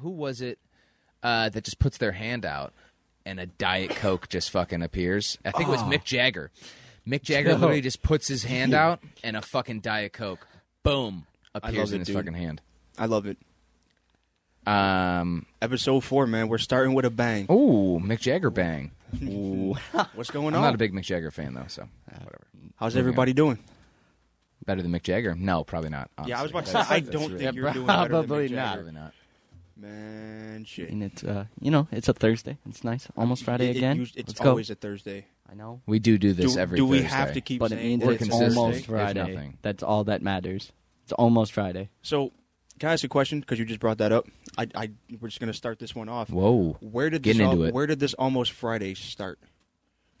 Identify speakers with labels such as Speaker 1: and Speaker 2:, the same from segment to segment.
Speaker 1: who was it uh, that just puts their hand out and a diet coke just fucking appears? I think it was
Speaker 2: Oh.
Speaker 1: Mick Jagger. Mick Jagger literally just puts his hand out and a fucking diet coke, boom, appears
Speaker 2: love
Speaker 1: in
Speaker 2: it,
Speaker 1: his
Speaker 2: dude.
Speaker 1: fucking hand.
Speaker 2: I love it.
Speaker 1: Um,
Speaker 2: Episode four, man. We're starting with a bang.
Speaker 3: Oh,
Speaker 1: ooh, Mick Jagger bang.
Speaker 2: What's going
Speaker 1: I'm
Speaker 2: on?
Speaker 1: not a big Mick Jagger fan though, so whatever.
Speaker 2: How's everybody doing?
Speaker 1: Better than Mick Jagger? No, probably not.
Speaker 2: Yeah, I was
Speaker 1: honestly.
Speaker 2: about to say. I don't think you're doing better than
Speaker 3: probably
Speaker 2: Mick
Speaker 3: not.
Speaker 2: Jagger.
Speaker 1: Probably not.
Speaker 2: Man, shit.
Speaker 3: And it's uh, you know, it's a Thursday. It's nice. Almost Friday
Speaker 2: It- it
Speaker 3: again.
Speaker 2: us- it's
Speaker 3: Let's
Speaker 2: always
Speaker 3: go.
Speaker 2: a Thursday.
Speaker 3: I know,
Speaker 1: We do do this
Speaker 2: do
Speaker 1: every.
Speaker 2: do we
Speaker 1: Thursday.
Speaker 2: have to keep
Speaker 3: but it
Speaker 2: saying
Speaker 3: means
Speaker 2: that
Speaker 1: we're
Speaker 3: it's
Speaker 1: consistent,
Speaker 3: almost
Speaker 1: if
Speaker 3: Friday.
Speaker 1: nothing.
Speaker 3: That's all that matters. It's almost Friday.
Speaker 2: So, can I ask you a question? Because you just brought that up. I, I we're just gonna start this one off.
Speaker 1: Whoa,
Speaker 2: Where did this
Speaker 1: Getting
Speaker 2: al-
Speaker 1: into it.
Speaker 2: Where did this almost Friday start?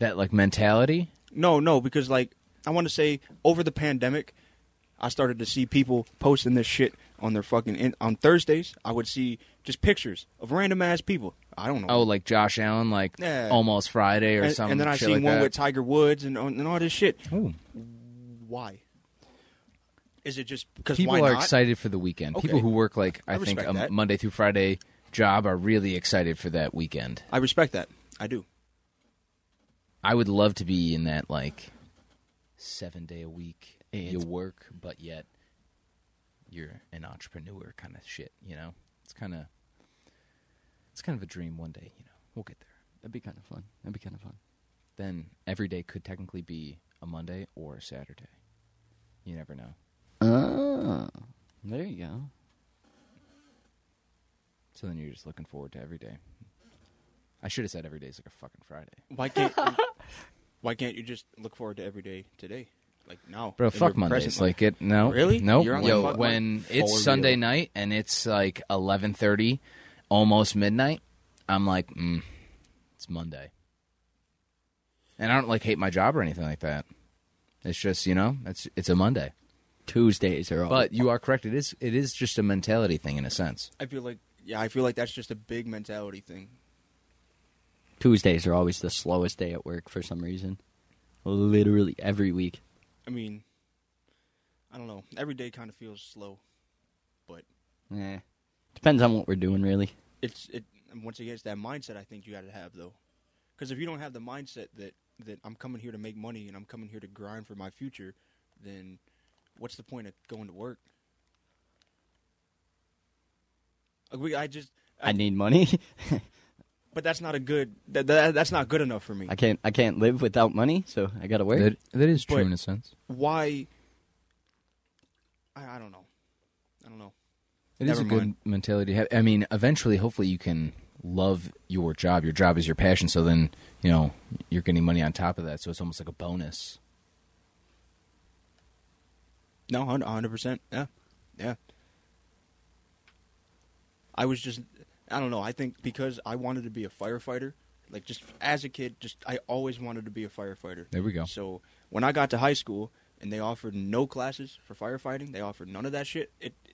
Speaker 1: that like mentality.
Speaker 2: No, no, because like I want to say over the pandemic, I started to see people posting this shit on their fucking in- on Thursdays. I would see just pictures of random ass people. I don't know.
Speaker 1: Oh, like Josh Allen, like
Speaker 2: Yeah.
Speaker 1: almost Friday or
Speaker 2: and,
Speaker 1: something.
Speaker 2: and then I
Speaker 1: shit
Speaker 2: seen
Speaker 1: like
Speaker 2: one
Speaker 1: that.
Speaker 2: with Tiger Woods and and all this shit.
Speaker 1: Ooh.
Speaker 2: Why? Is it just because
Speaker 1: people
Speaker 2: why
Speaker 1: are
Speaker 2: not?
Speaker 1: excited for the weekend. People
Speaker 2: Okay.
Speaker 1: who work like I,
Speaker 2: I
Speaker 1: think
Speaker 2: respect
Speaker 1: a
Speaker 2: that.
Speaker 1: Monday through Friday job are really excited for that weekend.
Speaker 2: I respect that. I do.
Speaker 1: I would love to be in that like seven day a week.
Speaker 3: Hey,
Speaker 1: you
Speaker 3: it's-
Speaker 1: work, but yet you're an entrepreneur kind of shit. You know, it's kind of it's kind of a dream. One day, you know, we'll get there.
Speaker 3: That'd be kind of fun. That'd be kind of fun.
Speaker 1: Then every day could technically be a Monday or a Saturday. You never know.
Speaker 3: Oh, there you go.
Speaker 1: So then you're just looking forward to every day. I should have said every day's like a fucking Friday.
Speaker 2: Why can't Why can't you just look forward to every day today? Like now,
Speaker 1: Bro,
Speaker 2: in
Speaker 1: fuck
Speaker 2: your
Speaker 1: Mondays.
Speaker 2: present
Speaker 1: Like it no.
Speaker 2: Really?
Speaker 1: No.
Speaker 2: You're on the
Speaker 1: Yo,
Speaker 2: fuck
Speaker 1: when
Speaker 2: Monday.
Speaker 1: it's
Speaker 2: For
Speaker 1: Sunday
Speaker 2: real.
Speaker 1: night and it's like 11:30, almost midnight, I'm like, mm, it's Monday. And I don't like hate my job or anything like that. It's just, you know, it's it's a Monday.
Speaker 3: Tuesdays are all.
Speaker 1: But you are correct. It is it is just a mentality thing in a sense.
Speaker 2: I feel like yeah, I feel like that's just a big mentality thing.
Speaker 3: Tuesdays are always the slowest day at work for some reason. Literally every week.
Speaker 2: I mean, I don't know. Every day kind of feels slow, but
Speaker 3: Eh. Depends on what we're doing, really.
Speaker 2: it's it. and Once again, it's that mindset I think you got to have though, because if you don't have the mindset that that I'm coming here to make money and I'm coming here to grind for my future, then what's the point of going to work? Like we, I just, I,
Speaker 3: I need money.
Speaker 2: but that's not a good. That, that that's not good enough for me.
Speaker 3: I can't. I can't live without money, so I gotta work.
Speaker 1: That, that is true
Speaker 2: But-
Speaker 1: in a sense.
Speaker 2: Why? I, I don't know. I don't know.
Speaker 1: It is
Speaker 2: Never
Speaker 1: a good
Speaker 2: mind.
Speaker 1: mentality. to have. I mean, eventually, hopefully, you can love your job. Your job is your passion. So then, you know, you're getting money on top of that. So it's almost like a bonus.
Speaker 2: No, hun- a hundred percent. Yeah, yeah. I was just, I don't know. I think because I wanted to be a firefighter, like just as a kid, just I always wanted to be a firefighter.
Speaker 1: There we go.
Speaker 2: So when I got to high school and they offered no classes for firefighting, they offered none of that shit. It, it-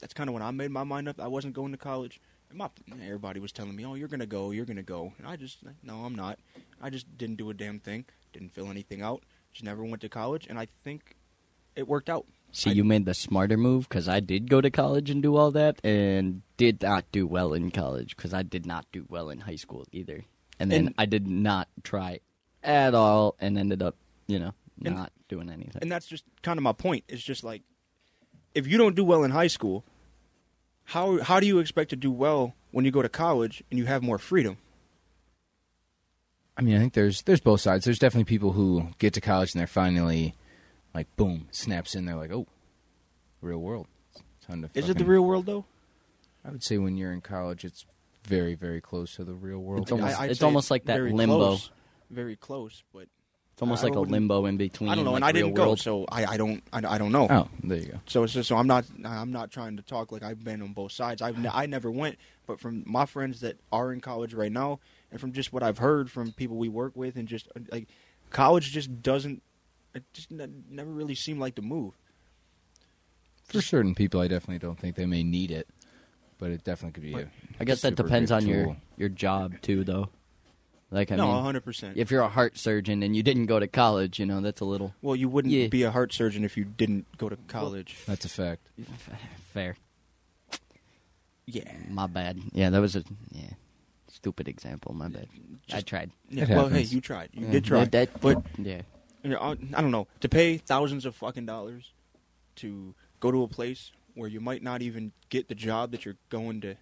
Speaker 2: that's kind of when I made my mind up. I wasn't going to college. And my, everybody was telling me, "Oh, you're gonna go, you're gonna go," and I just, like, no, I'm not. I just didn't do a damn thing. Didn't fill anything out. Just never went to college, and I think it worked out.
Speaker 3: See,
Speaker 2: I-
Speaker 3: you made the smarter move because I did go to college and do all that, and did not do well in college because I did not do well in high school either. And then
Speaker 2: And-
Speaker 3: I did not try at all, and ended up, you know,
Speaker 2: And-
Speaker 3: not doing anything.
Speaker 2: and that's just kind of my point. It's just like if you don't do well in high school, how how do you expect to do well when you go to college and you have more freedom?
Speaker 1: I mean, I think there's there's both sides. There's definitely people who get to college and they're finally Like boom, snaps in there. Like oh, real world. Time to
Speaker 2: Is it the
Speaker 1: fucking-
Speaker 2: real world though?
Speaker 1: I would say when you're in college, it's very very close to the real world.
Speaker 3: It's almost-
Speaker 2: I- I'd
Speaker 3: it's
Speaker 2: say
Speaker 3: almost like that
Speaker 2: very
Speaker 3: limbo.
Speaker 2: close. very close, but
Speaker 3: It's almost
Speaker 2: I
Speaker 3: like a
Speaker 2: wouldn't-
Speaker 3: limbo in between.
Speaker 2: I don't know,
Speaker 3: like,
Speaker 2: and I didn't
Speaker 3: real
Speaker 2: go,
Speaker 3: world.
Speaker 2: so I, I don't I, I don't know.
Speaker 1: oh, there you go.
Speaker 2: So it's just, so I'm not I'm not trying to talk like I've been on both sides. I've ne- I never went, but from my friends that are in college right now, and from just what I've heard from people we work with, and just uh, like college just doesn't it just ne- never really seemed like the move.
Speaker 1: For certain people, I definitely don't think they may need it, but it definitely could be. a
Speaker 3: I guess that
Speaker 1: super
Speaker 3: depends
Speaker 1: great
Speaker 3: on your
Speaker 1: tool.
Speaker 3: your job too, though. Like I
Speaker 2: no,
Speaker 3: mean,
Speaker 2: 100. percent
Speaker 3: if you're a heart surgeon and you didn't go to college, you know that's a little
Speaker 2: Well, you wouldn't
Speaker 3: Yeah.
Speaker 2: be a heart surgeon if you didn't go to college.
Speaker 1: That's a fact.
Speaker 3: fair.
Speaker 2: yeah.
Speaker 3: My bad. Yeah, that was a yeah stupid example. My bad. I
Speaker 2: Just-
Speaker 3: tried.
Speaker 2: yeah.
Speaker 1: It
Speaker 2: Well, hey,
Speaker 1: happens.
Speaker 2: you tried. You
Speaker 3: Yeah,
Speaker 2: did try.
Speaker 3: that- that-
Speaker 2: but
Speaker 3: yeah,
Speaker 2: you know, I I don't know, to pay thousands of fucking dollars to go to a place where you might not even get the job that you're going to.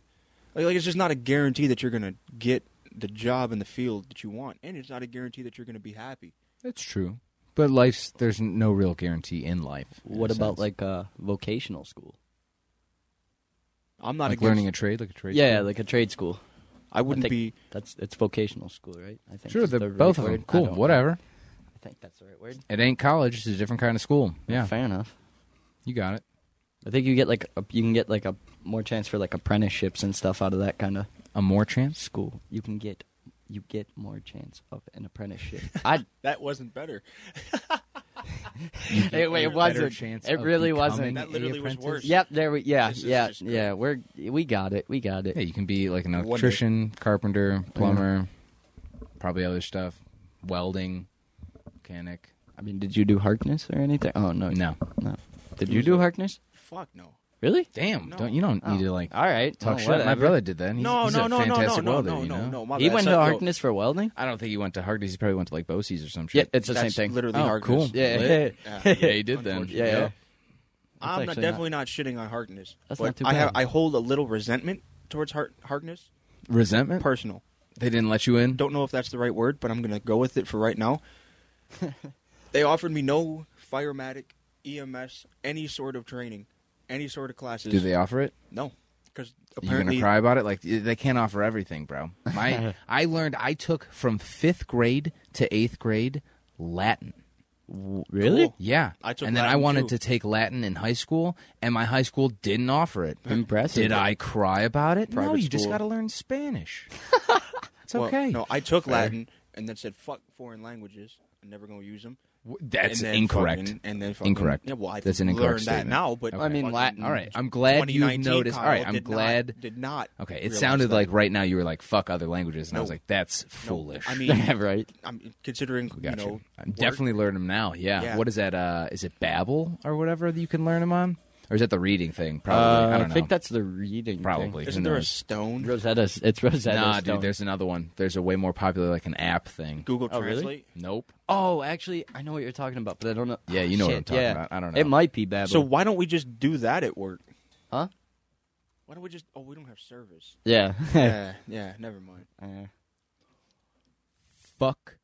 Speaker 2: Like, like, it's just not a guarantee that you're going to get the job in the field that you want, and it's not a guarantee that you're going to be happy.
Speaker 1: That's true. But life's there's no real guarantee in life. in
Speaker 3: What
Speaker 1: a
Speaker 3: about
Speaker 1: sense.
Speaker 3: like uh, vocational school?
Speaker 2: I'm not
Speaker 1: like
Speaker 2: against,
Speaker 1: learning a trade, like a trade?
Speaker 3: yeah,
Speaker 1: school?
Speaker 3: like a trade school.
Speaker 2: I wouldn't
Speaker 3: I
Speaker 2: be.
Speaker 3: think- That's it's vocational school, right? I think
Speaker 1: sure.
Speaker 3: is
Speaker 1: The,
Speaker 3: the right
Speaker 1: both of
Speaker 3: word.
Speaker 1: them.
Speaker 3: I
Speaker 1: Cool.
Speaker 3: don't know.
Speaker 1: Whatever.
Speaker 3: I think that's the right word.
Speaker 1: It ain't college. It's a different kind of school. Yeah,
Speaker 3: fair enough.
Speaker 1: you got it.
Speaker 3: I think you get like a, you can get like a more chance for like apprenticeships and stuff out of that kind of
Speaker 1: A more chance.
Speaker 3: school. You can get you get more chance of an apprenticeship. I
Speaker 2: That wasn't better.
Speaker 3: it,
Speaker 1: a better chance
Speaker 3: It
Speaker 1: of
Speaker 3: really
Speaker 1: becoming
Speaker 3: wasn't.
Speaker 2: That
Speaker 1: a
Speaker 2: literally was
Speaker 1: apprentice?
Speaker 2: worse.
Speaker 3: Yep, there we yeah,
Speaker 2: This is
Speaker 3: yeah,
Speaker 2: just
Speaker 3: yeah. We're we got it. We got it.
Speaker 1: Yeah, you can be like an
Speaker 2: Wonder.
Speaker 1: electrician, carpenter, plumber, probably other stuff, welding, mechanic.
Speaker 3: I mean, did you do Harkness or anything? Oh no.
Speaker 1: No,
Speaker 3: No. Did you do Harkness?
Speaker 2: Fuck no.
Speaker 3: Really?
Speaker 1: damn,
Speaker 2: No.
Speaker 1: don't you don't need
Speaker 3: Oh.
Speaker 1: to like
Speaker 3: All right.
Speaker 1: talk
Speaker 3: Oh,
Speaker 1: shit. My
Speaker 3: whatever.
Speaker 1: brother did that. and He's,
Speaker 2: No,
Speaker 1: he's
Speaker 2: no,
Speaker 1: a
Speaker 2: no, no, no,
Speaker 1: fantastic
Speaker 2: no,
Speaker 1: welder,
Speaker 2: no,
Speaker 1: you
Speaker 2: no,
Speaker 1: know?
Speaker 2: no. My
Speaker 3: He
Speaker 2: bad.
Speaker 3: went
Speaker 2: So-
Speaker 3: to
Speaker 2: yo,
Speaker 3: Harkness for welding?
Speaker 1: I don't think he went to Hardee's. He probably went to like Bosie's or some
Speaker 3: Yeah,
Speaker 1: shit.
Speaker 3: it's the same
Speaker 2: That's
Speaker 3: thing.
Speaker 2: literally
Speaker 1: oh,
Speaker 2: Harkness.
Speaker 1: cool.
Speaker 3: Yeah.
Speaker 1: Lit.
Speaker 2: Yeah.
Speaker 1: yeah, he did then.
Speaker 2: Unfortunately.
Speaker 3: Yeah, yeah.
Speaker 2: I'm not,
Speaker 3: actually
Speaker 2: definitely not shitting on Harkness.
Speaker 3: That's
Speaker 2: but
Speaker 3: not too
Speaker 2: I have
Speaker 3: bad.
Speaker 2: I hold a little resentment towards Hart, Harkness.
Speaker 1: Resentment?
Speaker 2: Personal.
Speaker 1: they didn't let you in?
Speaker 2: don't know if that's the right word, but I'm gonna go with it for right now. they offered me no firematic, EMS, any sort of training, any sort of classes.
Speaker 1: Do they offer it?
Speaker 2: No, because
Speaker 1: You're gonna
Speaker 2: apparently
Speaker 1: cry about it? Like they can't offer everything, bro. My I learned I took from fifth grade to eighth grade Latin.
Speaker 3: Really?
Speaker 2: Cool.
Speaker 1: Yeah,
Speaker 2: I took
Speaker 1: and then I
Speaker 2: Latin,
Speaker 1: wanted
Speaker 2: too.
Speaker 1: to take Latin in high school, and my high school didn't offer it.
Speaker 3: Impressive.
Speaker 1: Did I cry about it? no,
Speaker 2: Private
Speaker 1: you just
Speaker 2: school.
Speaker 1: got to learn Spanish. it's
Speaker 2: well,
Speaker 1: okay.
Speaker 2: No, I took Latin and then said fuck foreign languages. I'm never gonna use them.
Speaker 1: W- That's
Speaker 2: and then
Speaker 1: incorrect.
Speaker 2: fucking- and then fucking-
Speaker 1: Incorrect.
Speaker 2: Yeah, well, I
Speaker 1: That's an incorrect
Speaker 2: learned that
Speaker 1: statement.
Speaker 2: now, but
Speaker 1: Okay. I mean,
Speaker 2: Latin.
Speaker 1: All right, I'm glad you noticed. All right, I'm glad.
Speaker 2: did not.
Speaker 1: okay, it
Speaker 2: realize
Speaker 1: sounded
Speaker 2: that.
Speaker 1: like right now you were like "fuck other languages," and I was
Speaker 2: No.
Speaker 1: like, "That's
Speaker 2: No,
Speaker 1: foolish."
Speaker 2: I
Speaker 3: Yeah,
Speaker 2: mean,
Speaker 3: right.
Speaker 2: I'm considering
Speaker 1: We
Speaker 2: you
Speaker 1: got you.
Speaker 2: know
Speaker 1: I'm
Speaker 2: work-
Speaker 1: definitely learn them now. Yeah.
Speaker 2: Yeah.
Speaker 1: What is that? Uh, is it Babel or whatever that you can learn them on, or is that the reading thing? Probably.
Speaker 3: Uh,
Speaker 1: I don't know.
Speaker 3: think that's the reading. thing.
Speaker 1: Probably.
Speaker 2: Isn't
Speaker 1: Who
Speaker 2: there a
Speaker 1: knows?
Speaker 2: stone?
Speaker 3: Rosetta. It's Rosetta.
Speaker 1: nah,
Speaker 3: Stone.
Speaker 1: dude. There's another one. There's a way more popular like an app thing.
Speaker 2: Google
Speaker 3: Oh, really?
Speaker 2: Translate.
Speaker 1: Nope.
Speaker 3: Oh, actually, I know what you're talking about, but I don't know. Oh,
Speaker 1: Yeah, you know what
Speaker 3: Shit,
Speaker 1: I'm talking
Speaker 3: yeah.
Speaker 1: about. I don't
Speaker 3: It
Speaker 1: know.
Speaker 3: might be Babel.
Speaker 2: So why don't we just do that at work?
Speaker 3: huh?
Speaker 2: Why don't we just? Oh, we don't have service.
Speaker 3: Yeah.
Speaker 2: yeah, yeah. Never mind.
Speaker 3: Uh,
Speaker 1: Fuck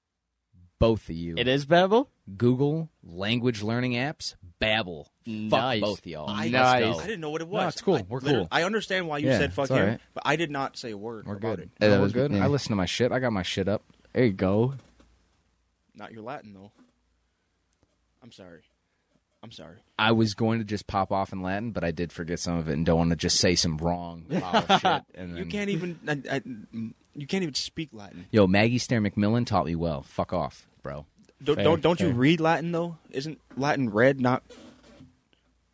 Speaker 1: both of you.
Speaker 3: it is Babel.
Speaker 1: Google language learning apps. Babel.
Speaker 3: Nice.
Speaker 1: Fuck both of y'all.
Speaker 3: I-
Speaker 1: Let's
Speaker 3: Nice.
Speaker 1: go.
Speaker 2: I didn't know what it was.
Speaker 1: it's cool.
Speaker 2: I
Speaker 1: We're
Speaker 2: liter-
Speaker 1: cool.
Speaker 2: I understand why you
Speaker 3: Yeah,
Speaker 2: said "fuck
Speaker 3: it's all
Speaker 2: him,"
Speaker 3: right.
Speaker 2: but I did not say a word
Speaker 1: We're
Speaker 2: about
Speaker 1: good.
Speaker 2: it.
Speaker 3: Yeah,
Speaker 1: No,
Speaker 3: that
Speaker 1: we're
Speaker 3: was-
Speaker 1: good.
Speaker 3: yeah.
Speaker 1: I listen to my shit. I got my shit up.
Speaker 3: There you go.
Speaker 2: Not your Latin though. I'm sorry. I'm sorry.
Speaker 1: I was going to just pop off in Latin, but I did forget some of it and don't want to just say some wrong vowel shit. And
Speaker 2: You
Speaker 1: then-
Speaker 2: can't even. I, I, you can't even speak Latin.
Speaker 1: Yo, Maggie Stair McMillan taught me well. Fuck off, bro.
Speaker 2: Don't
Speaker 3: Fair,
Speaker 2: don't, don't you
Speaker 3: fair.
Speaker 2: read Latin though? Isn't Latin read? Not.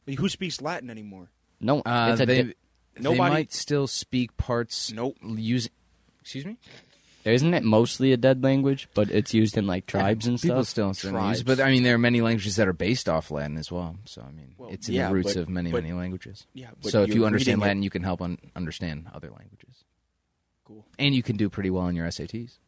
Speaker 2: Like, who speaks Latin anymore?
Speaker 3: No,
Speaker 1: Uh,
Speaker 3: it's a
Speaker 1: they,
Speaker 3: di-
Speaker 1: they
Speaker 2: Nobody-
Speaker 1: might still speak parts.
Speaker 2: Nope.
Speaker 1: Using. Excuse me.
Speaker 3: isn't it mostly a dead language, but it's used in like tribes and
Speaker 1: People
Speaker 3: stuff.
Speaker 1: still still
Speaker 2: Tribes.
Speaker 1: use, but I mean, there are many languages that are based off Latin as well. So I mean,
Speaker 2: Well,
Speaker 1: it's in
Speaker 2: yeah,
Speaker 1: the roots
Speaker 2: but-
Speaker 1: of many,
Speaker 2: but-
Speaker 1: many languages.
Speaker 2: Yeah. But
Speaker 1: So if
Speaker 2: you're
Speaker 1: you understand
Speaker 2: reading
Speaker 1: Latin, you can help un- understand other languages,
Speaker 2: it- cool.
Speaker 1: and you can do pretty well in your SATs.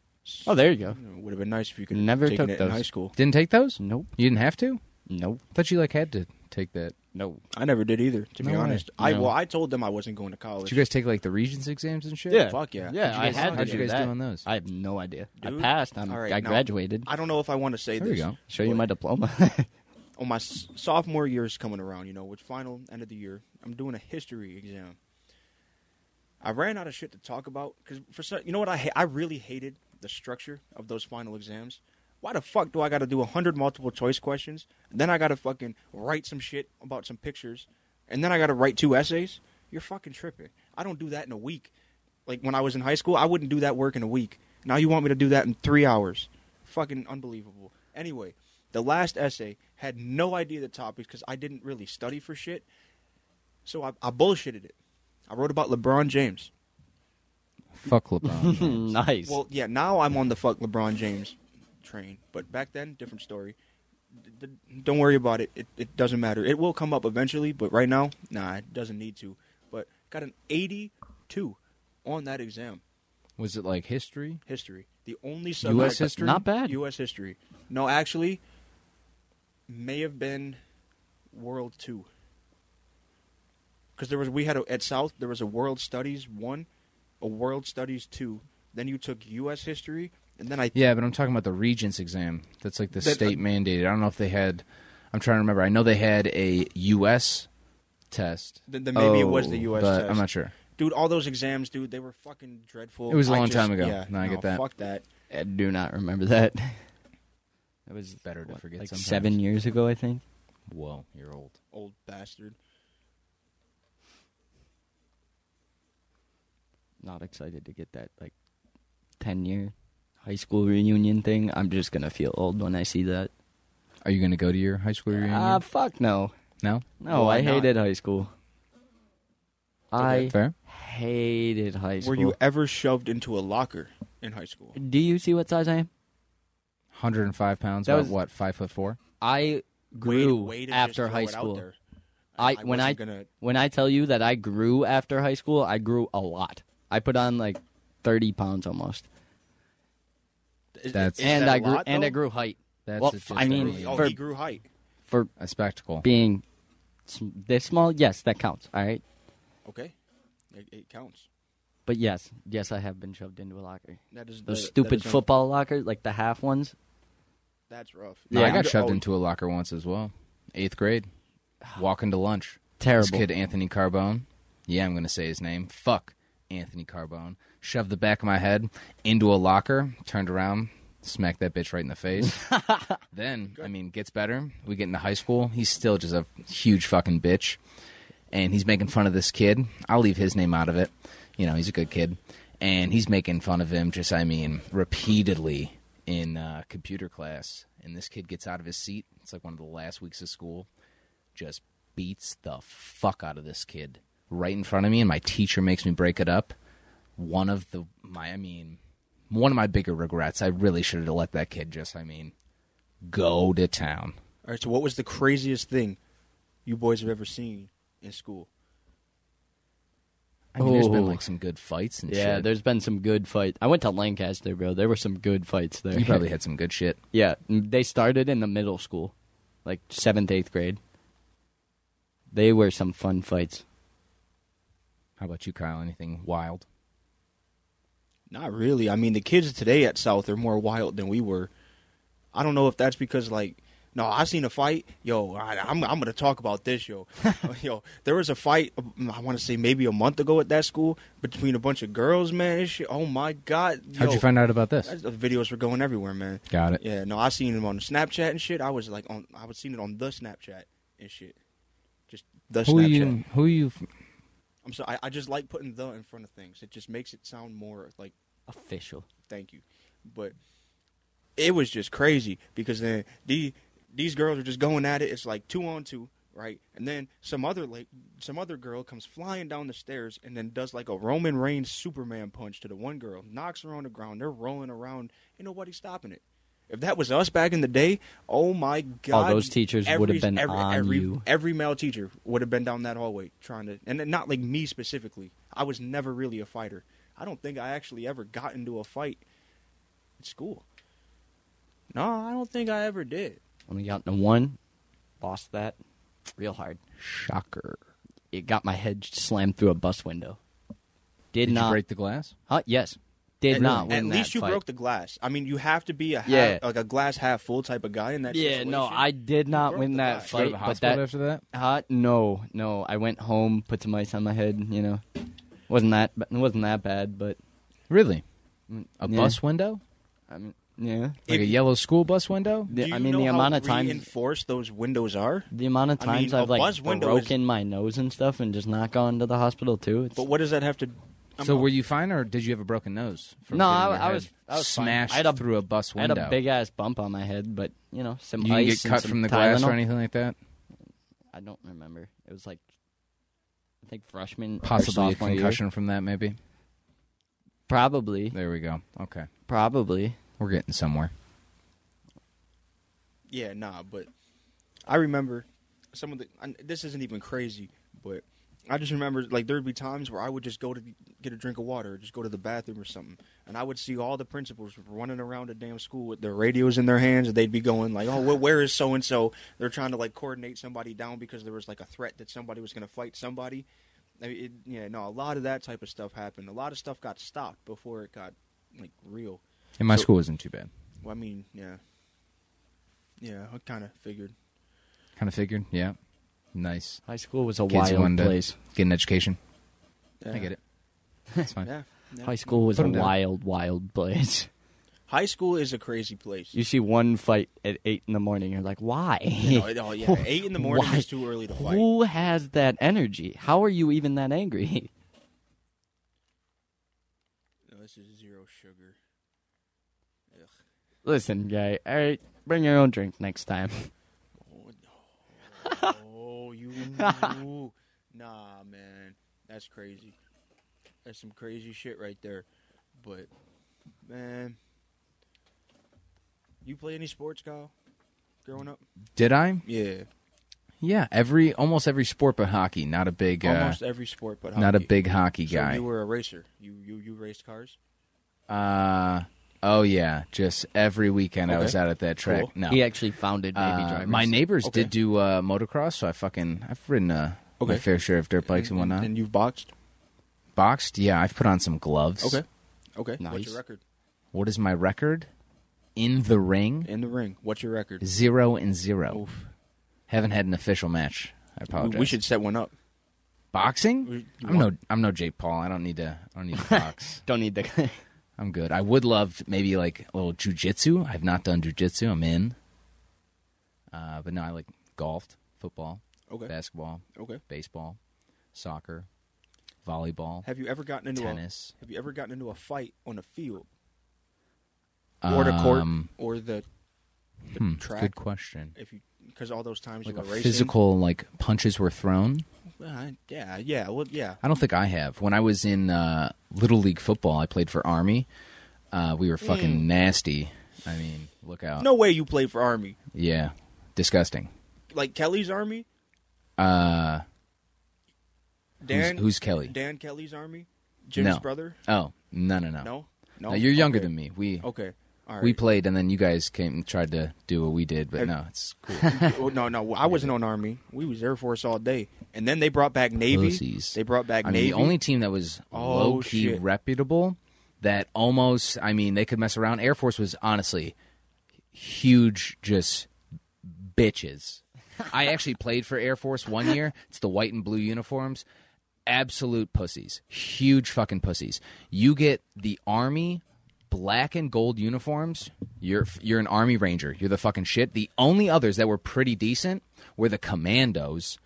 Speaker 3: Oh, there you go.
Speaker 2: Would have been nice if you could
Speaker 3: Never
Speaker 2: taken
Speaker 3: took
Speaker 2: it
Speaker 3: those.
Speaker 2: in high school.
Speaker 1: Didn't take those?
Speaker 3: Nope.
Speaker 1: You didn't have to.
Speaker 3: Nope.
Speaker 1: thought you like had to take that.
Speaker 3: Nope.
Speaker 2: I never did either, to be
Speaker 1: No way.
Speaker 2: honest. I
Speaker 3: No.
Speaker 2: well, I told them I wasn't going to college.
Speaker 1: Did you guys take like the Regents exams and shit?
Speaker 2: Fuck yeah.
Speaker 3: Yeah,
Speaker 2: How'd you
Speaker 3: I
Speaker 2: guys-
Speaker 3: had.
Speaker 1: how'd
Speaker 3: to
Speaker 1: you
Speaker 3: do
Speaker 1: guys
Speaker 3: that.
Speaker 1: do on those?
Speaker 3: I have no idea.
Speaker 2: Dude.
Speaker 3: I passed. I'm,
Speaker 2: All right,
Speaker 3: I
Speaker 2: now-
Speaker 3: graduated.
Speaker 2: I don't know if I want to say
Speaker 1: There
Speaker 2: this.
Speaker 1: you go.
Speaker 3: Show you
Speaker 2: but
Speaker 3: my diploma.
Speaker 2: on my s- sophomore year is coming around, you know, which final end of the year, I'm doing a history exam. I ran out of shit to talk about because for some, you know what I ha- I really hated the structure of those final exams. Why the fuck do I got to do hundred multiple choice questions? Then I got to fucking write some shit about some pictures, and then I got to write two essays. You're fucking tripping. I don't do that in a week. Like when I was in high school, I wouldn't do that work in a week. Now you want me to do that in three hours? Fucking unbelievable. Anyway, the last essay had no idea the topics because I didn't really study for shit. So I, I bullshitted it. I wrote about LeBron James.
Speaker 1: Fuck LeBron. James.
Speaker 3: nice.
Speaker 2: Well, yeah, now I'm on the fuck LeBron James train, but back then, different story. D- d- don't worry about it. it. It doesn't matter. It will come up eventually, but right now, nah, it doesn't need to. But got an 82 on that exam,
Speaker 1: Was it like history?
Speaker 2: history. The only subject.
Speaker 1: U.S. history.
Speaker 3: Not bad.
Speaker 2: U.S. history. No, actually, may have been World Two. Because there was we had a, at South there was a World Studies one, a World Studies two. Then you took U.S. history, and then I
Speaker 1: Yeah, but I'm talking about the Regents exam. That's like the
Speaker 2: That- uh,
Speaker 1: state mandated. I don't know if they had. I'm trying to remember. I know they had a U.S. test.
Speaker 2: then, then maybe it was
Speaker 1: Oh,
Speaker 2: the U.S.
Speaker 1: but
Speaker 2: test.
Speaker 1: I'm not sure.
Speaker 2: Dude, all those exams, dude, they were fucking dreadful.
Speaker 1: It was a
Speaker 2: a
Speaker 1: long time ago.
Speaker 2: Yeah,
Speaker 1: No, I get that.
Speaker 2: Fuck that.
Speaker 3: I do not remember that. That was
Speaker 1: Better to
Speaker 3: what,
Speaker 1: forget
Speaker 3: Like
Speaker 1: sometimes.
Speaker 3: seven years ago, I think.
Speaker 1: Whoa, you're old.
Speaker 2: Old bastard.
Speaker 3: Not excited to get that like ten year high school reunion thing. I'm just gonna feel old when I see that.
Speaker 1: Are you going to go to your high school reunion?
Speaker 3: Ah,
Speaker 2: Uh,
Speaker 3: fuck no,
Speaker 1: no.
Speaker 3: no.
Speaker 2: Why
Speaker 3: I
Speaker 2: not?
Speaker 3: hated high school. I
Speaker 1: Fair.
Speaker 3: hated high school.
Speaker 2: Were you ever shoved into a locker in high school?
Speaker 3: Do you see what size I am?
Speaker 1: 105 pounds.
Speaker 3: That
Speaker 1: about
Speaker 3: was-
Speaker 1: what? Five foot four.
Speaker 3: I grew
Speaker 2: Way- way to just
Speaker 3: after
Speaker 2: throw
Speaker 3: high
Speaker 2: it out
Speaker 3: school.
Speaker 2: there.
Speaker 3: I- when
Speaker 2: wasn't
Speaker 3: I-
Speaker 2: gonna
Speaker 3: When I tell you that I grew after high school, I grew a lot. I put on like thirty pounds almost,
Speaker 2: Is-
Speaker 1: That's-
Speaker 2: is
Speaker 3: and
Speaker 2: that
Speaker 3: I
Speaker 2: a
Speaker 3: grew
Speaker 2: lot,
Speaker 3: and I
Speaker 2: though?
Speaker 3: grew height
Speaker 1: That's
Speaker 3: Well,
Speaker 1: a
Speaker 3: I mean,
Speaker 1: disability.
Speaker 2: Oh,
Speaker 3: for-
Speaker 2: he grew height.
Speaker 3: for
Speaker 1: a spectacle.
Speaker 3: being sm- this small. Yes, that counts. All right,
Speaker 2: Okay, it, it counts.
Speaker 3: but yes, yes, I have been shoved into a locker.
Speaker 2: That is
Speaker 3: Those
Speaker 2: that- that
Speaker 3: stupid
Speaker 2: is un-
Speaker 3: football lockers, like the half ones.
Speaker 2: That's rough.
Speaker 1: No, I
Speaker 3: Yeah.
Speaker 1: got shoved
Speaker 2: Oh,
Speaker 1: into a locker once as well. Eighth grade, walking to lunch. This
Speaker 3: Terrible.
Speaker 1: kid, Anthony Carbone. Yeah, I'm going to say his name. Fuck Anthony Carbone. Shoved the back of my head into a locker, turned around, smacked that bitch right in the face. then, I mean, gets better. We get into high school. He's still just a huge fucking bitch. And he's making fun of this kid. I'll leave his name out of it. You know, he's a good kid. And he's making fun of him, just, I mean, repeatedly in uh, computer class. And this kid gets out of his seat. It's like one of the last weeks of school just beats the fuck out of this kid right in front of me, and my teacher makes me break it up. One of the my, I mean, one of my bigger regrets. I really should have let that kid just, I mean, go to town.
Speaker 2: All right. So, what was the craziest thing you boys have ever seen in school?
Speaker 1: I mean, there's been
Speaker 3: Oh.
Speaker 1: like some good fights and
Speaker 3: yeah,
Speaker 1: shit.
Speaker 3: there's been some good fights. I went to Lancaster, bro. There were some good fights there.
Speaker 1: you probably had some good shit.
Speaker 3: Yeah, m- they started in the middle school, like seventh, eighth grade. They were some fun fights.
Speaker 1: How about you, Kyle? Anything wild?
Speaker 2: Not really. I mean, the kids today at South are more wild than we were. I don't know if that's because like. No, I seen a fight. Yo, I, I'm I'm gonna talk about this, yo. yo, there was a fight. um, I want to say maybe a month ago at that school between a bunch of girls, man. And shit. Oh my god!
Speaker 1: How'd
Speaker 2: yo.
Speaker 1: you find out about this?
Speaker 2: That's- The videos were going everywhere, man.
Speaker 1: Got it.
Speaker 2: Yeah, no, I seen him on Snapchat and shit. I was like on, I was seeing it on the Snapchat and shit. Just the
Speaker 1: Who are
Speaker 2: Snapchat.
Speaker 1: you? Who are you?
Speaker 2: I'm sorry, I, I just like putting the in front of things. It just makes it sound more like
Speaker 3: Official.
Speaker 2: thank you, but it was just crazy because then the these girls are just going at it. It's like two on two, right? And then some other like some other girl comes flying down the stairs and then does like a Roman Reigns Superman punch to the one girl, knocks her on the ground. They're rolling around, ain't nobody stopping it. If that was us back in the day, oh my god!
Speaker 3: those teachers would have
Speaker 2: every-
Speaker 3: been
Speaker 2: every,
Speaker 3: on
Speaker 2: every,
Speaker 3: you.
Speaker 2: Every male teacher would have been down that hallway trying to, and not like me specifically. I was never really a fighter. I don't think I actually ever got into a fight at school. No, I don't think I ever did.
Speaker 3: Only got into one, lost that real hard.
Speaker 1: Shocker.
Speaker 3: It got my head slammed through a bus window. Did,
Speaker 1: Did
Speaker 3: not.
Speaker 1: you break the glass?
Speaker 3: Huh? Yes. did
Speaker 2: At-
Speaker 3: not
Speaker 2: At
Speaker 3: win
Speaker 2: least
Speaker 3: that
Speaker 2: you
Speaker 3: fight.
Speaker 2: broke the glass. I mean, you have to be a half,
Speaker 3: Yeah.
Speaker 2: like a glass half full type of guy in that.
Speaker 3: Yeah, no,
Speaker 2: situation.
Speaker 3: I did not
Speaker 2: broke
Speaker 3: win
Speaker 2: the
Speaker 3: that
Speaker 2: glass.
Speaker 1: Go to
Speaker 3: fight,
Speaker 1: the
Speaker 3: but
Speaker 1: hospital
Speaker 3: that
Speaker 1: after that.
Speaker 3: hot. No, no, I went home, put some ice on my head. You know, wasn't that it wasn't that bad, but
Speaker 1: Really? A
Speaker 3: Mm, yeah.
Speaker 1: bus window?
Speaker 3: I mean, yeah.
Speaker 1: Like
Speaker 2: If-
Speaker 1: a yellow school bus window?
Speaker 3: The-
Speaker 2: Do
Speaker 3: I
Speaker 2: you
Speaker 3: mean,
Speaker 2: know
Speaker 3: the
Speaker 2: how
Speaker 3: amount of times,
Speaker 2: reinforced those windows are.
Speaker 3: the amount of
Speaker 2: I mean,
Speaker 3: times
Speaker 2: a
Speaker 3: I've like
Speaker 2: buzz window is-
Speaker 3: broken my nose and stuff, and just not gone to the hospital too. It's,
Speaker 2: But what does that have to? I'm
Speaker 1: so
Speaker 2: not-
Speaker 1: were you fine, or did you have a broken nose? from
Speaker 3: No,
Speaker 1: getting
Speaker 3: I-
Speaker 1: your
Speaker 3: I
Speaker 1: head
Speaker 3: was- I was fine. I
Speaker 1: smashed
Speaker 3: had a-
Speaker 1: through a bus
Speaker 3: I had
Speaker 1: window.
Speaker 3: a big ass bump on my head, but you know, some
Speaker 1: you didn't
Speaker 3: ice
Speaker 1: get cut
Speaker 3: and some
Speaker 1: from the
Speaker 3: Tylenol.
Speaker 1: glass or anything like that.
Speaker 3: I don't remember. It was like I think freshman, or
Speaker 1: Possibly a
Speaker 3: sophomore year.
Speaker 1: concussion from that, maybe.
Speaker 3: Probably,
Speaker 1: There we go. Okay,
Speaker 3: probably.
Speaker 1: we're getting somewhere.
Speaker 2: Yeah, nah, but I remember some of the. I, this isn't even crazy, but I just remember like there'd be times where I would just go to get a drink of water, or just go to the bathroom or something, and I would see all the principals running around the damn school with their radios in their hands, and they'd be going like, "Oh, wh- where is so and so?" They're trying to like coordinate somebody down because there was like a threat that somebody was going to fight somebody. I mean, it, yeah, no, a lot of that type of stuff happened. A lot of stuff got stopped before it got like real.
Speaker 1: And my
Speaker 2: So-
Speaker 1: school wasn't too bad.
Speaker 2: Well, I mean, yeah, yeah, I kind of figured.
Speaker 1: Kind of figured. Yeah. Nice.
Speaker 3: High school was a
Speaker 1: Kids
Speaker 3: wild
Speaker 1: wanted to
Speaker 3: place.
Speaker 1: Get an education.
Speaker 2: Yeah.
Speaker 1: I get it. It's fine.
Speaker 2: Yeah. yeah.
Speaker 3: High school was
Speaker 1: Put
Speaker 3: a
Speaker 1: 'em down.
Speaker 3: wild, wild place.
Speaker 2: High school is a crazy place.
Speaker 3: You see one fight at eight in the morning, you're like, why?
Speaker 2: You know, it- oh, yeah, eight in the morning
Speaker 3: Why?
Speaker 2: is too early to fight.
Speaker 3: Who has that energy? How are you even that angry?
Speaker 2: No, this is zero sugar. Ugh.
Speaker 3: Listen, guy. All right, bring your own drink next time.
Speaker 2: Oh, no. oh you. ooh. Nah, man, that's crazy. That's some crazy shit right there. But, man, you play any sports, Kyle? Growing up?
Speaker 1: Did I?
Speaker 2: Yeah,
Speaker 1: Yeah. Every almost every sport, but hockey. Not a big. Uh,
Speaker 2: almost every sport, but
Speaker 1: Not a
Speaker 2: hockey.
Speaker 1: big hockey
Speaker 2: So
Speaker 1: guy.
Speaker 2: you were a racer. You you you raced cars.
Speaker 1: Uh, oh yeah, just every weekend I
Speaker 2: Okay.
Speaker 1: was out at that track.
Speaker 2: Cool.
Speaker 1: No,
Speaker 3: He actually founded Baby
Speaker 1: Uh,
Speaker 3: Drivers.
Speaker 1: my neighbors
Speaker 2: Okay.
Speaker 1: did do uh, motocross, so I fucking I've ridden uh, my
Speaker 2: Okay.
Speaker 1: fair share of dirt bikes and, whatnot.
Speaker 2: And you've boxed.
Speaker 1: Boxed, yeah, I've put on some gloves.
Speaker 2: Okay. Okay. What's
Speaker 3: Nice.
Speaker 2: your record?
Speaker 1: what is my record in the ring?
Speaker 2: In the ring. What's your record?
Speaker 1: Zero and zero.
Speaker 2: Oof.
Speaker 1: Haven't had an official match. I
Speaker 2: We,
Speaker 1: apologize.
Speaker 2: we should set one up.
Speaker 1: boxing.
Speaker 2: we- you
Speaker 1: I'm no I'm no Jake Paul. I don't need to. I don't need to box.
Speaker 3: don't need the.
Speaker 1: I'm good. I would love maybe like a little jujitsu. I've not done jujitsu. I'm in. Uh, but no, I like golfed, football,
Speaker 2: Okay.
Speaker 1: basketball,
Speaker 2: Okay.
Speaker 1: baseball, soccer, volleyball,
Speaker 2: Have you ever gotten into
Speaker 1: tennis.
Speaker 2: a Have you ever gotten into a fight on a field or the court
Speaker 1: Um,
Speaker 2: or the, the
Speaker 1: hmm,
Speaker 2: track?
Speaker 1: Good question.
Speaker 2: If you because all those times
Speaker 1: Like
Speaker 2: you
Speaker 1: a
Speaker 2: were racing.
Speaker 1: physical, like punches were thrown.
Speaker 2: Uh, yeah. Yeah. Well. Yeah.
Speaker 1: I don't think I have. When I was in uh, little league football, I played for Army. Uh, we were
Speaker 2: Mm.
Speaker 1: fucking nasty. I mean, look out.
Speaker 2: No way you played for Army.
Speaker 1: Yeah, disgusting.
Speaker 2: Like Kelly's Army.
Speaker 1: Uh,
Speaker 2: Dan.
Speaker 1: who's, who's Kelly?
Speaker 2: Dan Kelly's Army? Jim's
Speaker 1: No.
Speaker 2: brother?
Speaker 1: Oh, no, no, no.
Speaker 2: No. No.
Speaker 1: No, you're younger
Speaker 2: Okay.
Speaker 1: than me. We
Speaker 2: Okay. All right.
Speaker 1: we played, and then you guys came and tried to do what we did, but
Speaker 2: Have-
Speaker 1: no, it's cool.
Speaker 2: Oh, no, no, I wasn't on Army. We was Air Force all day, and then they brought back Navy.
Speaker 1: Pussies.
Speaker 2: They brought back
Speaker 1: I mean,
Speaker 2: Navy.
Speaker 1: the only team that was
Speaker 2: Oh,
Speaker 1: low key
Speaker 2: shit.
Speaker 1: reputable that almost, I mean, they could mess around. Air Force was honestly huge, just bitches. I actually played for Air Force one year. It's the white and blue uniforms. Absolute pussies. Huge fucking pussies. You get the Army black and gold uniforms. You're you're an Army Ranger. You're the fucking shit. The only others that were pretty decent were the Commandos.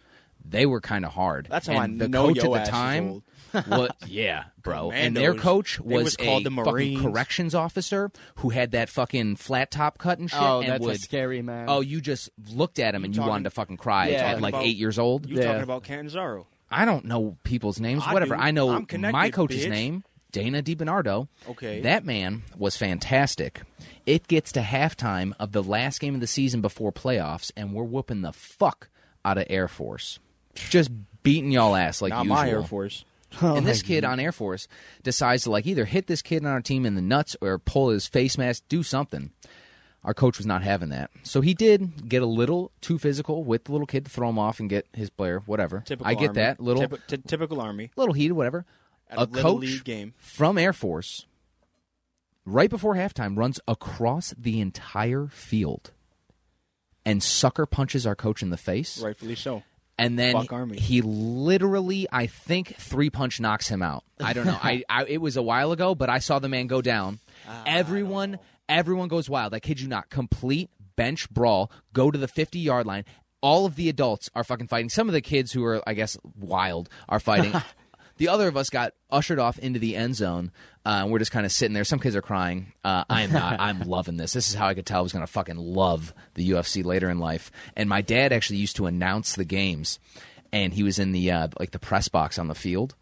Speaker 1: They were kind of hard.
Speaker 2: That's how
Speaker 1: and
Speaker 2: I
Speaker 1: the
Speaker 2: know
Speaker 1: coach
Speaker 2: your
Speaker 1: at
Speaker 2: ass
Speaker 1: the
Speaker 2: is
Speaker 1: time.
Speaker 2: old.
Speaker 1: What? Yeah, bro. And their
Speaker 2: Commandos.
Speaker 1: coach
Speaker 2: They
Speaker 1: was,
Speaker 2: was
Speaker 1: a
Speaker 2: called the
Speaker 1: fucking
Speaker 2: Marines.
Speaker 1: corrections officer who had that fucking flat top cut and shit.
Speaker 3: oh,
Speaker 1: and
Speaker 3: that's a
Speaker 1: would-
Speaker 3: scary man.
Speaker 1: Oh, you just looked at him and you
Speaker 2: talking-
Speaker 1: wanted to fucking cry
Speaker 3: Yeah.
Speaker 1: at like
Speaker 2: Talking about-
Speaker 1: eight years old.
Speaker 2: you
Speaker 3: Yeah.
Speaker 2: talking about Canzaro?
Speaker 1: I don't know people's names.
Speaker 2: I
Speaker 1: whatever.
Speaker 2: do.
Speaker 1: I know
Speaker 2: I'm connected,
Speaker 1: my coach's
Speaker 2: bitch.
Speaker 1: name, Dana DiBernardo.
Speaker 2: Okay.
Speaker 1: That man was fantastic. It gets to halftime of the last game of the season before playoffs, and we're whooping the fuck out of Air Force. Just beating y'all ass like
Speaker 2: Not
Speaker 1: usual
Speaker 2: my Air Force.
Speaker 1: and this kid on Air Force decides to like either hit this kid on our team in the nuts or pull his face mask, do something. Our coach was not having that, so he did get a little too physical with the little kid to throw him off and get his player, whatever.
Speaker 2: Typical.
Speaker 1: I get
Speaker 2: Army.
Speaker 1: that little
Speaker 2: Typ- ty- typical Army.
Speaker 1: little heated, whatever.
Speaker 2: At a Little
Speaker 1: coach
Speaker 2: League game.
Speaker 1: from Air Force right before halftime, runs across the entire field and sucker punches our coach in the face.
Speaker 2: rightfully so.
Speaker 1: And then
Speaker 2: Fuck Army.
Speaker 1: he literally, I think, three punch knocks him out. I don't know. I, I it was a while ago, but I saw the man go down.
Speaker 2: Ah.
Speaker 1: everyone, everyone goes wild. I kid you not. Complete bench brawl. Go to the fifty yard line. All of the adults are fucking fighting. Some of the kids who are, I guess, wild are fighting. the other of us got ushered off into the end zone. Uh, and we're just kind of sitting there. Some kids are crying. Uh, I am not. I'm loving this. This is how I could tell I was going to fucking love the UFC later in life. And my dad actually used to announce the games, and he was in the uh, like the press box on the field,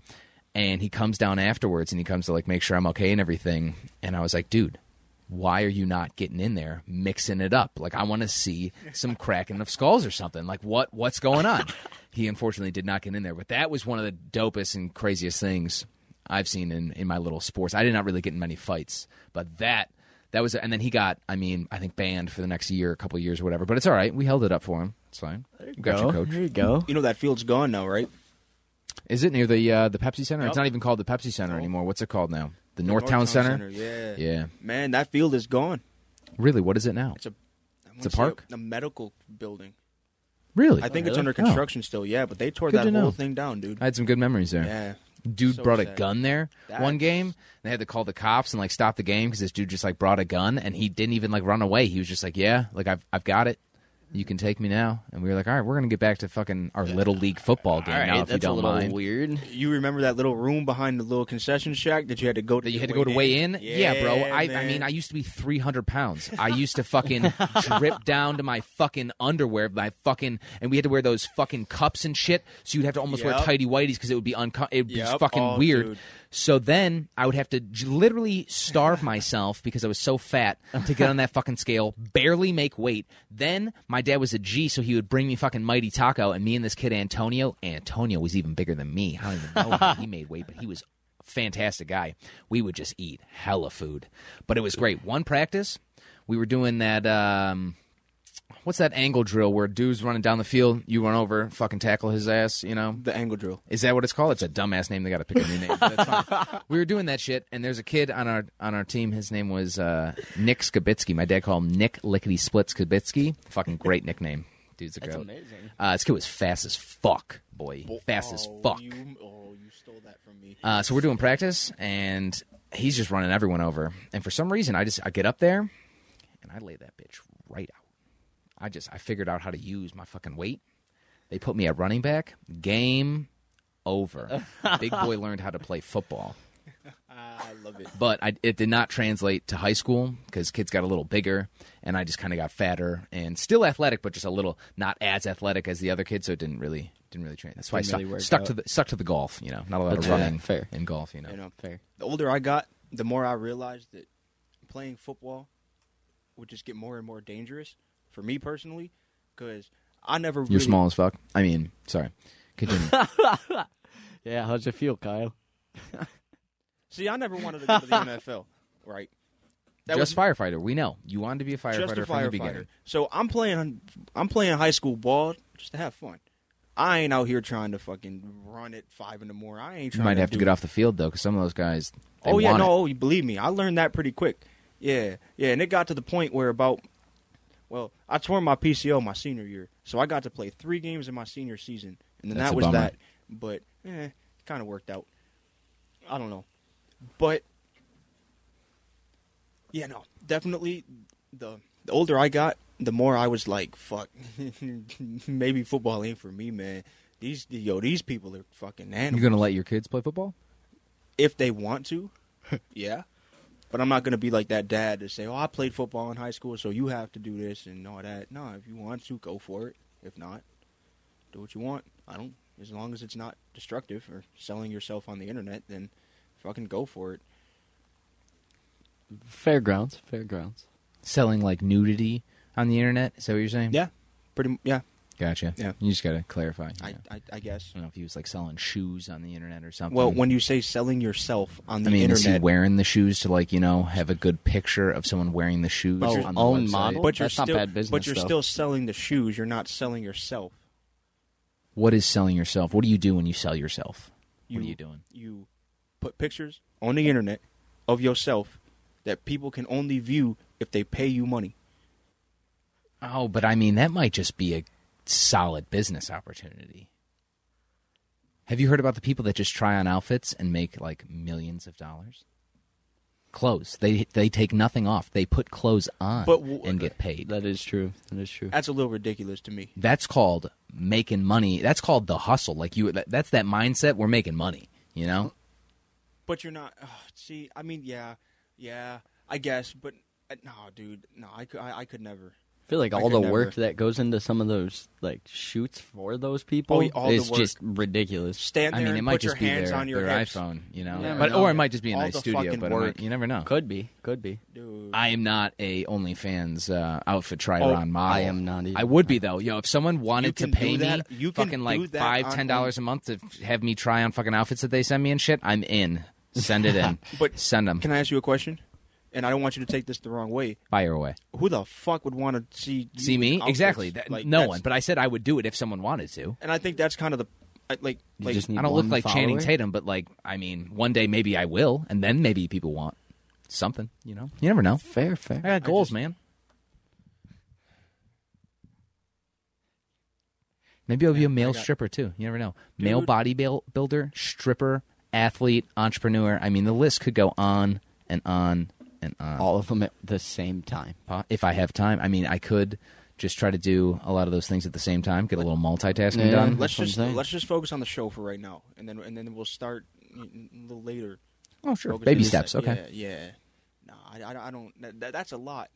Speaker 1: and he comes down afterwards and he comes to like make sure I'm okay and everything. And I was like, dude. Why are you not getting in there, mixing it up? Like I want to see some cracking of skulls or something. Like what? What's going on? he unfortunately did not get in there, but that was one of the dopest and craziest things I've seen in, in my little sports. I did not really get in many fights, but that that was, and then he got, I mean, I think banned for the next year, a couple of years, or whatever. But it's all right. We held it up for him. It's fine. You got your
Speaker 3: Go.
Speaker 1: coach.
Speaker 3: There you go.
Speaker 2: You know that field's gone now, right?
Speaker 1: Is it near the uh, the Pepsi Center?
Speaker 2: Yep.
Speaker 1: It's not even called the Pepsi Center anymore. What's it called now? The, Northtown
Speaker 2: Northtown
Speaker 1: Center?
Speaker 2: Yeah.
Speaker 1: Yeah.
Speaker 2: Man, that field is gone.
Speaker 1: Really? What is it now?
Speaker 2: It's a I wanna
Speaker 1: It's a
Speaker 2: say
Speaker 1: park?
Speaker 2: A, medical building.
Speaker 1: really? Oh.
Speaker 2: I think it's
Speaker 3: really?
Speaker 2: under construction still. Yeah, but they tore
Speaker 1: Good
Speaker 2: that
Speaker 1: to
Speaker 2: whole
Speaker 1: know.
Speaker 2: thing down, dude.
Speaker 1: I had some good memories there.
Speaker 2: yeah.
Speaker 1: dude
Speaker 2: So
Speaker 1: brought a
Speaker 2: sad.
Speaker 1: gun there
Speaker 2: That
Speaker 1: one game. and They had to call the cops and like stop the game because this dude just like brought a gun and he didn't even like run away. He was just like, "Yeah, like I've I've got it. You can take me now." And we were like, "All right, we're gonna get back to fucking our little league football game
Speaker 3: All right,
Speaker 1: now if you
Speaker 3: that's a
Speaker 1: don't
Speaker 3: little
Speaker 1: mind."
Speaker 3: weird.
Speaker 2: You remember that little room behind the little concession shack that you had to go to?
Speaker 1: That you had to go to weigh in, yeah, bro. I, I mean, I
Speaker 2: man.
Speaker 1: used to be three hundred pounds. I used to fucking drip down to my fucking underwear, my fucking, and we had to wear those fucking cups and shit. So you'd have to almost wear
Speaker 2: Yep.
Speaker 1: tighty whities because it would be unco- it'd be
Speaker 2: Yep.
Speaker 1: fucking
Speaker 2: Oh,
Speaker 1: weird.
Speaker 2: dude.
Speaker 1: So then I would have to j- literally starve myself because I was so fat to get on that fucking scale, barely make weight. Then my dad was a G, so he would bring me fucking Mighty Taco, and me and this kid Antonio. Antonio was even bigger than me. I don't even know how he made weight, but he was a fantastic guy. We would just eat hella food, but it was great. One practice, we were doing that. Um, What's that angle drill where dude's running down the field, you run over, fucking tackle his ass, you know?
Speaker 2: the angle drill.
Speaker 1: Is that what it's called? It's a dumbass name. They got to pick a new name. But That's fine. we were doing that shit, and there's a kid on our on our team. His name was uh, Nick Skibitsky. My dad called him Nick Lickety Split Skibitsky. Fucking great nickname. Dude's a
Speaker 3: That's
Speaker 1: goat.
Speaker 3: amazing.
Speaker 1: Uh, this kid was fast as fuck, boy. Fast as
Speaker 2: Oh,
Speaker 1: fuck.
Speaker 2: You, oh, you stole that from me.
Speaker 1: Uh, so we're doing practice, and he's just running everyone over. And for some reason, I just I get up there, and I lay that bitch right out. I just I figured out how to use my fucking weight. They put me at running back. Game over. Big boy learned how to play football,
Speaker 2: I love it.
Speaker 1: but I, it did not translate to high school because kids got a little bigger, and I just kind of got fatter and still athletic, but just a little not as athletic as the other kids. So it didn't really didn't really train. That's why
Speaker 3: Didn't
Speaker 1: I
Speaker 3: really
Speaker 1: stuck, stuck
Speaker 3: work
Speaker 1: to the
Speaker 3: out.
Speaker 1: stuck to the golf. You know, not a lot
Speaker 3: That's
Speaker 1: of running
Speaker 3: fair.
Speaker 1: in golf. You know.
Speaker 2: You know,
Speaker 3: Fair.
Speaker 2: the older I got, the more I realized that playing football would just get more and more dangerous for me personally, because I never
Speaker 1: You're
Speaker 2: really,
Speaker 1: small as fuck. I mean, sorry. Continue.
Speaker 3: Yeah, how's it feel, Kyle?
Speaker 2: See, I never wanted to go to the NFL, right? That
Speaker 1: just
Speaker 2: was
Speaker 1: firefighter. We know you wanted to be a
Speaker 2: just a
Speaker 1: firefighter from the
Speaker 2: firefighter.
Speaker 1: beginning.
Speaker 2: So I'm playing, I'm playing high school ball just to have fun. I ain't out here trying to fucking run at five in the morning. I ain't
Speaker 1: You
Speaker 2: trying.
Speaker 1: might have to
Speaker 2: do
Speaker 1: get off the field though, because some of those guys. They
Speaker 2: oh yeah,
Speaker 1: want
Speaker 2: no,
Speaker 1: it.
Speaker 2: oh, you believe me, I learned that pretty quick. Yeah, yeah, and it got to the point where about, well, I tore my PCO my senior year, so I got to play three games in my senior season, and then
Speaker 1: That's
Speaker 2: that
Speaker 1: a
Speaker 2: was
Speaker 1: bummer.
Speaker 2: that. But eh, kind of worked out. I don't know, but yeah, no, definitely the the older I got, the more I was like, fuck, maybe football ain't for me, man. These yo, these people are fucking animals
Speaker 1: You're gonna let your kids play football?
Speaker 2: if they want to, yeah. But I'm not gonna be like that dad to say, "Oh, I played football in high school, so you have to do this and all that." No, if you want to, go for it. If not, do what you want. I don't. As long as it's not destructive or selling yourself on the internet, then fucking go for it.
Speaker 3: Fair grounds. Fair grounds.
Speaker 1: Selling like nudity on the internet? Is that what you're saying?
Speaker 2: Yeah, pretty. m- Yeah,
Speaker 1: Gotcha.
Speaker 2: Yeah.
Speaker 1: You just gotta clarify. you know.
Speaker 2: I, I, I guess.
Speaker 1: I don't know if he was like selling shoes on the internet or something.
Speaker 2: Well, when you say selling yourself on the
Speaker 1: I mean, is he
Speaker 2: internet,
Speaker 1: wearing the shoes to like you know have a good picture of someone wearing the shoes
Speaker 3: Oh,
Speaker 1: on the
Speaker 3: own
Speaker 1: website?
Speaker 3: model?
Speaker 2: but you're
Speaker 3: That's not
Speaker 2: still,
Speaker 3: bad business,
Speaker 2: but you're
Speaker 3: though.
Speaker 2: still selling the shoes. You're not selling yourself.
Speaker 1: What is selling yourself? What do you do when you sell yourself?
Speaker 2: You-
Speaker 1: what are you doing?
Speaker 2: you put pictures on the internet of yourself that people can only view if they pay you money.
Speaker 1: Oh, but I mean, that might just be a solid business opportunity. Have you heard about the people that just try on outfits and make like millions of dollars? Clothes. They they take nothing off. They put clothes on
Speaker 2: But w- uh,
Speaker 1: and get paid.
Speaker 3: That is true. That is true.
Speaker 2: That's a little ridiculous to me.
Speaker 1: That's called making money. That's called the hustle. Like you that- that's that mindset we're making money, you know?
Speaker 2: But you're not. ugh, see, I mean, yeah, yeah, I guess, but uh, no, dude, no, I could, I, I could never.
Speaker 3: I feel like
Speaker 2: I
Speaker 3: all
Speaker 2: could
Speaker 3: the work
Speaker 2: never.
Speaker 3: that goes into some of those like shoots for those people
Speaker 2: Oh, yeah, all the
Speaker 3: is
Speaker 2: work.
Speaker 3: just ridiculous.
Speaker 2: Stand there
Speaker 1: I mean, it
Speaker 2: and
Speaker 1: might
Speaker 2: put
Speaker 1: just
Speaker 2: your
Speaker 1: be
Speaker 2: hands
Speaker 1: their,
Speaker 2: on your
Speaker 1: their
Speaker 2: hips.
Speaker 1: iPhone, you know?
Speaker 3: You never
Speaker 1: but
Speaker 3: know.
Speaker 1: or it might just be a
Speaker 2: All
Speaker 1: nice
Speaker 2: the
Speaker 1: studio,
Speaker 2: fucking
Speaker 1: but it might-
Speaker 2: work.
Speaker 1: you never know.
Speaker 3: Could be. Could be.
Speaker 2: Dude.
Speaker 1: I am not a OnlyFans uh, outfit trier
Speaker 2: Oh,
Speaker 1: on model.
Speaker 3: I am not either.
Speaker 1: I would be though. Yo, if someone
Speaker 2: You
Speaker 1: wanted to
Speaker 2: can
Speaker 1: pay me
Speaker 2: do that- you can
Speaker 1: fucking
Speaker 2: do
Speaker 1: like
Speaker 2: that
Speaker 1: five,
Speaker 2: on
Speaker 1: ten dollars a month to f- have me try on fucking outfits that they send me and shit, I'm in. Send it in.
Speaker 2: But
Speaker 1: send them.
Speaker 2: Can I ask you a question? And I don't want you to take this the wrong way.
Speaker 1: Fire away.
Speaker 2: Who the fuck would want to see you
Speaker 1: See me?
Speaker 2: outfits?
Speaker 1: Exactly. That-
Speaker 2: Like,
Speaker 1: no
Speaker 2: that's-
Speaker 1: one. But I said I would do it if someone wanted to.
Speaker 2: and I think that's kind of the I- like
Speaker 3: You
Speaker 2: like
Speaker 3: just need
Speaker 1: I don't look
Speaker 3: one
Speaker 1: like Channing
Speaker 3: follower.
Speaker 1: Tatum, but like, I mean, one day maybe I will, and then maybe people want something. You know? You never know.
Speaker 3: Fair, fair.
Speaker 1: I got goals, man. Maybe I'll be a male stripper too. You never know. Male body buil- builder, stripper, athlete, entrepreneur. I mean, the list could go on and on and on.
Speaker 3: All of them at the same time.
Speaker 1: Po- If I have time, I mean, I could just try to do a lot of those things at the same time. Get a little multitasking
Speaker 3: Yeah.
Speaker 1: done.
Speaker 2: let's
Speaker 3: That's what I'm
Speaker 2: just
Speaker 3: saying.
Speaker 2: let's just focus on the show for right now, and then and then we'll start mm, mm, a little later.
Speaker 1: Oh, sure.
Speaker 2: Focus
Speaker 1: Baby
Speaker 2: on-
Speaker 1: steps. Okay.
Speaker 2: Yeah. yeah. No, I, I, I don't. That, that's a lot.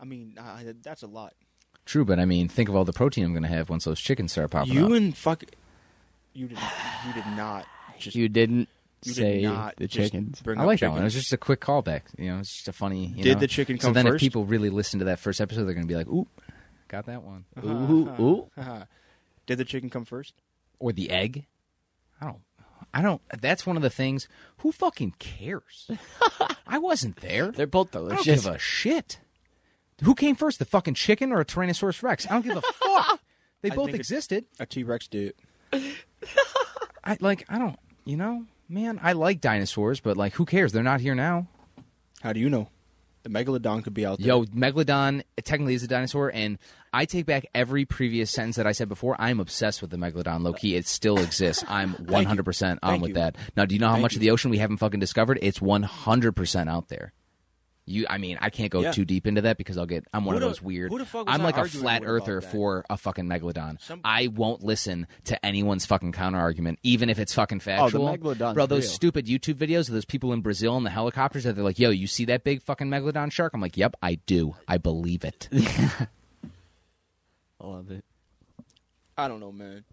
Speaker 2: I mean, I, that's a lot.
Speaker 1: True, but I mean, think of all the protein I'm going to have once those chickens start popping
Speaker 2: you
Speaker 1: up.
Speaker 2: and fuck. You did. You did not. Just
Speaker 3: You didn't
Speaker 2: you did
Speaker 3: say
Speaker 2: not
Speaker 3: the
Speaker 2: just
Speaker 3: chickens.
Speaker 2: Bring
Speaker 1: I
Speaker 2: up
Speaker 1: like that
Speaker 2: chicken.
Speaker 1: one. It was just a quick callback. You know, it's just a funny. You
Speaker 2: Did
Speaker 1: know.
Speaker 2: the chicken
Speaker 1: So
Speaker 2: come
Speaker 1: then, if
Speaker 2: first?
Speaker 1: people really listen to that first episode, they're going to be like, "Ooh, got that one,"
Speaker 3: Ooh, ooh.
Speaker 2: Did the chicken come first?
Speaker 1: or the egg. I don't. I don't. That's one of the things. Who fucking cares? I wasn't there.
Speaker 3: They're both
Speaker 1: I don't
Speaker 3: delicious.
Speaker 1: give a shit. Who came first, the fucking chicken or a Tyrannosaurus Rex? I don't give a fuck. They
Speaker 2: I
Speaker 1: both
Speaker 2: think it-
Speaker 1: existed.
Speaker 2: A T Rex did.
Speaker 1: I like. I don't. You know, man. I like dinosaurs, but like, who cares? They're not here now.
Speaker 2: How do you know? The megalodon could be out there.
Speaker 1: Yo, Megalodon technically is a dinosaur, and I take back every previous sentence that I said before. I'm obsessed with the Megalodon, low key. It still exists. I'm 100% on
Speaker 2: Thank
Speaker 1: with
Speaker 2: you.
Speaker 1: that. Now, do you know how
Speaker 2: Thank
Speaker 1: much of
Speaker 2: you.
Speaker 1: the ocean we haven't fucking discovered? It's 100% out there. You, I mean, I can't go
Speaker 2: Yeah.
Speaker 1: too deep into that because I'll get. I'm one
Speaker 2: Who
Speaker 1: of
Speaker 2: the-
Speaker 1: those weird.
Speaker 2: who the fuck was
Speaker 1: I'm
Speaker 2: I
Speaker 1: like a
Speaker 2: arguing
Speaker 1: flat
Speaker 2: with about
Speaker 1: earther
Speaker 2: that?
Speaker 1: for a fucking megalodon.
Speaker 2: Some-
Speaker 1: I won't listen to anyone's fucking counter argument, even if it's fucking factual.
Speaker 3: Oh, megalodon's
Speaker 1: Bro, those
Speaker 3: real.
Speaker 1: stupid YouTube videos of those people in Brazil in the helicopters that they're like, "Yo, you see that big fucking megalodon shark?" I'm like, "Yep, I do. I believe it."
Speaker 3: I love it.
Speaker 2: I don't know, man.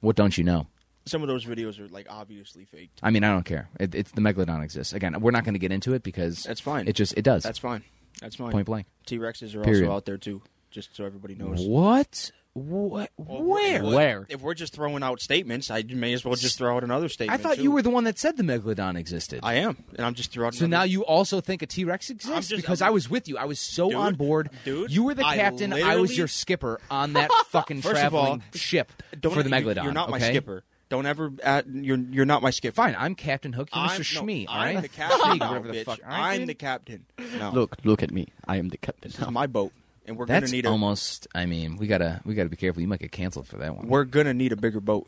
Speaker 1: what don't you know?
Speaker 2: Some of those videos are like obviously faked.
Speaker 1: I mean, I don't care. It, it's the megalodon exists. Again, we're not going to get into it because
Speaker 2: That's fine.
Speaker 1: It just it does.
Speaker 2: That's fine. That's fine.
Speaker 1: point blank.
Speaker 2: T Rexes are
Speaker 1: Period.
Speaker 2: also out there too, just so everybody knows.
Speaker 1: What? What? Where? Where?
Speaker 2: If we're just throwing out statements, I may as well just throw out another
Speaker 1: I
Speaker 2: statement.
Speaker 1: thought
Speaker 2: too.
Speaker 1: you were the one that said the megalodon existed.
Speaker 2: I am, and I'm just throwing.
Speaker 1: So now you also think a T Rex exists
Speaker 2: just-
Speaker 1: because
Speaker 2: I'm-
Speaker 1: I was with you. I was so
Speaker 2: Dude,
Speaker 1: on board.
Speaker 2: dude,
Speaker 1: you were the
Speaker 2: I
Speaker 1: captain. I, was
Speaker 2: literally-
Speaker 1: your skipper on that fucking
Speaker 2: First of all,
Speaker 1: traveling ship
Speaker 2: don't,
Speaker 1: for the
Speaker 2: you-
Speaker 1: megalodon.
Speaker 2: You're not my
Speaker 1: okay?
Speaker 2: skipper. Don't ever. At, you're you're not my skipper.
Speaker 1: Fine, I'm Captain Hook. You're
Speaker 2: I'm,
Speaker 1: Mr.
Speaker 2: no,
Speaker 1: Schmee. all
Speaker 2: I'm
Speaker 1: right?
Speaker 2: the captain.
Speaker 1: Schmee,
Speaker 2: now,
Speaker 1: whatever the
Speaker 2: bitch.
Speaker 1: fuck. All right,
Speaker 2: I'm
Speaker 1: dude?
Speaker 2: the captain. No,
Speaker 3: Look, look at me. I am the captain.
Speaker 2: this is my boat, and we're
Speaker 1: That's
Speaker 2: gonna need a.
Speaker 1: almost. I mean, we gotta we gotta be careful. You might get canceled for that one.
Speaker 2: We're gonna need a bigger boat.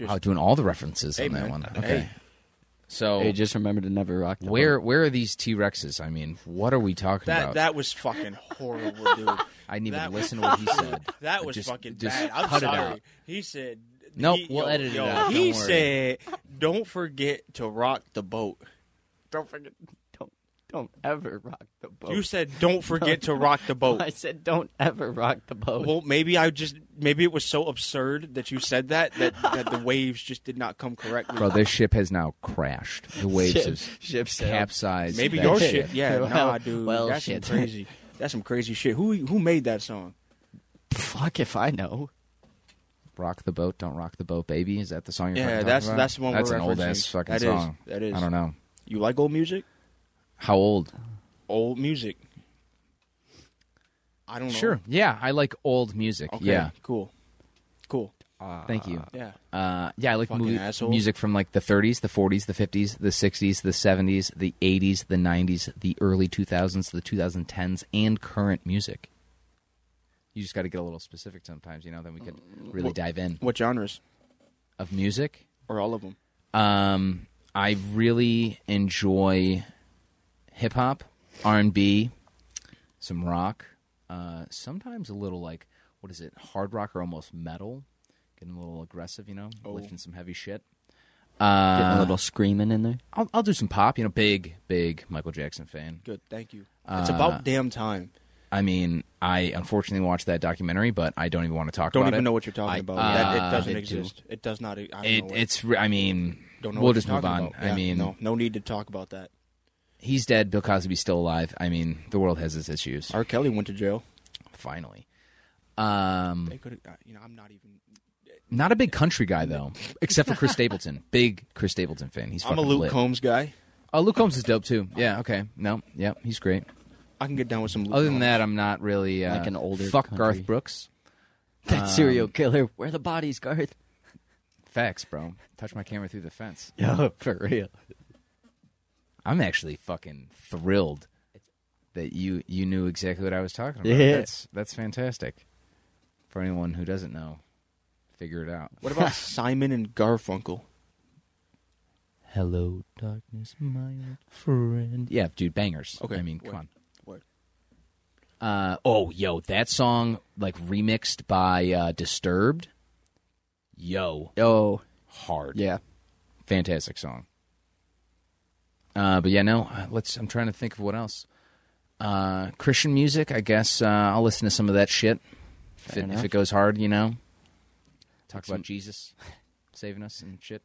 Speaker 1: Wow, doing all the references
Speaker 2: Hey,
Speaker 1: on that
Speaker 2: man.
Speaker 1: one.
Speaker 2: Hey.
Speaker 1: Okay. So
Speaker 3: Hey, just remember to never rock the
Speaker 1: where
Speaker 3: boat.
Speaker 1: where are these T Rexes? I mean, what are we talking
Speaker 2: That
Speaker 1: about?
Speaker 2: that was fucking horrible, dude.
Speaker 1: I didn't even
Speaker 2: that-
Speaker 1: listen to what he said.
Speaker 2: That was
Speaker 1: Just-
Speaker 2: fucking
Speaker 1: just
Speaker 2: bad. I'm
Speaker 1: cut it
Speaker 2: sorry.
Speaker 1: out.
Speaker 2: He said.
Speaker 1: Nope,
Speaker 2: he-
Speaker 1: we'll
Speaker 2: yo,
Speaker 1: edit it
Speaker 2: yo,
Speaker 1: out,
Speaker 2: He
Speaker 1: don't worry.
Speaker 2: said, "Don't forget to rock the boat."
Speaker 3: Don't forget. Don't don't ever rock the boat.
Speaker 2: You said, "Don't forget to rock the boat."
Speaker 3: I said don't ever rock the boat.
Speaker 2: Well, maybe I just maybe it was so absurd that you said that that, that the waves just did not come correctly.
Speaker 1: Bro, this ship has now crashed. The waves
Speaker 3: Ship-
Speaker 1: have
Speaker 3: ship sailed.
Speaker 1: capsized.
Speaker 2: maybe
Speaker 1: that
Speaker 2: your
Speaker 1: ship.
Speaker 2: shit. Yeah,
Speaker 3: Well,
Speaker 2: nah, dude.
Speaker 3: well,
Speaker 2: that's
Speaker 3: shit.
Speaker 2: some crazy. That's some crazy shit. Who who made that song?
Speaker 3: Fuck if I know.
Speaker 1: Rock the boat, don't rock the boat, baby. Is that the song you're
Speaker 2: Yeah,
Speaker 1: fucking talking
Speaker 2: that's-
Speaker 1: about?
Speaker 2: that's the one we're
Speaker 1: That's an old ass
Speaker 2: referencing.
Speaker 1: fucking
Speaker 2: That is,
Speaker 1: song.
Speaker 2: that is.
Speaker 1: I don't know.
Speaker 2: You like old music?
Speaker 1: How old?
Speaker 2: Old music. I don't know.
Speaker 1: Sure. Yeah, I like old music.
Speaker 2: Okay.
Speaker 1: Yeah.
Speaker 2: Cool. Cool.
Speaker 1: Thank you.
Speaker 2: Yeah.
Speaker 1: Uh, yeah, I like
Speaker 2: Fucking
Speaker 1: movie,
Speaker 2: asshole.
Speaker 1: music from like the 30s, the 40s, the 50s, the 60s, the 70s, the 80s, the 90s, the early 2000s, the 2010s, and current music. You just got to get a little specific sometimes, you know. Then we could really dive in
Speaker 2: What genres?
Speaker 1: of music.
Speaker 2: Or all of them?
Speaker 1: Um, I really enjoy hip hop, R and B, some rock. Uh, sometimes a little like what is it, hard rock or almost metal, getting a little aggressive, you know,
Speaker 2: Oh.
Speaker 1: lifting some heavy shit. Uh,
Speaker 3: Getting a little screaming in there.
Speaker 1: I'll, I'll do some pop, you know, big, big Michael Jackson fan.
Speaker 2: Good. Thank you. Uh, it's about damn time.
Speaker 1: I mean, I unfortunately watched that documentary, but I don't even want to talk
Speaker 2: Don't
Speaker 1: about it.
Speaker 2: even know what you're talking
Speaker 1: I-
Speaker 2: about.
Speaker 1: uh,
Speaker 2: that, it doesn't
Speaker 1: I do.
Speaker 2: exist. It does not. I don't
Speaker 1: It,
Speaker 2: know what-
Speaker 1: it's, re- I mean,
Speaker 2: don't know
Speaker 1: we'll
Speaker 2: what
Speaker 1: just
Speaker 2: you're
Speaker 1: move on.
Speaker 2: talking about.
Speaker 1: I
Speaker 2: Yeah,
Speaker 1: mean,
Speaker 2: no, no need to talk about that.
Speaker 1: he's dead. Bill Cosby's still alive. I mean, the world has its issues.
Speaker 2: R. Kelly went to jail.
Speaker 1: Finally, um,
Speaker 2: They could. You know, I'm not even.
Speaker 1: not a big country guy though, except for Chris Stapleton. Big Chris Stapleton fan. He's
Speaker 2: I'm a
Speaker 1: fucking
Speaker 2: Luke
Speaker 1: lit.
Speaker 2: Combs guy.
Speaker 1: Oh, Luke Combs is dope too. Yeah. Okay. No. Yeah. He's great.
Speaker 2: I can get down with some. Luke
Speaker 1: Other than
Speaker 2: Combs.
Speaker 1: that, I'm not really uh,
Speaker 3: Like an older
Speaker 1: fuck
Speaker 3: country.
Speaker 1: Garth Brooks.
Speaker 3: That serial killer. Where the bodies, Garth?
Speaker 1: Facts, bro. Touch my camera through the fence.
Speaker 3: Yo, for real.
Speaker 1: I'm actually fucking thrilled that you you knew exactly what I was talking about.
Speaker 3: Yeah.
Speaker 1: That's that's fantastic. For anyone who doesn't know, figure it out.
Speaker 2: what about Simon and Garfunkel?
Speaker 1: Hello, darkness, my old friend. Yeah, dude, bangers.
Speaker 2: Okay,
Speaker 1: I mean,
Speaker 2: wait.
Speaker 1: come on.
Speaker 2: What?
Speaker 1: Uh, oh, yo, that song like remixed by uh, Disturbed. Yo,
Speaker 3: Oh,
Speaker 1: hard.
Speaker 3: yeah.
Speaker 1: fantastic song. Uh, but yeah, no. uh, Let's. I'm trying to think of what else. Uh, Christian music, I guess. Uh, I'll listen to some of that shit if it, if
Speaker 3: enough.
Speaker 1: it goes hard. You know, talk
Speaker 3: some-
Speaker 1: about Jesus saving us and shit.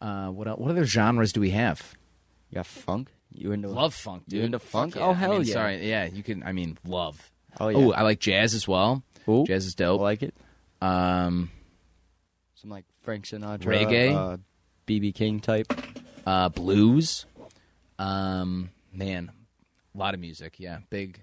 Speaker 1: Uh, what else, what other genres do we have?
Speaker 3: You got funk? You into
Speaker 1: Love funk, dude.
Speaker 3: You into funk?
Speaker 1: Fuck
Speaker 3: Oh,
Speaker 1: yeah.
Speaker 3: hell
Speaker 1: I mean,
Speaker 3: yeah.
Speaker 1: Sorry, yeah. You can. I mean, love.
Speaker 3: Oh, yeah.
Speaker 1: Ooh, I like jazz as well.
Speaker 3: Ooh.
Speaker 1: Jazz is
Speaker 3: I
Speaker 1: dope.
Speaker 3: like it.
Speaker 1: um,
Speaker 3: Some like Frank Sinatra.
Speaker 1: Reggae?
Speaker 3: uh, BB King type.
Speaker 1: uh, blues. Um, man, a lot of music. Yeah, big.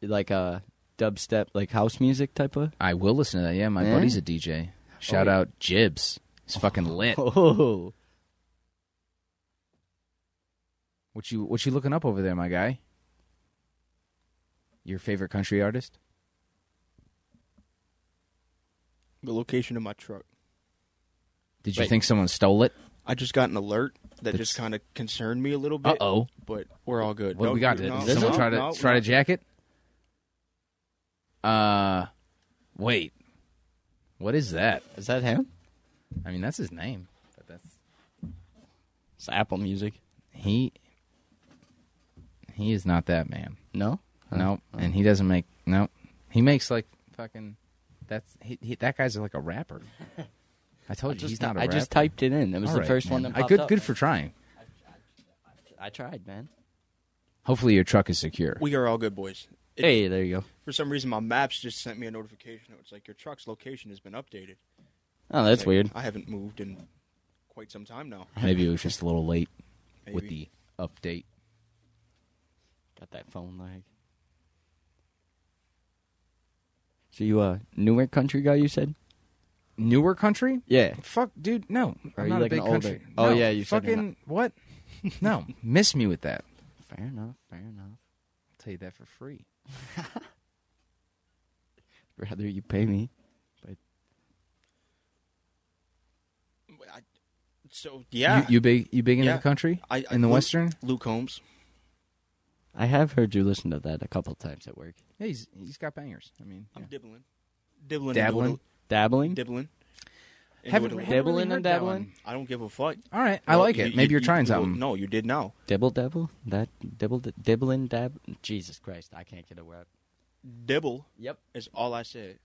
Speaker 3: Like uh, dubstep, like house music type of.
Speaker 1: I will listen to that. Yeah, my
Speaker 3: Yeah?
Speaker 1: buddy's a DJ. Shout
Speaker 3: Oh, yeah.
Speaker 1: out Jibs. He's fucking lit.
Speaker 3: Oh.
Speaker 1: What you what you looking up over there, my guy? Your favorite country artist?
Speaker 2: The location of my truck.
Speaker 1: Did you
Speaker 2: Wait.
Speaker 1: think someone stole it?
Speaker 2: I just got an alert that
Speaker 1: That's-
Speaker 2: just kind of concerned me a little
Speaker 1: Uh
Speaker 2: bit.
Speaker 1: oh.
Speaker 2: But we're all good.
Speaker 1: What do
Speaker 2: No,
Speaker 1: we got? Did
Speaker 2: no,
Speaker 1: someone
Speaker 2: no,
Speaker 1: try to
Speaker 2: no,
Speaker 1: try to
Speaker 2: no.
Speaker 1: jack it? Uh, wait. What is that?
Speaker 3: Is that him?
Speaker 1: I mean, that's his name. But that's
Speaker 3: It's Apple Music.
Speaker 1: he. He is not that man.
Speaker 3: No?
Speaker 1: Nope. And he doesn't make nope. He makes like fucking that's he, he that guy's like a rapper. I told
Speaker 3: I
Speaker 1: you
Speaker 3: just,
Speaker 1: he's not a
Speaker 3: I just
Speaker 1: rapper.
Speaker 3: typed it in. It was
Speaker 1: All
Speaker 3: the
Speaker 1: right,
Speaker 3: first one
Speaker 1: man.
Speaker 3: that
Speaker 1: I
Speaker 3: popped
Speaker 1: good
Speaker 3: up.
Speaker 1: good for trying.
Speaker 3: I tried, man.
Speaker 1: Hopefully your truck is secure.
Speaker 2: We are all good, boys. It-
Speaker 3: Hey, there you go.
Speaker 2: For some reason, my maps just sent me a notification. It's like your truck's location has been updated.
Speaker 3: Oh, that's
Speaker 2: Like,
Speaker 3: weird.
Speaker 2: I haven't moved in quite some time now.
Speaker 1: Maybe it was just a little late with the
Speaker 2: Maybe.
Speaker 1: update.
Speaker 3: Got that phone lag. So you a Newark country guy? You said?
Speaker 1: Newer country?
Speaker 3: Yeah.
Speaker 1: Fuck, dude, no.
Speaker 3: Or
Speaker 1: I'm
Speaker 3: you
Speaker 1: not
Speaker 3: like
Speaker 1: a
Speaker 3: an
Speaker 1: big country.
Speaker 3: older- Oh,
Speaker 1: No,
Speaker 3: yeah, you said
Speaker 1: fucking
Speaker 3: you're
Speaker 1: what? no, miss me with that. I'll
Speaker 3: Fair enough. Fair enough.
Speaker 1: tell you that for free.
Speaker 3: Rather you pay me.
Speaker 2: I, so yeah,
Speaker 1: You, you big you big into
Speaker 2: Yeah.
Speaker 1: the country?
Speaker 2: I, I-
Speaker 1: In the
Speaker 2: Luke-
Speaker 1: western?
Speaker 2: Luke Holmes.
Speaker 3: I have heard you listen to that a couple times at work.
Speaker 1: Yeah, he's he's got bangers. I mean,
Speaker 2: I'm dibbling, dibbling, and
Speaker 1: Dabbling?
Speaker 3: Dabbling.
Speaker 2: doodle- dibbling. and
Speaker 1: Haven't-
Speaker 2: doodling.
Speaker 1: haven't
Speaker 3: Dabbling
Speaker 1: really
Speaker 3: and
Speaker 1: heard that
Speaker 3: dabbling.
Speaker 1: one.
Speaker 2: I don't give a fuck.
Speaker 1: All right, I
Speaker 2: No,
Speaker 1: like it.
Speaker 2: you-
Speaker 1: Maybe you,
Speaker 2: you-
Speaker 1: are trying
Speaker 2: you- well,
Speaker 1: something.
Speaker 2: No, you did now.
Speaker 3: Dibble dabble. That dibble d- dibbling dab. Jesus Christ! I can't get a word.
Speaker 2: Dibble
Speaker 3: Yep.
Speaker 2: is all I said.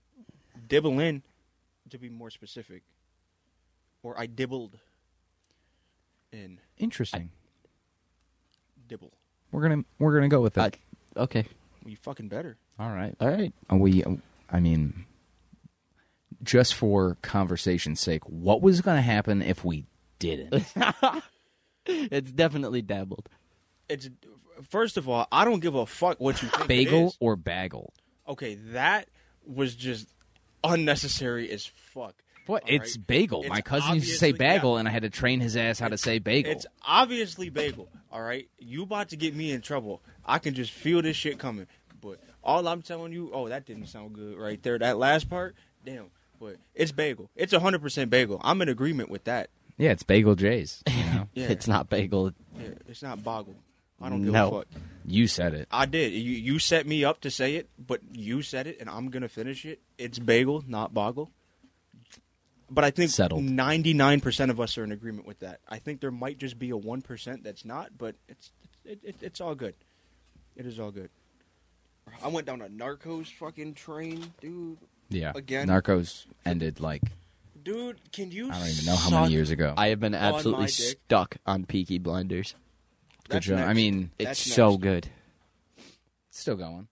Speaker 2: Dibble in, to be more specific, or I dibbled in
Speaker 1: Interesting.
Speaker 2: dibble.
Speaker 1: We're gonna we're gonna go with
Speaker 3: I,
Speaker 1: that.
Speaker 3: okay.
Speaker 2: Well, you fucking better.
Speaker 1: All right.
Speaker 3: All right.
Speaker 1: we, I mean, just for conversation's sake, what was going to happen if we didn't?
Speaker 3: It's definitely dabbled.
Speaker 2: It's first of all, I don't give a fuck what you think. it
Speaker 1: Bagel
Speaker 2: is.
Speaker 1: or bagel?
Speaker 2: Okay, that was just unnecessary as fuck.
Speaker 1: What?
Speaker 2: all
Speaker 1: It's
Speaker 2: right?
Speaker 1: bagel. My
Speaker 2: It's
Speaker 1: cousin used to say
Speaker 2: obviously- yeah.
Speaker 1: bagel, and I had to train his ass how to say bagel.
Speaker 2: It's obviously bagel. All right, you about to get me in trouble. I can just feel this shit coming. But all I'm telling you, oh, that didn't sound good right there. That last part, damn. But it's bagel. It's 100% bagel. I'm in agreement with that.
Speaker 1: yeah, it's bagel J's. You, know?
Speaker 2: Yeah,
Speaker 3: It's not bagel.
Speaker 2: yeah, it's not boggle. I don't give
Speaker 3: No.
Speaker 2: a fuck.
Speaker 1: you said it.
Speaker 2: I did. You you set me up to say it, but you said it, and I'm gonna finish it. It's bagel, not boggle. But I think
Speaker 1: Settled.
Speaker 2: 99% of us are in agreement with that. I think there might just be a 1% that's not, but it's it, it, it's all good. It is all good. I went down a narcos fucking train, dude.
Speaker 1: Yeah.
Speaker 2: Again.
Speaker 1: Narcos ended like
Speaker 2: Dude, can you?
Speaker 1: I don't even know how many years ago.
Speaker 3: I have been
Speaker 2: On my
Speaker 3: absolutely
Speaker 2: dick.
Speaker 3: stuck on Peaky Blinders.
Speaker 1: Good job. I mean,
Speaker 3: It's
Speaker 2: That's
Speaker 3: so
Speaker 2: next.
Speaker 3: good.
Speaker 1: it's still going.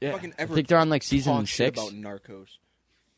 Speaker 3: Yeah.
Speaker 2: Fucking
Speaker 3: I
Speaker 2: ever
Speaker 3: think they're on like season
Speaker 2: talk shit
Speaker 3: six.
Speaker 2: about narcos.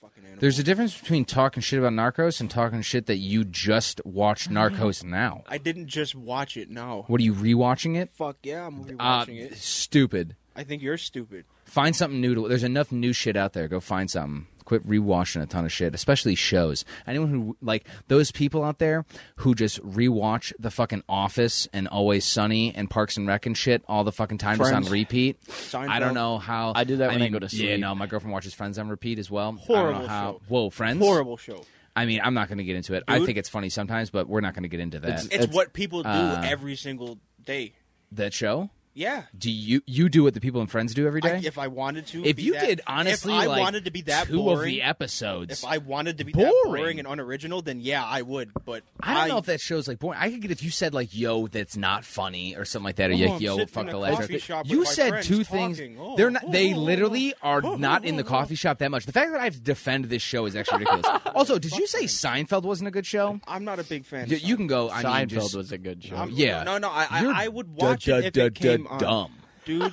Speaker 2: Fucking animal.
Speaker 1: There's a difference between talking shit about Narcos and talking shit that you just watched Narcos now.
Speaker 2: I didn't just watch it. No.
Speaker 1: What are you rewatching it?
Speaker 2: Fuck yeah, I'm rewatching
Speaker 1: Uh,
Speaker 2: it.
Speaker 1: Stupid.
Speaker 2: I think you're stupid.
Speaker 1: Find something new to. There's enough new shit out there. Go find something. Quit rewatching a ton of shit, especially shows. Anyone who like those people out there who just rewatch the fucking Office and Always Sunny and Parks and Rec and shit all the fucking time, just
Speaker 2: Friends.
Speaker 1: on repeat. I
Speaker 2: Seinfeld.
Speaker 1: don't know how.
Speaker 3: I do that when I go to
Speaker 1: Yeah,
Speaker 3: sleep.
Speaker 1: no, my girlfriend watches Friends on repeat as well. I don't know
Speaker 2: Horrible
Speaker 1: how.
Speaker 2: show.
Speaker 1: Whoa, Friends.
Speaker 2: Horrible show.
Speaker 1: I mean, I'm not going to get into it. I
Speaker 2: Dude.
Speaker 1: think it's funny sometimes, but we're not going to get into that.
Speaker 2: It's,
Speaker 3: It's-
Speaker 2: what people do
Speaker 1: uh,
Speaker 2: every single day.
Speaker 1: that show.
Speaker 2: Yeah.
Speaker 1: Do you you do what the people in Friends do every
Speaker 2: I,
Speaker 1: day?
Speaker 2: if I wanted to,
Speaker 1: If
Speaker 2: be
Speaker 1: you
Speaker 2: that-
Speaker 1: did honestly,
Speaker 2: if I
Speaker 1: like,
Speaker 2: wanted to be that
Speaker 1: two
Speaker 2: boring,
Speaker 1: of the episodes.
Speaker 2: if I wanted to be that
Speaker 1: Boring.
Speaker 2: boring and unoriginal, then yeah, I would. But
Speaker 1: I don't know if that show's like boring. I could get if you said like "yo" that's not funny or something like that, or
Speaker 2: Oh,
Speaker 1: like
Speaker 2: I'm
Speaker 1: "yo"
Speaker 2: sitting
Speaker 1: fuck
Speaker 2: in a
Speaker 1: the
Speaker 2: coffee
Speaker 1: leisure.
Speaker 2: shop with
Speaker 1: You
Speaker 2: my
Speaker 1: said
Speaker 2: friends
Speaker 1: two things.
Speaker 2: talking. Oh,
Speaker 1: They're not.
Speaker 2: oh,
Speaker 1: They
Speaker 2: oh,
Speaker 1: literally are
Speaker 2: oh,
Speaker 1: not
Speaker 2: oh,
Speaker 1: in the
Speaker 2: oh.
Speaker 1: coffee shop that much. The fact that I've defended this show is actually ridiculous. also, did you say Seinfeld wasn't a good show?
Speaker 2: I'm not a big fan.
Speaker 1: You,
Speaker 2: of
Speaker 1: you can go. I mean,
Speaker 3: Seinfeld
Speaker 1: just,
Speaker 3: was a good show.
Speaker 2: I'm-
Speaker 1: yeah.
Speaker 2: No, no, I,
Speaker 1: You're
Speaker 2: I, I would watch
Speaker 1: da-
Speaker 2: it if
Speaker 1: da-
Speaker 2: it
Speaker 1: da-
Speaker 2: came on.
Speaker 1: dumb.
Speaker 2: Dude,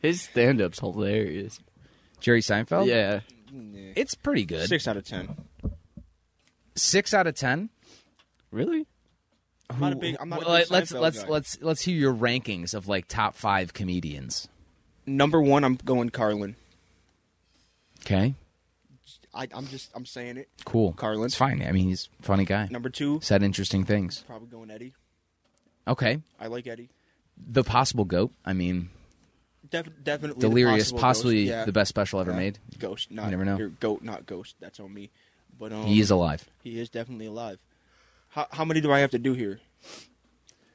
Speaker 3: His stand up's hilarious.
Speaker 1: Jerry Seinfeld.
Speaker 3: Yeah.
Speaker 1: it's pretty good.
Speaker 2: six out of ten.
Speaker 1: Six out of ten.
Speaker 3: Really?
Speaker 2: I'm not a big. I'm not
Speaker 1: Well,
Speaker 2: a big
Speaker 1: let's
Speaker 2: Seinfeld
Speaker 1: let's
Speaker 2: guy.
Speaker 1: let's let's hear your rankings of like top five comedians.
Speaker 2: Number one, I'm going Carlin.
Speaker 1: Okay,
Speaker 2: I, I'm just. I'm saying it.
Speaker 1: cool.
Speaker 2: Carlin.
Speaker 1: it's fine. I mean, he's a funny guy.
Speaker 2: Number two,
Speaker 1: Said interesting things.
Speaker 2: probably going Eddie.
Speaker 1: Okay,
Speaker 2: I like Eddie.
Speaker 1: the possible goat. I mean,
Speaker 2: Def- definitely the
Speaker 1: delirious,
Speaker 2: possible
Speaker 1: possibly
Speaker 2: ghost. Yeah.
Speaker 1: the best special ever
Speaker 2: Yeah.
Speaker 1: made.
Speaker 2: Ghost, not
Speaker 1: never know.
Speaker 2: or goat, not ghost. That's on me. But um,
Speaker 1: He is alive.
Speaker 2: he is definitely alive. How, how many do I have to do here?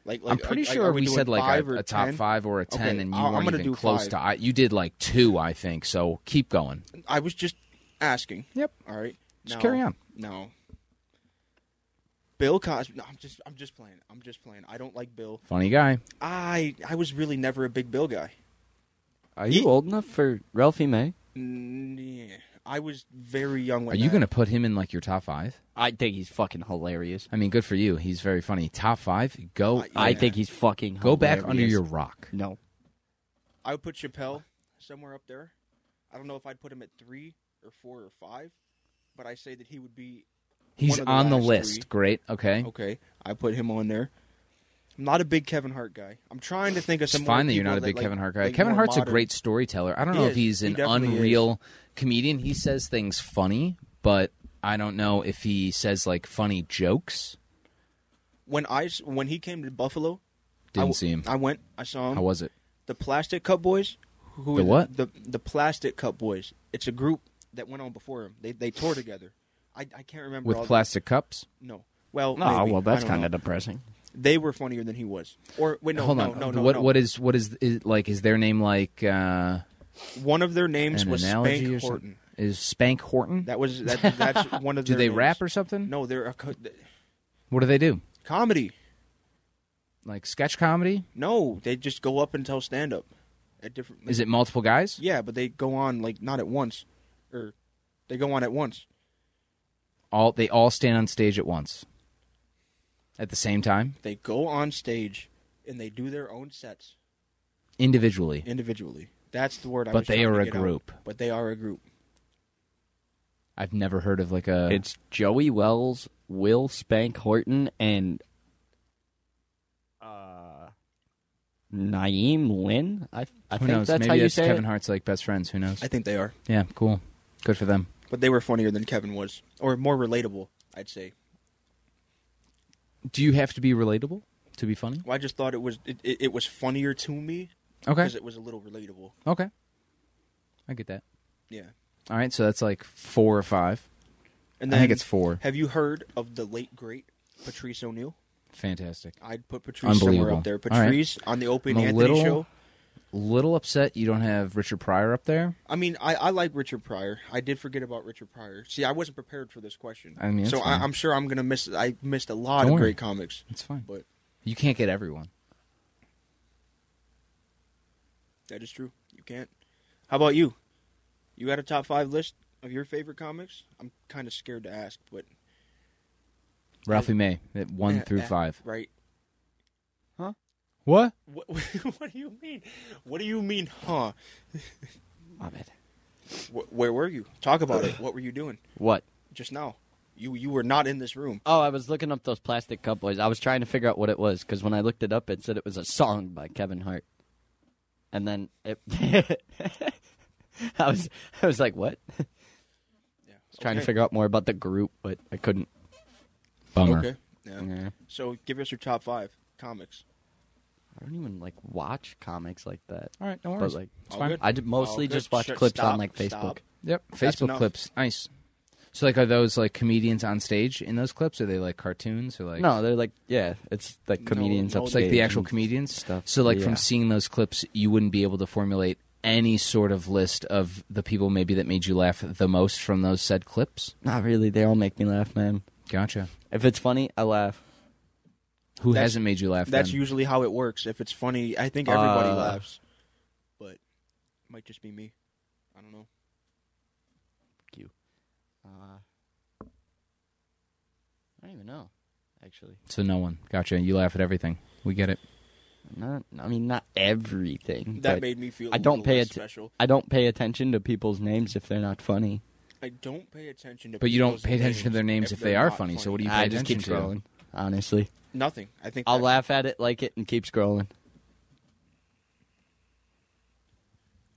Speaker 2: Like, like
Speaker 1: I'm pretty
Speaker 2: like,
Speaker 1: sure
Speaker 2: are
Speaker 1: we
Speaker 2: doing
Speaker 1: said like
Speaker 2: five
Speaker 1: a,
Speaker 2: or
Speaker 1: a top
Speaker 2: 10?
Speaker 1: five or a ten,
Speaker 2: Okay,
Speaker 1: and you
Speaker 2: I'll- I'm
Speaker 1: weren't
Speaker 2: gonna
Speaker 1: even
Speaker 2: do
Speaker 1: close
Speaker 2: five.
Speaker 1: to. I, you did like two, I think. So keep going.
Speaker 2: I was just asking.
Speaker 1: Yep.
Speaker 2: All right.
Speaker 1: Just
Speaker 2: No.
Speaker 1: carry on.
Speaker 2: No. Bill Cosby. No, I'm just. I'm just playing. I'm just playing. I don't like Bill.
Speaker 1: Funny guy.
Speaker 2: I. I was really never a big Bill guy.
Speaker 3: Are you
Speaker 2: Ye-
Speaker 3: old enough for Ralphie May?
Speaker 2: Mm, yeah. I was very young
Speaker 1: Are
Speaker 2: when.
Speaker 1: you
Speaker 2: that-
Speaker 1: gonna put him in like your top five?
Speaker 3: I think he's fucking hilarious.
Speaker 1: I mean, good for you. He's very funny. Top five. Go.
Speaker 2: I-
Speaker 3: I
Speaker 2: Uh, Yeah.
Speaker 3: think he's fucking
Speaker 1: Go back
Speaker 3: hilarious.
Speaker 1: under your rock.
Speaker 3: No.
Speaker 2: I would put Chappelle somewhere up there. I don't know if I'd put him at three or four or five, but I say that he would be
Speaker 1: He's
Speaker 2: One of the
Speaker 1: on the
Speaker 2: last
Speaker 1: list.
Speaker 2: three.
Speaker 1: Great. Okay.
Speaker 2: okay. I put him on there. I'm not a big Kevin Hart guy. I'm trying to think of
Speaker 1: It's
Speaker 2: some.
Speaker 1: fine
Speaker 2: more
Speaker 1: that you're not
Speaker 2: people
Speaker 1: a big
Speaker 2: that, like-
Speaker 1: Kevin Hart guy.
Speaker 2: like,
Speaker 1: Kevin
Speaker 2: more
Speaker 1: Hart's a
Speaker 2: modern.
Speaker 1: great storyteller. I don't
Speaker 2: He
Speaker 1: know if
Speaker 2: is.
Speaker 1: he's
Speaker 2: He
Speaker 1: an
Speaker 2: definitely
Speaker 1: unreal comedian. He says things funny, but I don't know if he says like funny jokes.
Speaker 2: When I s- when he came to Buffalo, I
Speaker 1: Didn't
Speaker 2: w-
Speaker 1: see him.
Speaker 2: I went. I saw him.
Speaker 1: How was it?
Speaker 2: the Plastic Cup Boys. Who
Speaker 1: The
Speaker 2: is-
Speaker 1: what?
Speaker 2: The the Plastic Cup Boys. It's a group that went on before him. They they toured together. I, I can't remember
Speaker 1: With
Speaker 2: all the-
Speaker 1: plastic cups?
Speaker 2: No. Well,
Speaker 3: No,
Speaker 2: maybe.
Speaker 3: Ah, well,
Speaker 2: I
Speaker 3: that's
Speaker 2: don't know.
Speaker 3: kind of depressing.
Speaker 2: they were funnier than he was. Or wait, no,
Speaker 1: Hold
Speaker 2: no,
Speaker 1: on.
Speaker 2: no, no,
Speaker 1: what
Speaker 2: no.
Speaker 1: what is what is, is like is their name like uh
Speaker 2: One of their names
Speaker 1: an
Speaker 2: was
Speaker 1: analogy
Speaker 2: Spank
Speaker 1: or something?
Speaker 2: Horton.
Speaker 1: Is Spank Horton?
Speaker 2: That was that, that's one of
Speaker 1: do
Speaker 2: their.
Speaker 1: they
Speaker 2: names.
Speaker 1: rap or something?
Speaker 2: No, they're a co- th-
Speaker 1: What do they do?
Speaker 2: comedy.
Speaker 1: Like sketch comedy?
Speaker 2: No, they just go up and tell stand up at different.
Speaker 1: Is it multiple guys?
Speaker 2: Yeah, but they go on like not at once, or they go on at once.
Speaker 1: All they all stand on stage at once. At the same time?
Speaker 2: They go on stage and they do their own sets
Speaker 1: Individually.
Speaker 2: individually. That's the word. I
Speaker 1: But
Speaker 2: was
Speaker 1: they
Speaker 2: trying
Speaker 1: are
Speaker 2: to
Speaker 1: a
Speaker 2: get out.
Speaker 1: group.
Speaker 2: But they are a group.
Speaker 1: I've never heard of like a.
Speaker 3: It's Joey Wells, Will Spank Horton, and uh, Naeem Lynn. I, I
Speaker 1: Who
Speaker 3: think
Speaker 1: knows?
Speaker 3: that's
Speaker 1: Maybe
Speaker 3: how you
Speaker 1: that's
Speaker 3: say
Speaker 1: Kevin
Speaker 3: it.
Speaker 1: Hart's like best friends. Who knows?
Speaker 2: I think they are,
Speaker 1: yeah, cool. Good for them.
Speaker 2: but they were funnier than Kevin was, or more relatable, I'd say.
Speaker 1: Do you have to be relatable to be funny?
Speaker 2: Well, I just thought it was it, it, it was funnier to me
Speaker 1: Okay.
Speaker 2: because it was a little relatable.
Speaker 1: Okay. I get that.
Speaker 2: Yeah,
Speaker 1: All right, so that's like four or five.
Speaker 2: and
Speaker 1: I think it's four.
Speaker 2: Have you heard of the late great Patrice O'Neill?
Speaker 1: Fantastic.
Speaker 2: I'd put Patrice somewhere
Speaker 1: Unbelievable.
Speaker 2: up there.
Speaker 1: All right.
Speaker 2: Patrice on the Open
Speaker 1: I'm a
Speaker 2: Anthony
Speaker 1: little-
Speaker 2: show.
Speaker 1: Little upset you don't have Richard Pryor up there.
Speaker 2: I mean, I, I like Richard Pryor. I did forget about Richard Pryor. See, I wasn't prepared for this question.
Speaker 1: I mean, it's
Speaker 2: so
Speaker 1: fine.
Speaker 2: I, I'm sure I'm gonna miss. I missed a lot
Speaker 1: Don't
Speaker 2: of
Speaker 1: worry.
Speaker 2: great comics.
Speaker 1: It's fine.
Speaker 2: But-
Speaker 1: you can't get everyone.
Speaker 2: That is true. You can't. How about you? You got a top five list of your favorite comics? I'm kind of scared to ask, but Eh,
Speaker 1: Ralphie May at one through five.
Speaker 2: right?
Speaker 1: What?
Speaker 2: What, what do you mean? What do you mean, huh?
Speaker 3: My bad.
Speaker 2: Wh- where were you? Talk about it. What were you doing
Speaker 3: What?
Speaker 2: just now? You you were not in this room.
Speaker 3: Oh, I was looking up those plastic cup boys. I was trying to figure out what it was because when I looked it up, it said it was a song by Kevin Hart, and then it. I was I was like, what? I was
Speaker 2: Yeah, I was
Speaker 3: trying to figure out more about the group, but I couldn't.
Speaker 1: Bummer.
Speaker 2: Okay. Yeah.
Speaker 3: Yeah.
Speaker 2: So give us your top five comics.
Speaker 3: I don't even like watch comics like that.
Speaker 1: All right, no
Speaker 3: But,
Speaker 1: worries.
Speaker 3: like,
Speaker 1: it's
Speaker 2: All
Speaker 1: fine.
Speaker 2: good.
Speaker 3: I d- mostly
Speaker 2: Oh, good.
Speaker 3: just watch
Speaker 2: Shut-
Speaker 3: clips
Speaker 2: stop,
Speaker 3: on like Facebook.
Speaker 2: stop.
Speaker 1: Yep.
Speaker 2: That's
Speaker 1: Facebook
Speaker 2: enough.
Speaker 1: clips. Nice. So like, are those like comedians on stage in those clips? Are they like cartoons or like
Speaker 3: no, they're like yeah, it's like
Speaker 2: No,
Speaker 3: comedians
Speaker 2: no,
Speaker 3: upstage.
Speaker 1: It's like the actual
Speaker 3: and-
Speaker 1: comedians
Speaker 3: stuff,
Speaker 1: So like
Speaker 3: yeah.
Speaker 1: from seeing those clips, you wouldn't be able to formulate any sort of list of the people maybe that made you laugh the most from those said clips.
Speaker 3: Not really. They all make me laugh, man.
Speaker 1: Gotcha.
Speaker 3: If it's funny, I laugh.
Speaker 1: Who
Speaker 2: That's-
Speaker 1: hasn't made you laugh?
Speaker 2: That's
Speaker 1: then?
Speaker 2: usually how it works. If it's funny, I think everybody
Speaker 1: Uh,
Speaker 2: laughs. But it might just be me. I don't know.
Speaker 3: Uh, I don't even know, actually.
Speaker 1: So no one. Gotcha. You laugh at everything. We get it.
Speaker 3: Not, I mean, not everything.
Speaker 2: That
Speaker 3: but
Speaker 2: made me feel.
Speaker 3: I don't
Speaker 2: a little
Speaker 3: pay
Speaker 2: less
Speaker 3: atten-
Speaker 2: special.
Speaker 3: I don't pay attention to people's names if they're not funny.
Speaker 2: I don't pay attention to.
Speaker 1: But you don't
Speaker 2: people's
Speaker 1: pay attention to their names if they
Speaker 2: they're
Speaker 1: are
Speaker 2: not
Speaker 1: funny, so what do you- pay
Speaker 3: I just keep
Speaker 1: attention
Speaker 3: scrolling. Honestly,
Speaker 2: Nothing. I think
Speaker 3: I'll
Speaker 2: that-
Speaker 3: laugh at it, like it, and keep scrolling.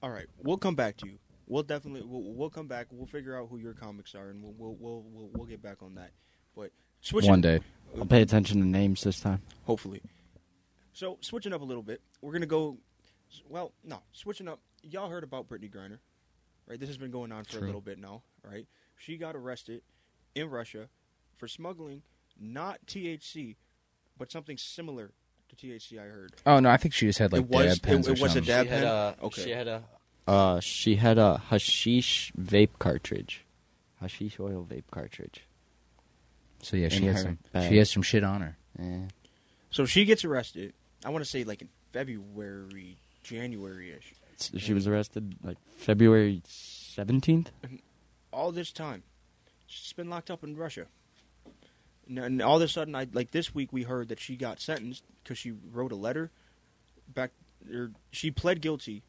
Speaker 2: All right, we'll come back to you. We'll definitely we'll, we'll come back. We'll figure out who your comics are, and we'll we'll we'll, we'll, we'll get back on that. But switching
Speaker 1: One day.
Speaker 3: I'll pay attention to names this time.
Speaker 2: hopefully. So switching up a little bit, we're gonna go. Well, no, switching up. Y'all heard about Brittany Griner, right? This has been going on for a
Speaker 1: True.
Speaker 2: little bit now, right? She got arrested in Russia for smuggling not THC, but something similar to THC. I heard.
Speaker 1: Oh no, I think she just had like
Speaker 2: It was-
Speaker 1: dab pens
Speaker 2: it-
Speaker 1: or
Speaker 2: it was a
Speaker 1: something.
Speaker 2: dab- She had a- Okay. she
Speaker 3: She had a. Uh, she had a hashish vape cartridge, hashish oil vape cartridge.
Speaker 1: So yeah,
Speaker 3: in
Speaker 1: she has
Speaker 3: her
Speaker 1: some.
Speaker 3: bag.
Speaker 1: She has some shit on her.
Speaker 3: Eh.
Speaker 2: So she gets arrested. I want to say like in February, January ish.
Speaker 3: She was arrested like February seventeenth.
Speaker 2: all this time. She's been locked up in Russia. And, and all of a sudden, I like this week we heard that she got sentenced because she wrote a letter back. Or she pled guilty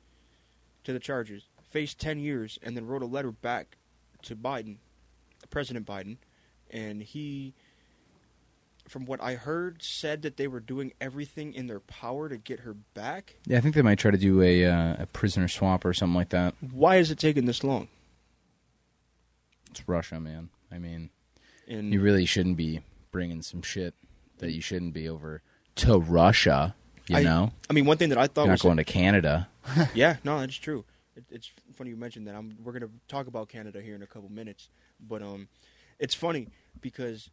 Speaker 2: to the charges, faced ten years, and then wrote a letter back to Biden, President Biden, and he. From what I heard, said that they were doing everything in their power to get her back.
Speaker 1: Yeah, I think they might try to do a uh, a prisoner swap or something like that.
Speaker 2: Why is it taking this long?
Speaker 1: It's Russia, man. I mean,
Speaker 2: And
Speaker 1: you really shouldn't be bringing some shit that you shouldn't be over to Russia. You
Speaker 2: I-
Speaker 1: know,
Speaker 2: I mean, one thing that I thought
Speaker 1: you're not
Speaker 2: was
Speaker 1: going to Canada.
Speaker 2: yeah, no, that's true. It, it's funny you mentioned that. I'm, we're gonna talk about Canada here in a couple minutes, but um, it's funny because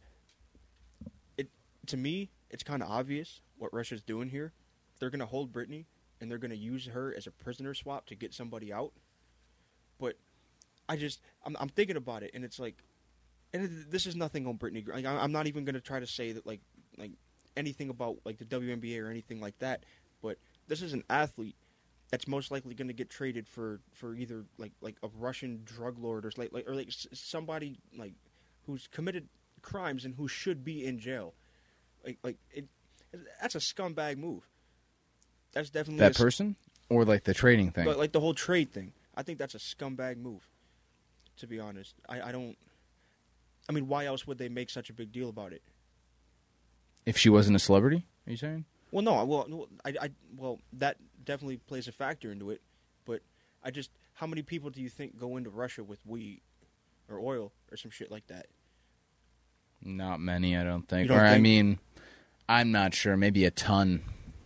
Speaker 2: it to me it's kind of obvious what Russia's doing here. They're gonna hold Brittany and they're gonna use her as a prisoner swap to get somebody out. But I just I'm, I'm thinking about it and it's like, and it, this is nothing on Brittany. Gr- Like, I- I'm not even gonna try to say that like like anything about like the WNBA or anything like that. But this is an athlete that's most likely going to get traded for for either like like a Russian drug lord or like, like or like s- somebody like who's committed crimes and who should be in jail. Like like it, that's a scumbag move. That's definitely a
Speaker 1: That
Speaker 2: s-
Speaker 1: person or like the trading thing.
Speaker 2: but like the whole trade thing, I think that's a scumbag move. To be honest, I, I don't. I mean, why else would they make such a big deal about it?
Speaker 1: if she wasn't a celebrity, are you saying?
Speaker 2: Well, no, I well, I, I well that definitely plays a factor into it, but I just how many people do you think go into Russia with wheat or oil or some shit like that?
Speaker 1: Not many, I don't think.
Speaker 2: You don't
Speaker 1: or I
Speaker 2: think-
Speaker 1: mean, I'm not sure. Maybe a ton,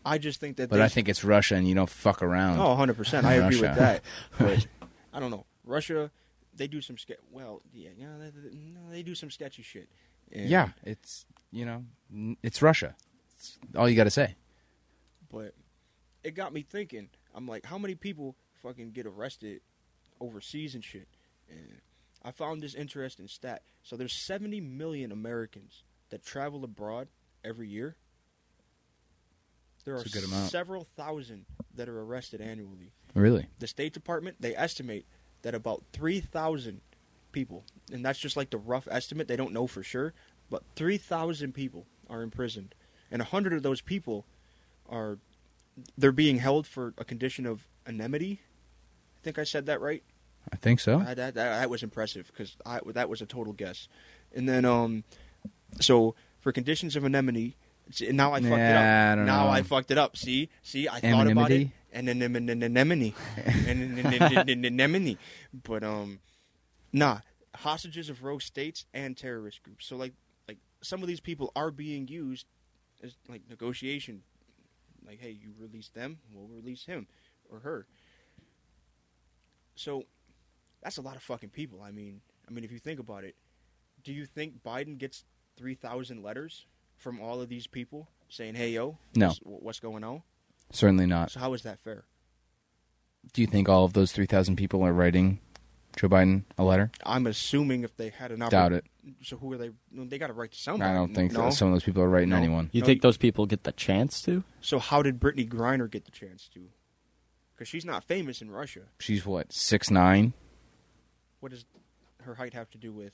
Speaker 2: I just think that.
Speaker 1: but I
Speaker 2: there's-
Speaker 1: think it's Russia, and you don't fuck around.
Speaker 2: Oh, 100 percent. I agree with
Speaker 1: Russia.
Speaker 2: that. But I don't know. Russia, they do some ske- well, yeah, you know, they, they- no, they do some sketchy shit. And-
Speaker 1: yeah, it's you know, n- it's Russia. It's all you got to say.
Speaker 2: but it got me thinking. I'm like, how many people fucking get arrested overseas and shit? And I found this interesting stat. So there's 70 million Americans that travel abroad every year. There are
Speaker 1: That's a good amount.
Speaker 2: several thousand that are arrested annually.
Speaker 1: Really?
Speaker 2: The State Department they estimate that about 3,000 people, and that's just like the rough estimate. They don't know for sure, but 3,000 people are imprisoned, and 100 of those people are they're being held for a condition of anemity. I think I said that right.
Speaker 1: I think so.
Speaker 2: I, that, that that was impressive because I that was a total guess. And then um, so for conditions of anemone, see, and now I fucked it
Speaker 1: Yeah,
Speaker 2: up.
Speaker 1: I don't
Speaker 2: now
Speaker 1: know.
Speaker 2: I fucked it up. See, see, I thought about it.
Speaker 1: Anonymity?
Speaker 2: And an- an- an- anemone, An- an- an- an- an- anemone. But um, nah, hostages of rogue states and terrorist groups. So like like some of these people are being used as like negotiation. Like, hey, you release them, we'll release him or her. So that's a lot of fucking people. I mean, I mean, if you think about it, do you think Biden gets three thousand letters from all of these people saying, "Hey, yo,
Speaker 1: No.
Speaker 2: what's- what's going on?"
Speaker 1: Certainly not.
Speaker 2: So how is that fair?
Speaker 1: Do you think all of those three thousand people are writing Joe Biden a letter?
Speaker 2: I'm assuming if they had an oppor-
Speaker 1: Doubt it.
Speaker 2: So who are they? no, They got to write to somebody.
Speaker 1: I don't think
Speaker 2: no?
Speaker 1: that some of those people are writing
Speaker 2: No.
Speaker 1: anyone.
Speaker 3: You
Speaker 2: No,
Speaker 3: think
Speaker 2: you-
Speaker 3: those people get the chance to?
Speaker 2: So how did Brittany Griner get the chance to? Because she's not famous in Russia.
Speaker 1: She's what six nine,
Speaker 2: What does her height have to do with?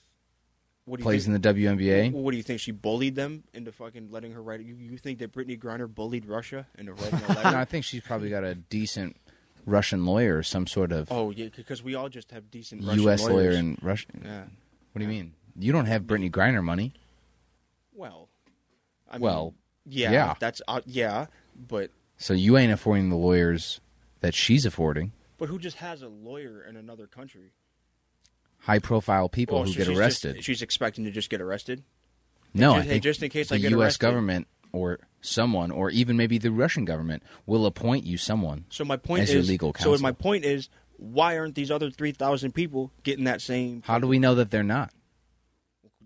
Speaker 2: What do you
Speaker 1: plays
Speaker 2: think-
Speaker 1: in the WNBA.
Speaker 2: Well, what do you think? She bullied them into fucking letting her write. You, you think that Brittany Griner bullied Russia into writing a
Speaker 1: No, I
Speaker 2: letter?
Speaker 1: think she's probably got a decent Russian lawyer or some sort of
Speaker 2: oh yeah, because we all just have decent Russian
Speaker 1: U.S. lawyer
Speaker 2: lawyers.
Speaker 1: in Russia.
Speaker 2: yeah.
Speaker 1: What do you mean? You don't have Brittany Griner money.
Speaker 2: Well, I mean,
Speaker 1: Well,
Speaker 2: yeah,
Speaker 1: yeah.
Speaker 2: that's uh, yeah, but
Speaker 1: So you ain't affording the lawyers that she's affording.
Speaker 2: but who just has a lawyer in another country?
Speaker 1: High profile people
Speaker 2: Well,
Speaker 1: who
Speaker 2: Oh, so
Speaker 1: get
Speaker 2: she's just-
Speaker 1: arrested.
Speaker 2: she's expecting to just get arrested.
Speaker 1: no,
Speaker 2: just-
Speaker 1: I
Speaker 2: hey,
Speaker 1: think
Speaker 2: just in case
Speaker 1: the
Speaker 2: I get
Speaker 1: U.S.
Speaker 2: arrested.
Speaker 1: government or someone, or even maybe the Russian government, will appoint you someone.
Speaker 2: So my point
Speaker 1: As your
Speaker 2: is,
Speaker 1: legal
Speaker 2: so
Speaker 1: counsel.
Speaker 2: my point is, why aren't these other three thousand people getting that same?
Speaker 1: How do we know that they're not?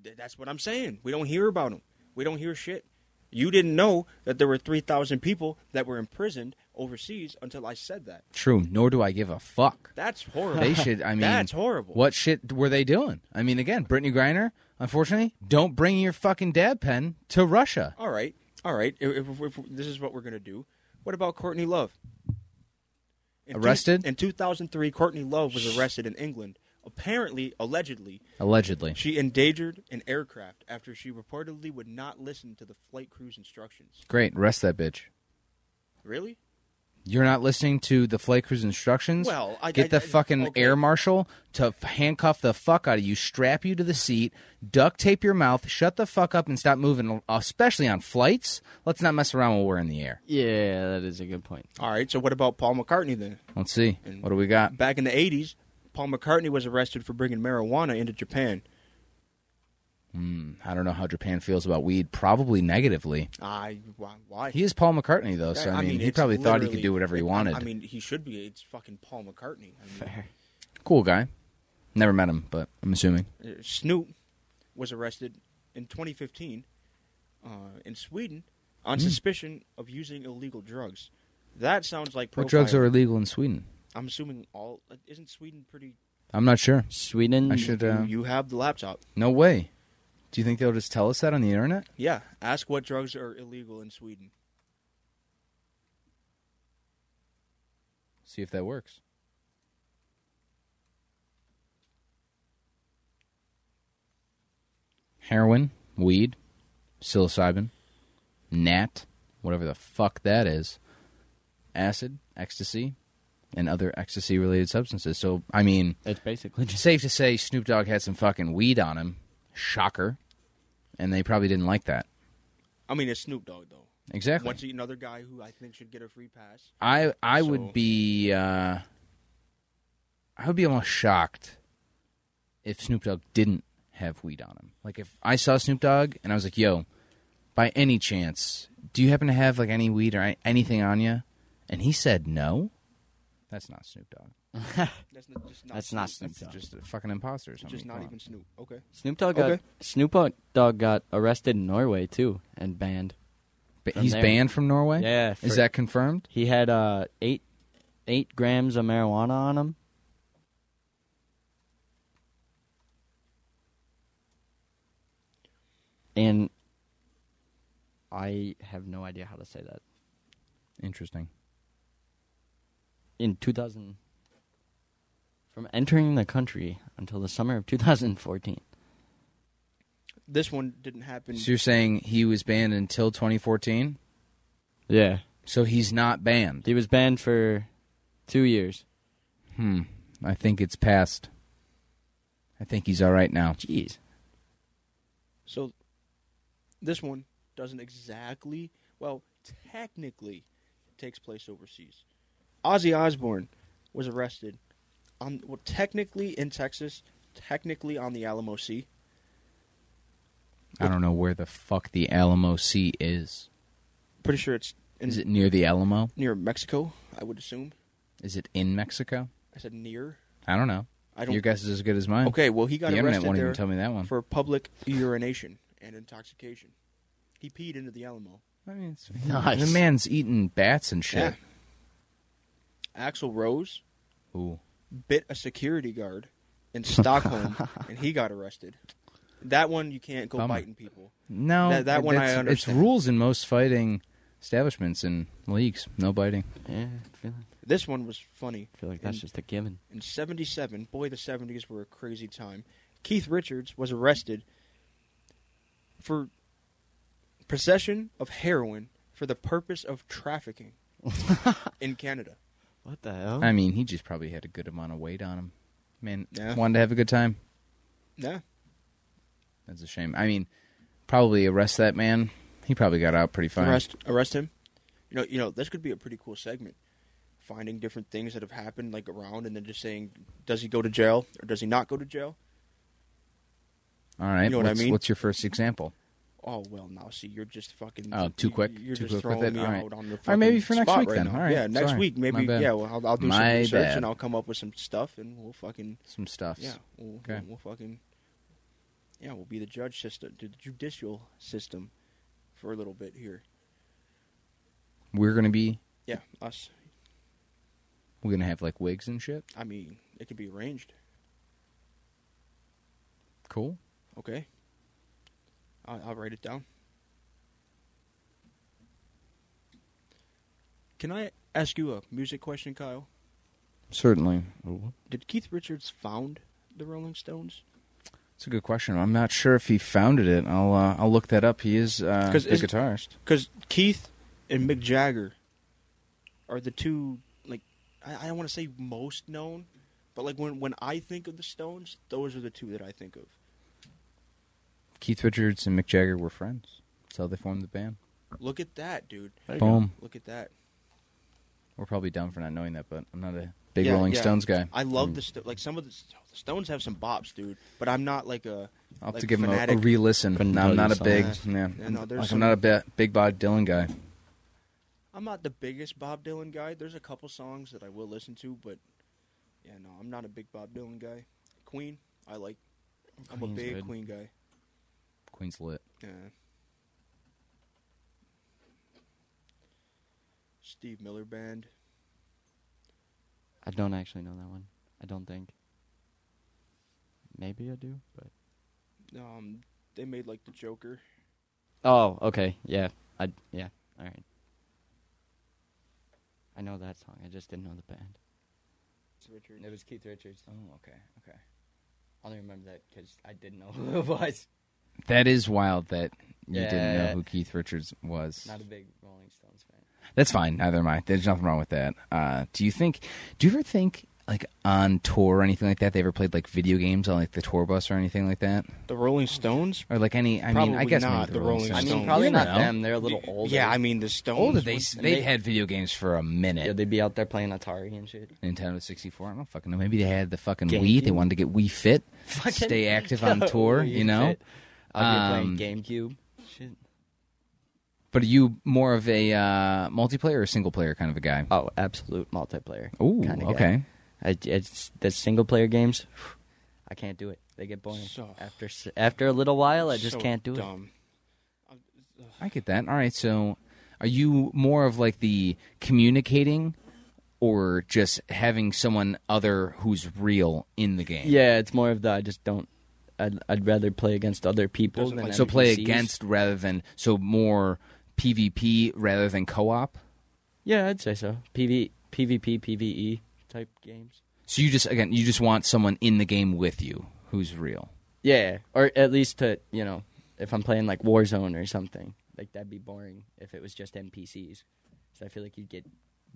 Speaker 2: Th- That's what I'm saying. We don't hear about them. We don't hear shit. You didn't know that there were 3,000 people that were imprisoned overseas until I said that.
Speaker 1: True. Nor do I give a fuck.
Speaker 2: That's horrible.
Speaker 1: They should. I mean,
Speaker 2: That's horrible.
Speaker 1: What shit were they doing? I mean, again, Brittany Griner. Unfortunately, don't bring your fucking dad pen to Russia.
Speaker 2: All right. All right. If, if- if- if this is what we're going to do, what about Courtney Love? In two-
Speaker 1: Arrested?
Speaker 2: in 2003, Courtney Love was arrested in England. Apparently, allegedly,
Speaker 1: Allegedly.
Speaker 2: she endangered an aircraft after she reportedly would not listen to the flight crew's instructions.
Speaker 1: Great. Arrest that bitch.
Speaker 2: Really?
Speaker 1: You're not listening to the flight crew's instructions.
Speaker 2: Well, I-
Speaker 1: get the
Speaker 2: I- I-
Speaker 1: fucking
Speaker 2: okay.
Speaker 1: air marshal to f- handcuff the fuck out of you, strap you to the seat, duct tape your mouth, shut the fuck up, and stop moving. Especially on flights, let's not mess around while we're in the air.
Speaker 3: Yeah, that is a good point.
Speaker 2: All right. So what about Paul McCartney then?
Speaker 1: Let's see what do we got.
Speaker 2: back in the 80s, Paul McCartney was arrested for bringing marijuana into Japan.
Speaker 1: I don't know how Japan feels about weed. Probably negatively.
Speaker 2: I why? why?
Speaker 1: He is Paul McCartney though, so I mean, he
Speaker 2: it's
Speaker 1: probably thought he could
Speaker 2: literally-
Speaker 1: do whatever he wanted.
Speaker 2: I mean, he should be. It's fucking Paul McCartney. I mean,
Speaker 1: cool guy. Never met him, but I'm assuming.
Speaker 2: uh, Snoop was arrested in 2015 uh, in Sweden on
Speaker 1: Hmm.
Speaker 2: suspicion of using illegal drugs. That sounds like
Speaker 1: What drugs
Speaker 2: profiling.
Speaker 1: are illegal in Sweden?
Speaker 2: I'm assuming all. Isn't Sweden pretty?
Speaker 1: I'm not sure.
Speaker 3: Sweden.
Speaker 1: I should.
Speaker 2: You-
Speaker 1: Uh,
Speaker 2: you have the laptop.
Speaker 1: no way. Do you think they'll just tell us that on the internet?
Speaker 2: Yeah. Ask what drugs are illegal in Sweden.
Speaker 1: See if that works. Heroin, weed, psilocybin, nat, whatever the fuck that is, acid, ecstasy, and other ecstasy related substances. So, I mean,
Speaker 3: It's basically just
Speaker 1: safe to say Snoop Dogg had some fucking weed on him. Shocker. And they probably didn't like that.
Speaker 2: I mean, it's Snoop Dogg though.
Speaker 1: exactly.
Speaker 2: Once another guy who I think should get a free pass.
Speaker 1: I I
Speaker 2: So-
Speaker 1: would be uh, I would be almost shocked if Snoop Dogg didn't have weed on him. Like if I saw Snoop Dogg and I was like, "Yo, by any chance, do you happen to have like any weed or any- anything on you?" And he said, "No." That's not Snoop Dogg.
Speaker 2: That's not, just not
Speaker 3: That's not
Speaker 2: Snoop.
Speaker 3: Snoop
Speaker 1: That's
Speaker 3: Dogg.
Speaker 1: just a fucking imposter or something.
Speaker 2: Just not
Speaker 1: Come on.
Speaker 2: even Snoop. Okay.
Speaker 3: Snoop Dogg got
Speaker 2: Okay.
Speaker 3: Snoop Dogg got arrested in Norway too and banned.
Speaker 1: But
Speaker 3: from
Speaker 1: he's
Speaker 3: there.
Speaker 1: banned from Norway.
Speaker 3: Yeah, for-
Speaker 1: Is that confirmed?
Speaker 3: He had uh eight eight grams of marijuana on him. And I have no idea how to say that.
Speaker 1: Interesting.
Speaker 3: In 2000, from entering the country until the summer of 2014.
Speaker 2: This one didn't happen.
Speaker 1: So you're saying he was banned until 2014?
Speaker 3: Yeah.
Speaker 1: So he's not banned.
Speaker 3: He was banned for two years.
Speaker 1: Hmm. I think it's past. I think he's all right now.
Speaker 3: Jeez.
Speaker 2: So this one doesn't exactly, well, technically takes place overseas. Ozzy Osbourne was arrested on well technically in Texas, technically on the Alamo Sea.
Speaker 1: I don't know where the fuck the Alamo Sea is.
Speaker 2: Pretty sure it's in
Speaker 1: Is it near the Alamo?
Speaker 2: near Mexico, I would assume.
Speaker 1: Is it in Mexico?
Speaker 2: I said near.
Speaker 1: I don't know.
Speaker 2: I don't
Speaker 1: Your guess is as good as mine.
Speaker 2: Okay, well he got
Speaker 1: the internet
Speaker 2: arrested
Speaker 1: won't
Speaker 2: there
Speaker 1: even tell me that one.
Speaker 2: for public urination and intoxication. He peed into the Alamo.
Speaker 1: I mean, it's,
Speaker 3: Nice.
Speaker 1: the man's eating bats and shit.
Speaker 2: Axel Rose
Speaker 1: Ooh.
Speaker 2: bit a security guard in Stockholm, and he got arrested. That one you can't go
Speaker 1: Bummer.
Speaker 2: biting people.
Speaker 1: No, uh,
Speaker 2: That- that one I
Speaker 1: it's-
Speaker 2: understand.
Speaker 1: It's rules in most fighting establishments and leagues. No biting.
Speaker 3: Yeah, I feel, I
Speaker 2: This one was funny.
Speaker 3: feel like that's just a given.
Speaker 2: In '77, boy, the '70s were a crazy time. Keith Richards was arrested for possession of heroin for the purpose of trafficking in Canada.
Speaker 3: What the
Speaker 2: Oh.
Speaker 3: hell?
Speaker 1: I mean, he just probably had a good amount of weight on him. Man,
Speaker 2: Yeah.
Speaker 1: wanted to have a good time.
Speaker 2: Yeah,
Speaker 1: That's a shame. I mean, probably arrest that man. He probably got out pretty fine.
Speaker 2: arrest, arrest him. You know, you know, this could be a pretty cool segment. Finding different things that have happened like around, and then just saying, does he go to jail or does he not go to jail?
Speaker 1: All right.
Speaker 2: You know what I
Speaker 1: what's,
Speaker 2: mean?
Speaker 1: What's your first example?
Speaker 2: Oh well, now see, you're just fucking.
Speaker 1: Oh, too quick?
Speaker 2: You're
Speaker 1: Too
Speaker 2: just
Speaker 1: quick with it?
Speaker 2: throwing me
Speaker 1: All right.
Speaker 2: out on the.
Speaker 1: All right, maybe
Speaker 2: fucking
Speaker 1: for next
Speaker 2: spot
Speaker 1: week
Speaker 2: right
Speaker 1: then.
Speaker 2: now.
Speaker 1: All right,
Speaker 2: yeah, next
Speaker 1: sorry.
Speaker 2: week
Speaker 1: My
Speaker 2: maybe.
Speaker 1: bad.
Speaker 2: Yeah, well, I'll, I'll do some
Speaker 1: My
Speaker 2: research
Speaker 1: bad.
Speaker 2: and I'll come up with some stuff, and we'll fucking
Speaker 1: Some stuffs.
Speaker 2: yeah, we'll,
Speaker 1: Okay.
Speaker 2: we'll fucking yeah, we'll be the judge system, the judicial system, for a little bit here.
Speaker 1: We're gonna be.
Speaker 2: Yeah, us.
Speaker 1: We're gonna have like wigs and shit.
Speaker 2: I mean, it could be arranged.
Speaker 1: Cool.
Speaker 2: Okay. I'll, I'll write it down. Can I ask you a music question, Kyle?
Speaker 1: Certainly.
Speaker 2: Did Keith Richards found the Rolling Stones?
Speaker 1: It's a good question. I'm not sure if he founded it. I'll uh, I'll look that up. He is uh,
Speaker 2: 'Cause
Speaker 1: a
Speaker 2: is-
Speaker 1: guitarist.
Speaker 2: Because Keith and Mick Jagger are the two, like, I, I don't want to say most known, but like when when I think of the Stones, those are the two that I think of.
Speaker 1: Keith Richards and Mick Jagger were friends. That's how they formed the band.
Speaker 2: Look at that, dude.
Speaker 1: Boom.
Speaker 2: Look at that.
Speaker 1: We're probably dumb for not knowing that, but I'm not a big
Speaker 2: Yeah,
Speaker 1: Rolling
Speaker 2: yeah.
Speaker 1: Stones guy.
Speaker 2: I love the sto- like some of the, Sto- the Stones have some bops, dude. But I'm not like a
Speaker 1: I'll have
Speaker 2: like
Speaker 1: to give him a,
Speaker 2: fanatic.
Speaker 1: re-listen.
Speaker 3: Couldn't
Speaker 1: No,
Speaker 3: tell
Speaker 1: I'm
Speaker 3: you
Speaker 1: not a
Speaker 3: some.
Speaker 1: big,
Speaker 2: Yeah.
Speaker 1: yeah.
Speaker 2: Yeah, no, there's
Speaker 1: like,
Speaker 2: some-
Speaker 1: I'm not a ba- big Bob Dylan guy.
Speaker 2: I'm not the biggest Bob Dylan guy. There's a couple songs that I will listen to, but yeah, no, I'm not a big Bob Dylan guy. Queen, I like. I'm
Speaker 3: Queen's
Speaker 2: a big
Speaker 3: good.
Speaker 2: Queen guy.
Speaker 1: Queen's lit.
Speaker 2: Yeah. Steve Miller Band.
Speaker 3: I don't actually know that one. I don't think. Maybe I do, but
Speaker 2: Um, they made like the Joker.
Speaker 3: oh, okay, yeah, I yeah, all right. I know that song. I just didn't know the band.
Speaker 2: Richard.
Speaker 3: was Keith Richards.
Speaker 1: Oh, okay, okay.
Speaker 3: I only remember that because I didn't know who it was.
Speaker 1: That is wild that you didn't know
Speaker 3: Yeah.
Speaker 1: who Keith Richards was.
Speaker 3: big Rolling Stones fan.
Speaker 1: That's fine. Neither am I. There's nothing wrong with that. Uh, do you think? Do you ever think like on tour or anything like that? They ever played like video games on like the tour bus or anything like that?
Speaker 2: The Rolling Stones.
Speaker 1: Or like any? I mean, I
Speaker 2: Probably
Speaker 1: guess
Speaker 2: not,
Speaker 1: maybe
Speaker 2: the Rolling
Speaker 3: I
Speaker 1: Stones.
Speaker 3: mean,
Speaker 2: Stones.
Speaker 3: probably
Speaker 1: You
Speaker 3: not
Speaker 1: know.
Speaker 3: them. They're a little older.
Speaker 2: Yeah, I mean the Stones.
Speaker 1: Older, they
Speaker 2: was-
Speaker 1: they had video games for a minute.
Speaker 3: Yeah, they'd be out there playing Atari and shit.
Speaker 1: Nintendo 64. I don't fucking know. Maybe they had the fucking
Speaker 3: Game
Speaker 1: Wii.
Speaker 3: Cube.
Speaker 1: They wanted to get Wii Fit,
Speaker 3: Fucking-
Speaker 1: stay active on
Speaker 3: Yo,
Speaker 1: tour, you know.
Speaker 3: shit. I'll be
Speaker 1: Um,
Speaker 3: playing GameCube. Shit.
Speaker 1: But are you more of a uh, multiplayer or single player kind of a guy?
Speaker 3: Oh, absolute multiplayer.
Speaker 1: Ooh,
Speaker 3: kinda guy.
Speaker 1: okay.
Speaker 3: I, it's the single player games. I can't do it. They get boring
Speaker 2: So-
Speaker 3: after s- after a little while. I just
Speaker 2: so
Speaker 3: can't do it.
Speaker 2: dumb.
Speaker 1: I get that. All right, so are you more of like the communicating or just having someone other who's real in the game?
Speaker 3: Yeah, it's more of the I just don't. I'd, I'd rather play against other people
Speaker 2: Doesn't
Speaker 3: than
Speaker 2: like-
Speaker 1: So play
Speaker 3: NPCs.
Speaker 1: against rather than so more PvP rather than co-op.
Speaker 3: Yeah, I'd say so. PV PvP PVE E type games.
Speaker 1: So you just again you just want someone in the game with you who's real.
Speaker 3: Yeah, or at least to you know, if I'm playing like Warzone or something, like that'd be boring if it was just NPCs. So I feel like you'd get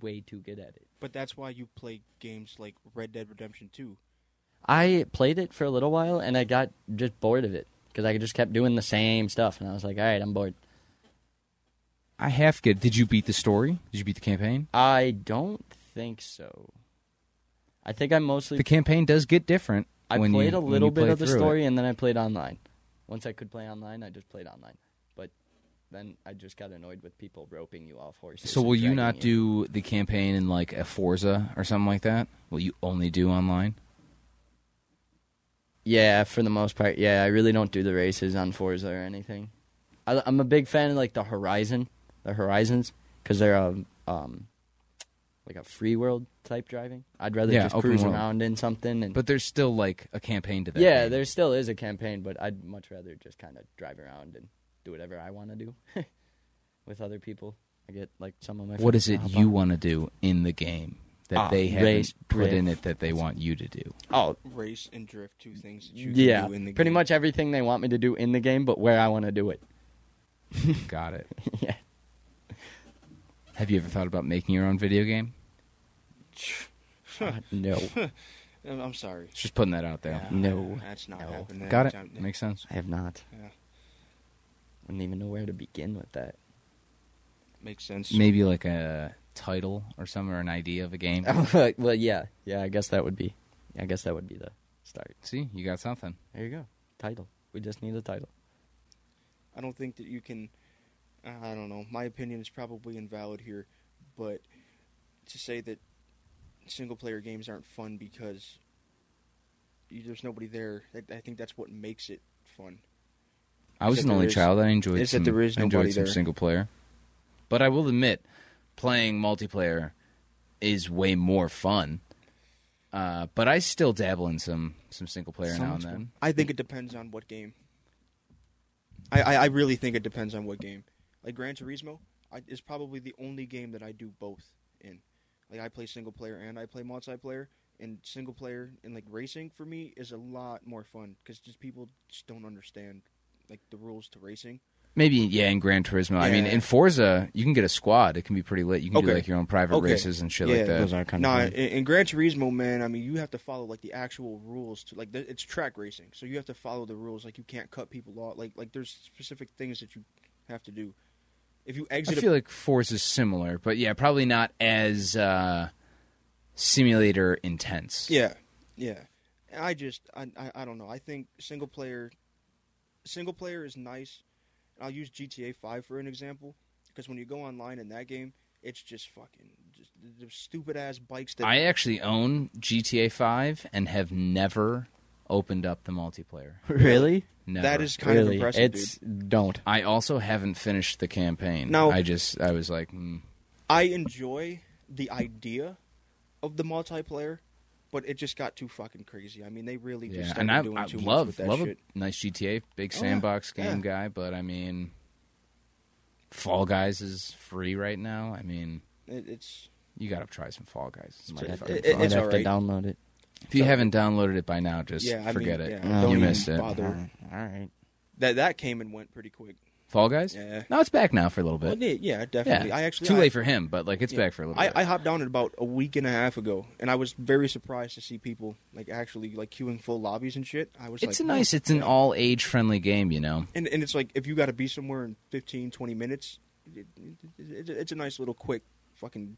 Speaker 3: way too good at it.
Speaker 2: But that's why you play games like Red Dead Redemption 2.
Speaker 3: I played it for a little while and I got just bored of it because I just kept doing the same stuff and I was like, all right, I'm bored.
Speaker 1: I have good. Did you beat the story? Did you beat the campaign?
Speaker 3: I don't think so. I think I mostly
Speaker 1: The campaign does get different.
Speaker 3: I
Speaker 1: when you-
Speaker 3: played a
Speaker 1: when you
Speaker 3: little bit
Speaker 1: play
Speaker 3: of the
Speaker 1: through it.
Speaker 3: story and then I played online. Once I could play online, I just played online. But then I just got annoyed with people roping you off horses.
Speaker 1: So
Speaker 3: and
Speaker 1: will you
Speaker 3: dragging
Speaker 1: not do the campaign in like a Forza or something like that? Will you only do online?
Speaker 3: Yeah, for the most part. Yeah, I really don't do the races on Forza or anything. I, I'm a big fan of like the Horizon, the Horizons, because they're um, um like a free world type driving. I'd rather
Speaker 1: Yeah,
Speaker 3: just
Speaker 1: open
Speaker 3: cruise
Speaker 1: world.
Speaker 3: around in something and.
Speaker 1: But there's still like a campaign to that.
Speaker 3: yeah,
Speaker 1: game.
Speaker 3: there still is a campaign, but I'd much rather just kind of drive around and do whatever I want to do with other people. I get like some of my.
Speaker 1: What
Speaker 3: friends
Speaker 1: is
Speaker 3: to
Speaker 1: it
Speaker 3: hop
Speaker 1: you
Speaker 3: on.
Speaker 1: want to do in the game that
Speaker 3: Ah,
Speaker 1: they haven't
Speaker 3: race,
Speaker 1: put
Speaker 3: race.
Speaker 1: in it that they want you to do?
Speaker 3: Oh,
Speaker 2: Race and drift, two things that you can
Speaker 3: yeah,
Speaker 2: do in the
Speaker 3: pretty
Speaker 2: game.
Speaker 3: much everything they want me to do in the game, but where I want to do it.
Speaker 1: Got it.
Speaker 3: yeah.
Speaker 1: Have you ever thought about making your own video game?
Speaker 3: Uh, no,
Speaker 2: I'm I'm sorry.
Speaker 1: Just putting that out there.
Speaker 2: Yeah,
Speaker 3: No.
Speaker 2: That's not
Speaker 3: No.
Speaker 2: happening.
Speaker 1: Got it.
Speaker 2: I'm-
Speaker 1: Makes sense.
Speaker 3: I have not.
Speaker 2: yeah,
Speaker 3: I don't even know where to begin with that.
Speaker 2: makes sense.
Speaker 1: Maybe like a title or something or an idea of a game.
Speaker 2: Oh.
Speaker 3: well, yeah, yeah. I guess that would be. I guess that would be the start.
Speaker 1: See, you got something.
Speaker 3: There you go. Title. We just need a title.
Speaker 2: I don't think that you can. I don't know. My opinion is probably invalid here, but to say that single player games aren't fun because you, there's nobody there, I, I think that's what makes it fun.
Speaker 1: I was
Speaker 2: Except
Speaker 1: an
Speaker 2: there
Speaker 1: only
Speaker 2: is-
Speaker 1: child. I enjoyed some,
Speaker 2: except there is
Speaker 1: I enjoyed
Speaker 2: nobody
Speaker 1: some
Speaker 2: there.
Speaker 1: single player. But I will admit, playing multiplayer is way more fun. Uh, but I still dabble in some some single player now and then.
Speaker 2: I think it depends on what game. I, I, I really think it depends on what game. Like Gran Turismo I, is probably the only game that I do both in. Like I play single player and I play multiplayer. And single player and like racing for me is a lot more fun because just people just don't understand like the rules to racing.
Speaker 1: Maybe yeah, in Gran Turismo. I mean,
Speaker 2: Yeah.
Speaker 1: in Forza, you can get a squad. It can be pretty lit. You can do
Speaker 2: Okay.
Speaker 1: like your own private
Speaker 2: Okay.
Speaker 1: races and shit
Speaker 2: Yeah,
Speaker 1: like that.
Speaker 3: are
Speaker 2: No, in, in Gran Turismo, man, I mean, you have to follow like the actual rules to like th- it's track racing, so you have to follow the rules. Like you can't cut people off. Like like there's specific things that you have to do. If you
Speaker 1: I
Speaker 2: exit, a-
Speaker 1: feel like Forza is similar, but yeah, probably not as uh, simulator intense.
Speaker 2: yeah, yeah. And I just I, I I don't know. I think single player, single player is nice. I'll use GTA Five for an example because when you go online in that game, it's just fucking just the stupid ass bikes that
Speaker 1: I actually own GTA Five and have never opened up the multiplayer.
Speaker 3: Really?
Speaker 1: Never.
Speaker 2: that is kind of
Speaker 3: really?
Speaker 2: impressive. dude.
Speaker 3: it's don't.
Speaker 1: I also haven't finished the campaign.
Speaker 2: Now-
Speaker 1: I just I was like, mm.
Speaker 2: I enjoy the idea of the multiplayer, but it just got too fucking crazy. I mean, they really just
Speaker 1: yeah,
Speaker 2: started
Speaker 1: and I,
Speaker 2: doing
Speaker 1: I
Speaker 2: too much with
Speaker 1: love
Speaker 2: that
Speaker 1: love
Speaker 2: shit.
Speaker 1: a nice GTA, big
Speaker 2: Oh, yeah.
Speaker 1: sandbox game
Speaker 2: Yeah.
Speaker 1: guy, but I mean, Fall Guys is free right now. I mean,
Speaker 2: It, it's
Speaker 1: you got to try some Fall Guys. It's
Speaker 2: It-
Speaker 1: motherfucking
Speaker 2: it-
Speaker 1: fun.
Speaker 3: I'd
Speaker 2: it's
Speaker 3: have
Speaker 2: alright.
Speaker 3: to download it.
Speaker 1: if you haven't downloaded it by now, just
Speaker 2: yeah, I
Speaker 1: forget
Speaker 2: mean,
Speaker 1: it.
Speaker 2: yeah, don't
Speaker 1: you
Speaker 2: even
Speaker 1: missed it.
Speaker 2: Bother.
Speaker 3: All right.
Speaker 2: That that came and went pretty quick.
Speaker 1: Fall Guys?
Speaker 2: Yeah.
Speaker 1: No, it's back now for a little
Speaker 2: Well,
Speaker 1: bit.
Speaker 2: yeah, yeah,
Speaker 1: yeah.
Speaker 2: definitely. I actually
Speaker 1: too
Speaker 2: I-
Speaker 1: late for him, but like it's
Speaker 2: yeah.
Speaker 1: back for a little
Speaker 2: I,
Speaker 1: bit.
Speaker 2: I hopped on it about a week and a half ago, and I was very surprised to see people like actually like queuing full lobbies and shit. I was
Speaker 1: it's a
Speaker 2: like,
Speaker 1: nice,
Speaker 2: "Whoa."
Speaker 1: it's an
Speaker 2: Yeah.
Speaker 1: all age friendly game, you know.
Speaker 2: and and it's like if you got to be somewhere in 15, 20 minutes, it, it, it, it's a nice little quick fucking.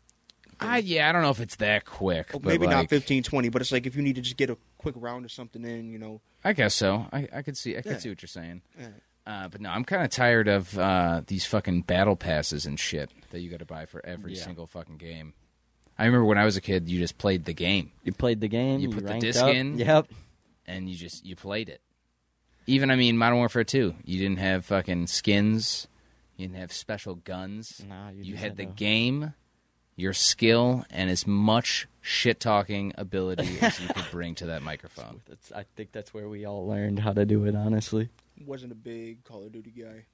Speaker 1: I yeah, I don't know if it's that quick,
Speaker 2: Well,
Speaker 1: but
Speaker 2: maybe not
Speaker 1: like-
Speaker 2: 15, 20, but it's like if you need to just get a quick round of something in, you know.
Speaker 1: I guess so. I, I could see. I could
Speaker 2: Yeah.
Speaker 1: see what you're saying.
Speaker 2: Yeah.
Speaker 1: Uh, but no, I'm kind of tired of uh, these fucking battle passes and shit that you got to buy for every
Speaker 3: Yeah.
Speaker 1: single fucking game. I remember when I was a kid, you just played the game
Speaker 3: You played the game.
Speaker 1: You
Speaker 3: You,
Speaker 1: put the
Speaker 3: ranked
Speaker 1: disc
Speaker 3: up.
Speaker 1: in.
Speaker 3: Yep.
Speaker 1: and you just you played it. Even I mean, Modern Warfare Two, you didn't have fucking skins, you didn't have special guns.
Speaker 2: Mm-hmm.
Speaker 3: Nah, you
Speaker 1: you
Speaker 3: just
Speaker 1: had
Speaker 3: had
Speaker 1: the
Speaker 3: to-
Speaker 1: game, your skill, and as much shit talking ability as you could bring to that microphone.
Speaker 3: That's, I think that's where we all learned how to do it. Honestly.
Speaker 2: Wasn't a big Call of Duty guy.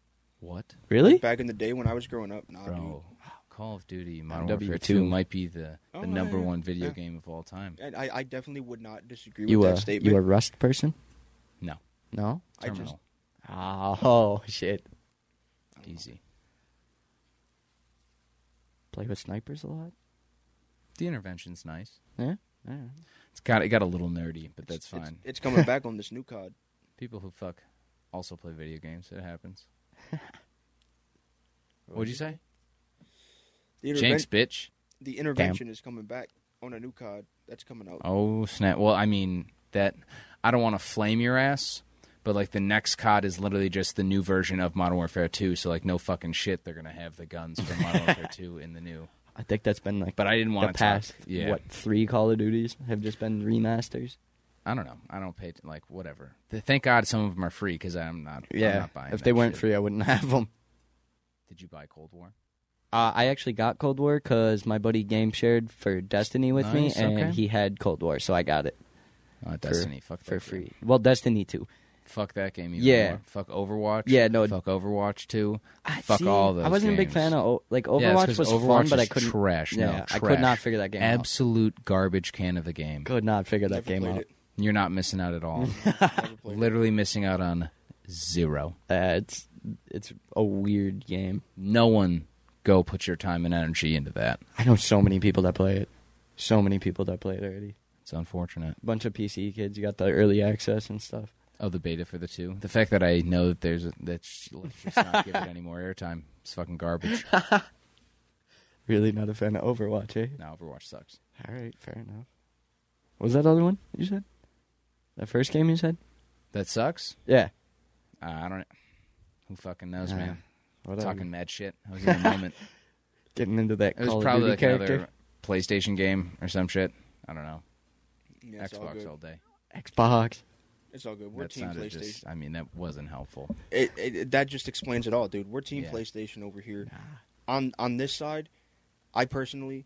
Speaker 1: What?
Speaker 3: Really?
Speaker 2: Back in the day when I was growing up, nah,
Speaker 1: Bro, Call of Duty Modern
Speaker 3: MW2.
Speaker 1: Warfare 2 might be the, the
Speaker 2: Oh,
Speaker 1: number
Speaker 2: yeah,
Speaker 1: one video
Speaker 2: yeah.
Speaker 1: game of all time.
Speaker 2: dude. And I, I definitely would not disagree
Speaker 3: You
Speaker 2: with
Speaker 1: uh,
Speaker 3: a
Speaker 2: that statement.
Speaker 3: you a Rust person?
Speaker 1: No,
Speaker 3: No.
Speaker 2: I just-
Speaker 1: Terminal.
Speaker 3: Oh shit.
Speaker 1: Easy.
Speaker 3: Play with snipers a lot.
Speaker 1: The intervention's nice.
Speaker 3: Yeah. Alright.
Speaker 1: It's got, it got a little nerdy, but that's
Speaker 2: It's-
Speaker 1: fine.
Speaker 2: It's, coming back on this new COD.
Speaker 1: People who fuck also play video games. It happens. What'd you say?
Speaker 2: The,
Speaker 1: Jinx,
Speaker 2: interven-
Speaker 1: bitch.
Speaker 2: the intervention is coming back on a new COD that's coming out.
Speaker 1: Oh, snap. Well, I mean, that. I don't want to flame your ass, but like the next COD is literally just the new version of Modern Warfare 2, so like no fucking shit, they're going to have the guns from Modern Warfare 2 in the new.
Speaker 3: I think that's been like
Speaker 1: But I didn't want
Speaker 3: the
Speaker 1: to
Speaker 3: past
Speaker 1: Talk, yeah.
Speaker 3: what three Call of Duties have just been remasters.
Speaker 1: I don't know. I don't pay t- like whatever. Th- Thank God some of them are free because I'm not. I'm not buying
Speaker 3: if
Speaker 1: that
Speaker 3: they weren't
Speaker 1: shit.
Speaker 3: free, I wouldn't have them.
Speaker 1: did you buy Cold War?
Speaker 3: Uh, I actually got Cold War because my buddy game shared for Destiny with
Speaker 1: Nice,
Speaker 3: me, and
Speaker 1: okay.
Speaker 3: he had Cold War, so I got it
Speaker 1: Uh, Destiny, fuck that
Speaker 3: for
Speaker 1: game.
Speaker 3: free. Well, Destiny too.
Speaker 1: Fuck that game. Even
Speaker 3: Yeah.
Speaker 1: more. Fuck Overwatch.
Speaker 3: Yeah, no.
Speaker 1: Fuck Overwatch too.
Speaker 3: I-
Speaker 1: Fuck
Speaker 3: see,
Speaker 1: all those.
Speaker 3: I wasn't a big
Speaker 1: games.
Speaker 3: fan of O- like
Speaker 1: Yeah, it's
Speaker 3: Overwatch
Speaker 1: 'cause
Speaker 3: was
Speaker 1: Overwatch
Speaker 3: fun, but
Speaker 1: is
Speaker 3: I couldn't.
Speaker 1: Trash.
Speaker 3: yeah,
Speaker 1: no,
Speaker 3: I
Speaker 1: trash.
Speaker 3: could not figure that game out.
Speaker 1: Absolute garbage can of a game.
Speaker 3: Could not figure that
Speaker 2: Never
Speaker 3: game
Speaker 2: played
Speaker 3: out.
Speaker 2: it.
Speaker 1: You're not missing out at all.
Speaker 2: Never played it.
Speaker 1: Literally missing out on zero.
Speaker 3: Uh, it's it's a weird game.
Speaker 1: No one go put your time and energy into that.
Speaker 3: I know so many people that play it. So many people that play it already.
Speaker 1: It's unfortunate.
Speaker 3: Bunch of PC kids. You got the early access and stuff.
Speaker 1: Oh, the beta for the two. The fact that I know that there's a, that sh- let's just not give it any more airtime. It's fucking garbage.
Speaker 3: Really not a fan of Overwatch, eh?
Speaker 1: Now Overwatch sucks.
Speaker 3: All right, fair enough. What was that other one you said? That first game you said?
Speaker 1: That sucks.
Speaker 3: Yeah.
Speaker 1: Uh, I don't. Who fucking knows,
Speaker 3: Uh,
Speaker 1: man?
Speaker 3: What
Speaker 1: Talking mad shit. I was in a moment.
Speaker 3: getting into that
Speaker 1: It
Speaker 3: Call
Speaker 1: was
Speaker 3: of
Speaker 1: probably
Speaker 3: Duty
Speaker 1: like
Speaker 3: character.
Speaker 1: another PlayStation game or some shit. I don't know.
Speaker 2: Yeah, it's all
Speaker 1: Xbox
Speaker 2: good.
Speaker 1: all, day.
Speaker 3: Xbox.
Speaker 2: It's all good. We're
Speaker 1: That
Speaker 2: team
Speaker 1: sounded
Speaker 2: PlayStation.
Speaker 1: just. I mean, that wasn't helpful.
Speaker 2: It, it, it- that just explains it all, dude. We're team
Speaker 1: Yeah.
Speaker 2: PlayStation over here. On on this side, I personally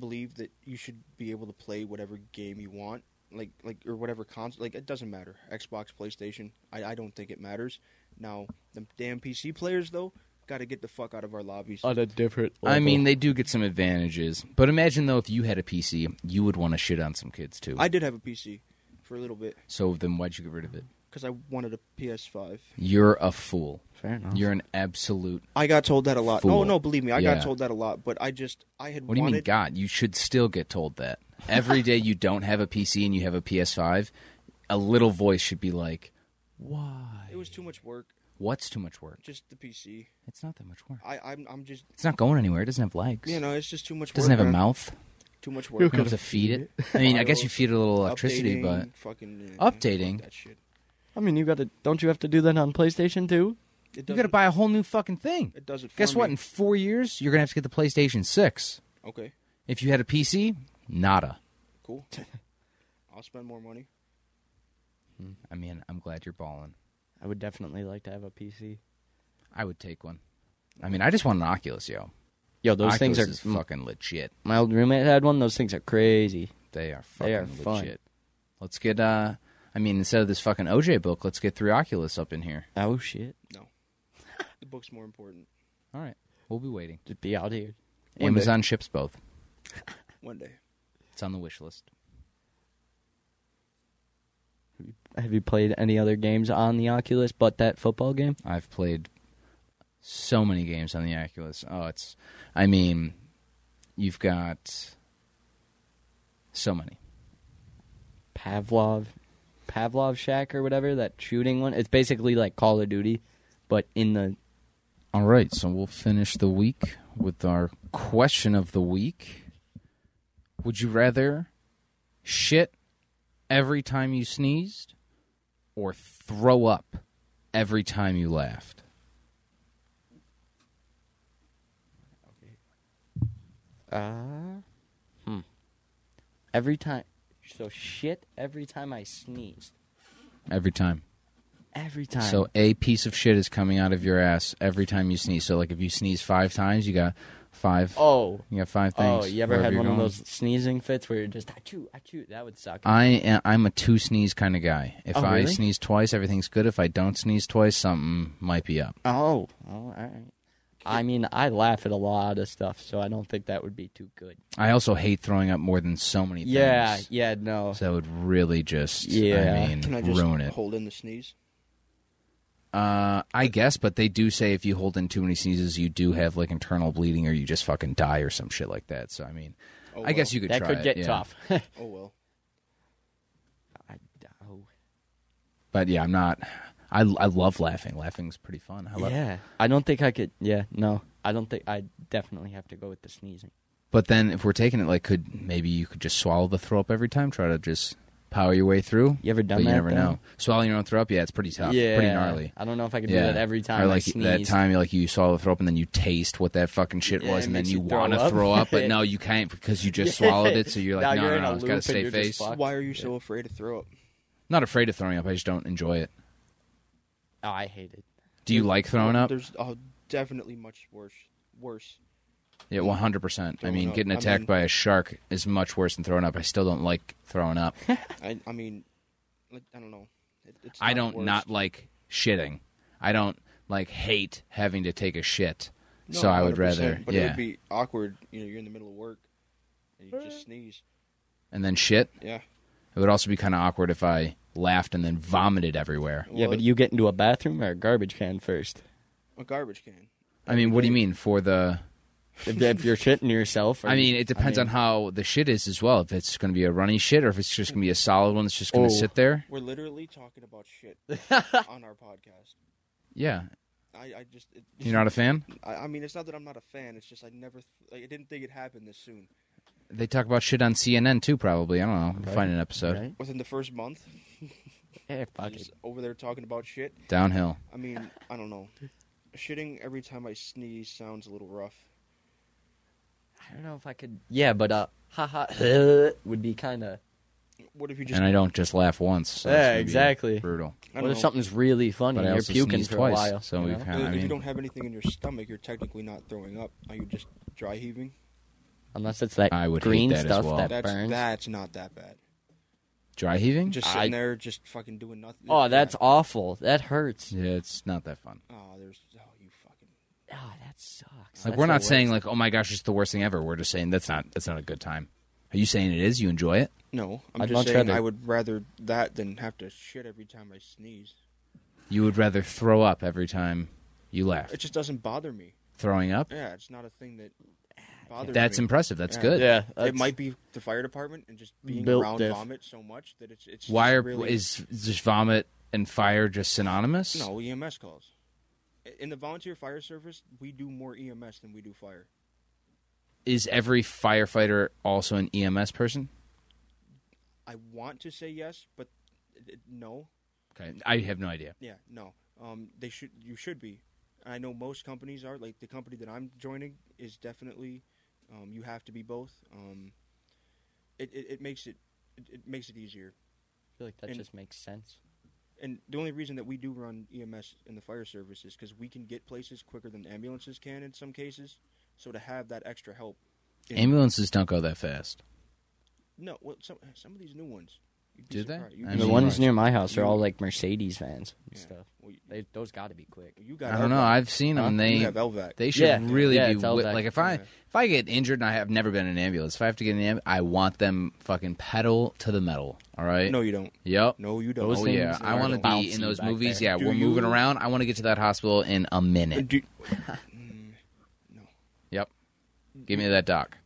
Speaker 2: believe that you should be able to play whatever game you want, like like or whatever console. Like it doesn't matter. Xbox, PlayStation. I, I don't think it matters. Now the damn PC players though, got to get the fuck out of our lobbies.
Speaker 1: Uh,
Speaker 3: On a different.
Speaker 1: I mean, they do get some advantages, but imagine though if you had a PC, you would want to shit on some kids too.
Speaker 2: I did have a PC for a little bit
Speaker 1: so then why'd you get rid of it?
Speaker 2: because I wanted a PS5.
Speaker 1: You're a fool.
Speaker 3: fair enough.
Speaker 1: You're an absolute.
Speaker 2: I got told that a lot. No,
Speaker 1: Fool.
Speaker 2: no, believe me, I
Speaker 1: Yeah.
Speaker 2: got told that a lot. But I just I had
Speaker 1: What do you
Speaker 2: wanted
Speaker 1: mean, God? You should still get told that every day. You don't have a PC and you have a PS5. A little voice should be like, "Why?
Speaker 2: it was too much work.
Speaker 1: What's too much work?
Speaker 2: Just the PC.
Speaker 1: It's not that much work.
Speaker 2: I I'm I'm just
Speaker 1: It's not going anywhere. It doesn't have legs.
Speaker 2: You know, it's just too much.
Speaker 1: it doesn't
Speaker 2: work,
Speaker 1: have a
Speaker 2: man.
Speaker 1: mouth.
Speaker 2: Too much
Speaker 1: You
Speaker 2: work.
Speaker 1: don't have to feed it. I mean, I guess you feed it a little electricity,
Speaker 2: Updating,
Speaker 1: but
Speaker 2: fucking uh,
Speaker 1: Updating.
Speaker 2: fuck that shit.
Speaker 3: I mean, you got to. Don't you have to do that on PlayStation too?
Speaker 2: It
Speaker 1: you got to
Speaker 2: doesn't-
Speaker 1: buy a whole new fucking thing.
Speaker 2: It does it. For
Speaker 1: Guess
Speaker 2: me.
Speaker 1: what? In four years, you're gonna have to get the PlayStation Six.
Speaker 2: Okay,
Speaker 1: If you had a PC, nada.
Speaker 2: cool. I'll spend more money.
Speaker 1: I mean, I'm glad you're balling.
Speaker 3: I would definitely like to have a PC.
Speaker 1: I would take one. I mean, I just want an Oculus, yo.
Speaker 3: Yo, those
Speaker 1: Oculus
Speaker 3: things are.
Speaker 1: is fucking legit.
Speaker 3: My old roommate had one. Those things are crazy.
Speaker 1: They are fucking
Speaker 3: They are fun.
Speaker 1: legit. Let's get uh I mean instead of this fucking OJ book, let's get three Oculus up in here.
Speaker 3: Oh shit!
Speaker 2: The book's more important.
Speaker 1: All right. We'll be waiting.
Speaker 3: Just be out here. One day.
Speaker 1: Amazon ships both.
Speaker 2: One day.
Speaker 1: It's on the wish list.
Speaker 3: Have you played any other games on the Oculus but that football game?
Speaker 1: I've played so many games on the Oculus. Oh, it's, I mean, you've got so many.
Speaker 3: Pavlov, Pavlov Shack or whatever that shooting one. It's basically like Call of Duty, but in the
Speaker 1: All right, so we'll finish the week with our question of the week. Would you rather shit every time you sneezed or throw up every time you laughed?
Speaker 3: uh, hmm. Every time, so shit. Every time I sneezed.
Speaker 1: Every time.
Speaker 3: Every time.
Speaker 1: So a piece of shit is coming out of your ass every time you sneeze. So like if you sneeze 5 times, you got 5
Speaker 3: oh.
Speaker 1: you got 5 things.
Speaker 3: Oh, you ever
Speaker 1: wherever
Speaker 3: had
Speaker 1: you're
Speaker 3: one of
Speaker 1: going. Uh,
Speaker 3: those sneezing fits where you're just I chew, I chew? That would suck.
Speaker 1: I am, I'm a two sneeze kind of guy. If
Speaker 3: Oh,
Speaker 1: I
Speaker 3: really?
Speaker 1: sneeze twice, everything's good. If I don't sneeze twice, something might be up.
Speaker 3: oh, oh, all right. I mean, I laugh at a lot of stuff, so I don't think that would be too good.
Speaker 1: I also hate throwing up more than so many things.
Speaker 3: Yeah, yeah, no.
Speaker 1: So it would really just,
Speaker 3: Yeah.
Speaker 1: I mean,
Speaker 2: Can I just
Speaker 1: ruin it.
Speaker 2: hold in the sneeze?
Speaker 1: Uh, I guess, but they do say if you hold in too many sneezes, you do have like internal bleeding or you just fucking die or some shit like that. So, I mean,
Speaker 2: Oh,
Speaker 1: I guess
Speaker 2: well.
Speaker 1: you could
Speaker 3: that
Speaker 1: try
Speaker 3: could
Speaker 1: it,
Speaker 3: get
Speaker 1: yeah.
Speaker 3: tough.
Speaker 2: Oh well.
Speaker 3: I, oh.
Speaker 1: But yeah, I'm not. I, I love laughing. Laughing's pretty fun. I love,
Speaker 3: yeah, I don't think I could. Yeah, no, I don't think I definitely have to go with the sneezing.
Speaker 1: But then if we're taking it, like, could maybe you could just swallow the throw up every time? Try to just power your way through?
Speaker 3: You ever
Speaker 1: But
Speaker 3: done
Speaker 1: you
Speaker 3: that?
Speaker 1: never
Speaker 3: though?
Speaker 1: know. Swallowing your own throw up, yeah, it's pretty tough.
Speaker 3: Yeah,
Speaker 1: Pretty gnarly.
Speaker 3: I don't know if I could
Speaker 1: Yeah.
Speaker 3: do that every time.
Speaker 1: Or
Speaker 3: I
Speaker 1: like
Speaker 3: sneeze.
Speaker 1: that time, you like you swallow throw up, and then you taste what that fucking shit
Speaker 3: Yeah,
Speaker 1: was,
Speaker 3: it
Speaker 1: and then
Speaker 3: makes
Speaker 1: you,
Speaker 3: you throw
Speaker 1: want to
Speaker 3: up.
Speaker 1: throw up, but no, you can't because you just swallowed it. So you're like,
Speaker 3: Now
Speaker 1: no,
Speaker 3: you're in
Speaker 1: no,
Speaker 3: a
Speaker 1: no, it's got to
Speaker 3: loop and
Speaker 1: stay
Speaker 3: you're
Speaker 1: face.
Speaker 3: just fucked.
Speaker 2: Why are you so afraid to throw up?
Speaker 1: Not afraid of throwing up. I just don't enjoy it.
Speaker 3: Oh, I hate it.
Speaker 1: Do you like throwing up?
Speaker 2: There's oh, definitely much worse. Worse.
Speaker 1: Yeah, 100. percent I
Speaker 2: Throwing
Speaker 1: mean,
Speaker 2: up.
Speaker 1: getting
Speaker 2: I
Speaker 1: attacked
Speaker 2: mean-
Speaker 1: by a shark is much worse than throwing up. I still don't like throwing up.
Speaker 2: I, I mean, like, I don't know. It, it's
Speaker 1: I
Speaker 2: not
Speaker 1: don't
Speaker 2: worse.
Speaker 1: not like shitting. I don't like hate having to take a shit.
Speaker 2: No,
Speaker 1: so I would
Speaker 2: 100%,
Speaker 1: rather,
Speaker 2: But it
Speaker 1: yeah,
Speaker 2: would be awkward. You know, you're in the middle of work and you just sneeze.
Speaker 1: and then shit.
Speaker 2: Yeah.
Speaker 1: It would also be kind of awkward if I laughed and then vomited everywhere.
Speaker 3: Yeah,
Speaker 2: Well,
Speaker 3: but you get into a bathroom or a garbage can first.
Speaker 2: a garbage can.
Speaker 1: I mean, what do you mean for the?
Speaker 3: if, if you're shitting yourself. Or
Speaker 1: I mean, it depends on how the shit is as well. If it's going to be a runny shit, or if it's just going to be a solid one that's just going
Speaker 3: Oh.
Speaker 1: to sit there.
Speaker 2: We're literally talking about shit on our podcast.
Speaker 1: Yeah,
Speaker 2: I, I just it,
Speaker 1: you're not a fan.
Speaker 2: I, I mean, it's not that I'm not a fan. It's just I never th- like, I didn't think it happened this soon.
Speaker 1: They talk about shit on CNN too, probably. I don't know. We'll
Speaker 3: Right.
Speaker 1: Find an episode
Speaker 3: Right?
Speaker 2: Within the first month,
Speaker 3: Yeah, fuck it.
Speaker 2: just over there talking about shit.
Speaker 1: downhill.
Speaker 2: I mean, I don't know. Shitting every time I sneeze sounds a little rough.
Speaker 3: I don't know if I could. Yeah, but uh, haha would be kind of.
Speaker 2: What if you just
Speaker 1: And I don't just laugh once. So it's
Speaker 3: Yeah,
Speaker 1: gonna be
Speaker 3: exactly.
Speaker 1: Brutal.
Speaker 2: I
Speaker 3: What
Speaker 2: don't
Speaker 3: if
Speaker 2: know. uh,
Speaker 3: something's really funny?
Speaker 1: But
Speaker 3: and
Speaker 1: I
Speaker 3: you're
Speaker 1: also
Speaker 3: puking
Speaker 1: sneezed
Speaker 3: for
Speaker 1: twice,
Speaker 3: a while.
Speaker 1: so
Speaker 3: you
Speaker 1: we've
Speaker 3: know?
Speaker 1: had- I
Speaker 2: if
Speaker 1: mean-
Speaker 2: you don't have anything in your stomach, you're technically not throwing up. Are you just dry heaving?
Speaker 3: Unless it's that
Speaker 1: I would hate
Speaker 3: green
Speaker 1: that as
Speaker 3: stuff
Speaker 1: well.
Speaker 3: that
Speaker 2: That's
Speaker 3: burns.
Speaker 2: that's not that bad.
Speaker 1: Dry heaving.
Speaker 2: Just
Speaker 3: I-
Speaker 2: sitting there, just fucking doing nothing.
Speaker 3: Oh, that's awful. That hurts.
Speaker 1: yeah, it's not that fun.
Speaker 2: Oh, there's oh you fucking.
Speaker 3: Oh, that sucks.
Speaker 1: Like
Speaker 3: That's
Speaker 1: we're
Speaker 3: the
Speaker 1: not saying
Speaker 3: worst.
Speaker 1: like, oh my gosh, it's the worst thing ever. We're just saying that's not that's not a good time. Are you saying it is? You enjoy it?
Speaker 2: No, I'm
Speaker 3: I'd
Speaker 2: just
Speaker 3: much
Speaker 2: saying
Speaker 3: rather-
Speaker 2: I would rather that than have to shit every time I sneeze.
Speaker 1: You would rather throw up every time you laugh.
Speaker 2: It just doesn't bother me.
Speaker 1: Throwing up.
Speaker 2: Yeah, it's not a thing that bothers
Speaker 1: That's
Speaker 2: me.
Speaker 1: impressive. That's
Speaker 2: Yeah.
Speaker 1: good.
Speaker 3: Yeah,
Speaker 2: It might be the fire department and just being
Speaker 3: Built
Speaker 2: around
Speaker 3: diff.
Speaker 2: vomit so much that it's it's.
Speaker 1: Why
Speaker 2: just
Speaker 1: are
Speaker 2: really,
Speaker 1: is just vomit and fire just synonymous?
Speaker 2: no EMS calls? I- In the volunteer fire service, we do more EMS than we do fire.
Speaker 1: Is every firefighter also an EMS person?
Speaker 2: I want to say yes, but it- it- no,
Speaker 1: Okay, I have no idea.
Speaker 2: yeah, no. Um, they should you should be. I know most companies are like the company that I'm joining is definitely. Um, you have to be both. Um, it, it it makes it it, it makes it easier.
Speaker 3: I feel like that
Speaker 2: and-
Speaker 3: just makes sense.
Speaker 2: and the only reason that we do run EMS in the fire service is because we can get places quicker than ambulances can in some cases. So to have that extra help, Yeah.
Speaker 1: Ambulances don't go that fast.
Speaker 2: no, well, some some of these new ones, You'd be
Speaker 1: Did they?
Speaker 2: surprised. You'd
Speaker 1: I
Speaker 2: be
Speaker 3: the
Speaker 1: mean,
Speaker 3: ones
Speaker 2: surprised.
Speaker 3: near my house are
Speaker 2: You-
Speaker 3: all like Mercedes vans and
Speaker 2: Yeah.
Speaker 3: stuff.
Speaker 2: Well, you-
Speaker 3: They, those got to be quick.
Speaker 2: you got
Speaker 1: I don't know.
Speaker 2: Elvac.
Speaker 1: I've seen
Speaker 3: Huh?
Speaker 1: them.
Speaker 2: You
Speaker 1: They
Speaker 2: have Elvac.
Speaker 1: they should
Speaker 3: Yeah.
Speaker 1: really
Speaker 3: Yeah,
Speaker 1: be
Speaker 3: it's
Speaker 1: wi-
Speaker 3: all that.
Speaker 1: like if I
Speaker 2: Yeah.
Speaker 1: if I get injured and I have never been in an ambulance. If I have to get in an ambulance, I want them fucking pedal to the metal. All right.
Speaker 2: No, you don't.
Speaker 1: Yep.
Speaker 2: No, you don't.
Speaker 3: Those
Speaker 1: Oh
Speaker 3: things
Speaker 1: yeah, I
Speaker 3: are
Speaker 1: want to be
Speaker 3: bouncy
Speaker 1: in those
Speaker 3: back
Speaker 1: movies.
Speaker 3: there.
Speaker 1: Yeah,
Speaker 2: Do
Speaker 1: we're
Speaker 2: you-
Speaker 1: moving around. I want to get to that hospital in a minute.
Speaker 2: Do,
Speaker 1: Yep. Give me that doc.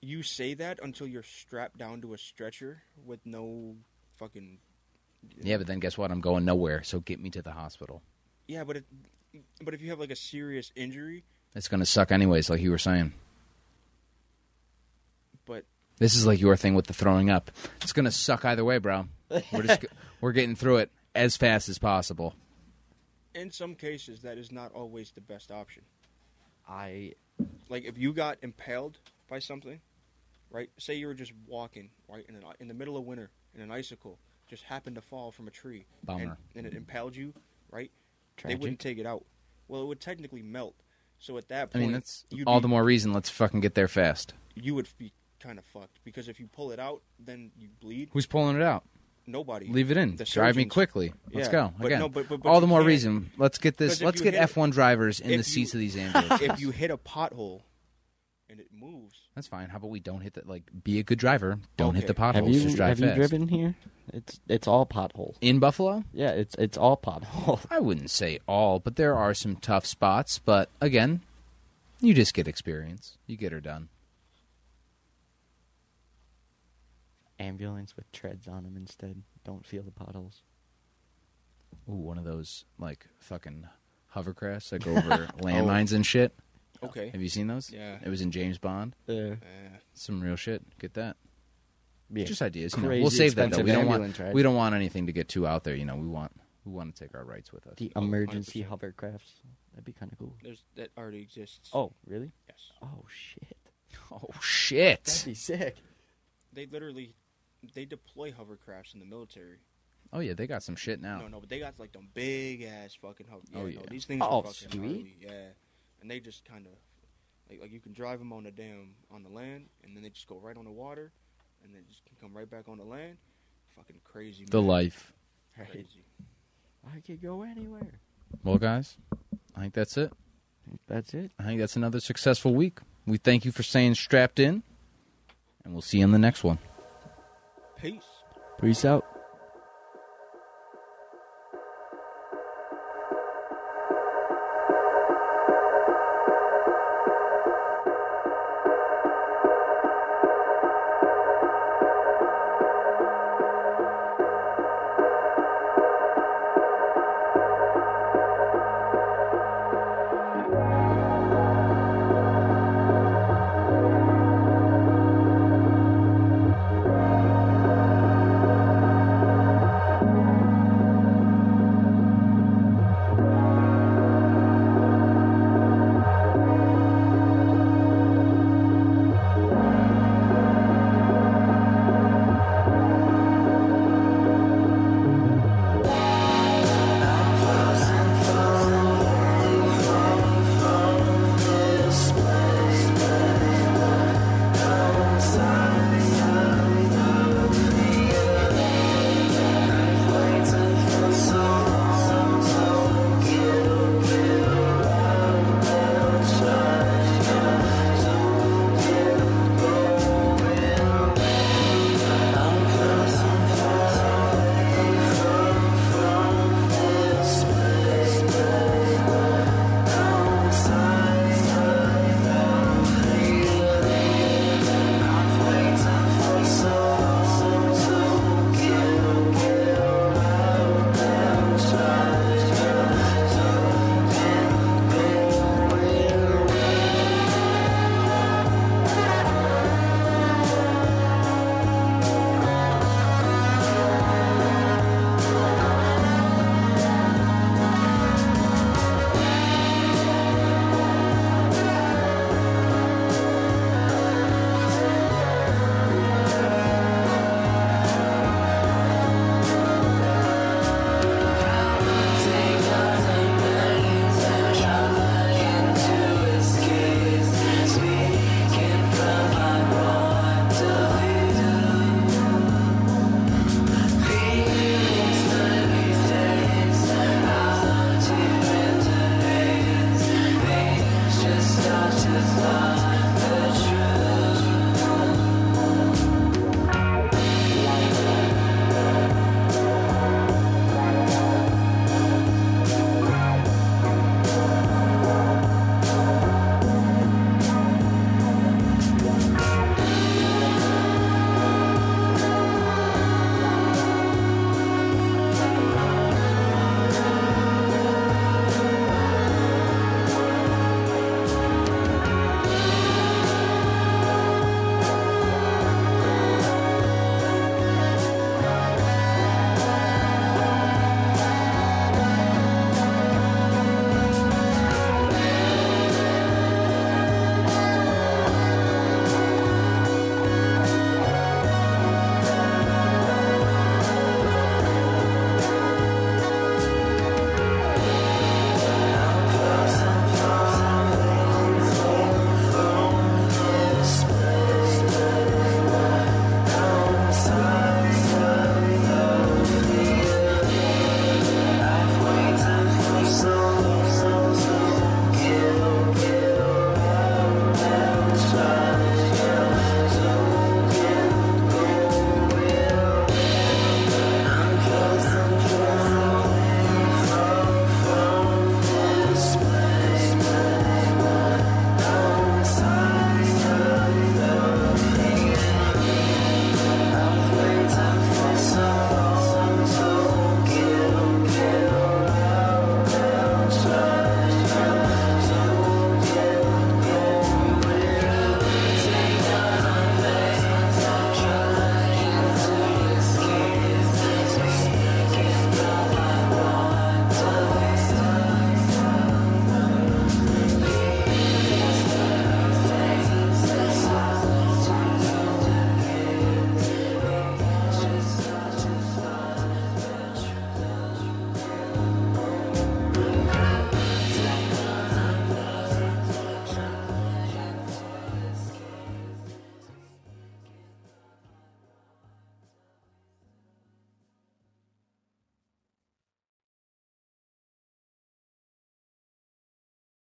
Speaker 2: you say that until you're strapped down to a stretcher with no fucking
Speaker 1: Yeah, but then guess what? I'm going nowhere. So get me to the hospital.
Speaker 2: yeah, but it, but if you have like a serious injury,
Speaker 1: It's gonna suck anyways, like you were saying.
Speaker 2: but
Speaker 1: This is like your thing with the throwing up. It's gonna suck either way, bro. We're just g- we're getting through it as fast as possible.
Speaker 2: in some cases that is not always the best option.
Speaker 3: I
Speaker 2: Like if you got impaled by something, right? Say you were just walking right in an, in the middle of winter in an icicle, just happened to fall from a tree, and,
Speaker 1: Bummer.
Speaker 2: and it impaled you, right? They
Speaker 3: tragic.
Speaker 2: wouldn't take it out. Well, it would technically melt. So at that
Speaker 1: I
Speaker 2: point,
Speaker 1: mean, that's
Speaker 2: you'd
Speaker 1: all
Speaker 2: be-
Speaker 1: the more reason. Let's fucking get there fast.
Speaker 2: you would be kind of fucked because if you pull it out, then you bleed.
Speaker 1: Who's pulling it out?
Speaker 2: Nobody
Speaker 1: Leave it in.
Speaker 2: The
Speaker 1: Drive me
Speaker 2: surgeons.
Speaker 1: quickly. Let's
Speaker 2: Yeah,
Speaker 1: go
Speaker 2: but
Speaker 1: again.
Speaker 2: no, but- but- but
Speaker 1: all
Speaker 2: you
Speaker 1: the more
Speaker 2: can't-
Speaker 1: reason. Let's get
Speaker 2: because
Speaker 1: this.
Speaker 2: if
Speaker 1: Let's
Speaker 2: you
Speaker 1: get
Speaker 2: hit it-
Speaker 1: F1 drivers in
Speaker 2: if
Speaker 1: the seats
Speaker 2: you-
Speaker 1: of these ambulances.
Speaker 2: if you hit a pothole and it moves,
Speaker 1: That's fine. How about we don't hit the like? Be a good driver. Don't hit
Speaker 2: Okay.
Speaker 1: the
Speaker 3: have
Speaker 1: potholes.
Speaker 3: you
Speaker 1: Just drive
Speaker 3: have you
Speaker 1: fast.
Speaker 3: driven here? It's it's all potholes.
Speaker 1: in Buffalo?
Speaker 3: Yeah, it's it's all potholes.
Speaker 1: I wouldn't say all, but there are some tough spots. But again, you just get experience. You get her done.
Speaker 3: Ambulance with treads on them instead. Don't feel the potholes.
Speaker 1: Ooh, one of those like fucking hovercrafts that go over landmines and shit.
Speaker 2: okay.
Speaker 1: Have you seen those?
Speaker 2: Yeah.
Speaker 1: It was in James Bond.
Speaker 3: Yeah,
Speaker 2: Uh,
Speaker 1: Some real shit. Get that.
Speaker 3: yeah.
Speaker 1: Just ideas. You know.
Speaker 3: Crazy
Speaker 1: We'll save that though.
Speaker 3: expensive
Speaker 1: We don't want
Speaker 3: ambulance ride.
Speaker 1: we don't want anything to get too out there. You know, we want we want to take our rights with us.
Speaker 3: the
Speaker 2: Oh,
Speaker 3: emergency
Speaker 2: 100%.
Speaker 3: hovercrafts. That'd be kind of cool.
Speaker 2: there's that already exists.
Speaker 3: Oh, really?
Speaker 2: yes.
Speaker 3: Oh shit,
Speaker 1: oh
Speaker 3: that'd
Speaker 1: shit!
Speaker 3: be sick.
Speaker 2: They literally they deploy hovercrafts in the military.
Speaker 1: Oh yeah, they got some shit now.
Speaker 2: No, no, but they got like them big ass fucking hover. Yeah,
Speaker 1: Oh,
Speaker 2: No,
Speaker 1: yeah.
Speaker 2: these things
Speaker 3: Oh,
Speaker 2: are fucking
Speaker 3: sweet.
Speaker 2: gnarly, Yeah, and they just kind of like like you can drive them on the damn on the land, and then they just go right on the water, and then just come right back on the land. Fucking crazy.
Speaker 1: The
Speaker 2: man.
Speaker 1: life.
Speaker 3: Right.
Speaker 2: Crazy.
Speaker 3: I could go anywhere.
Speaker 1: Well, guys, I think that's it.
Speaker 3: That's it.
Speaker 1: I think that's another successful week. We thank you for staying strapped in, and we'll see you on the next one.
Speaker 2: Peace.
Speaker 3: Peace out.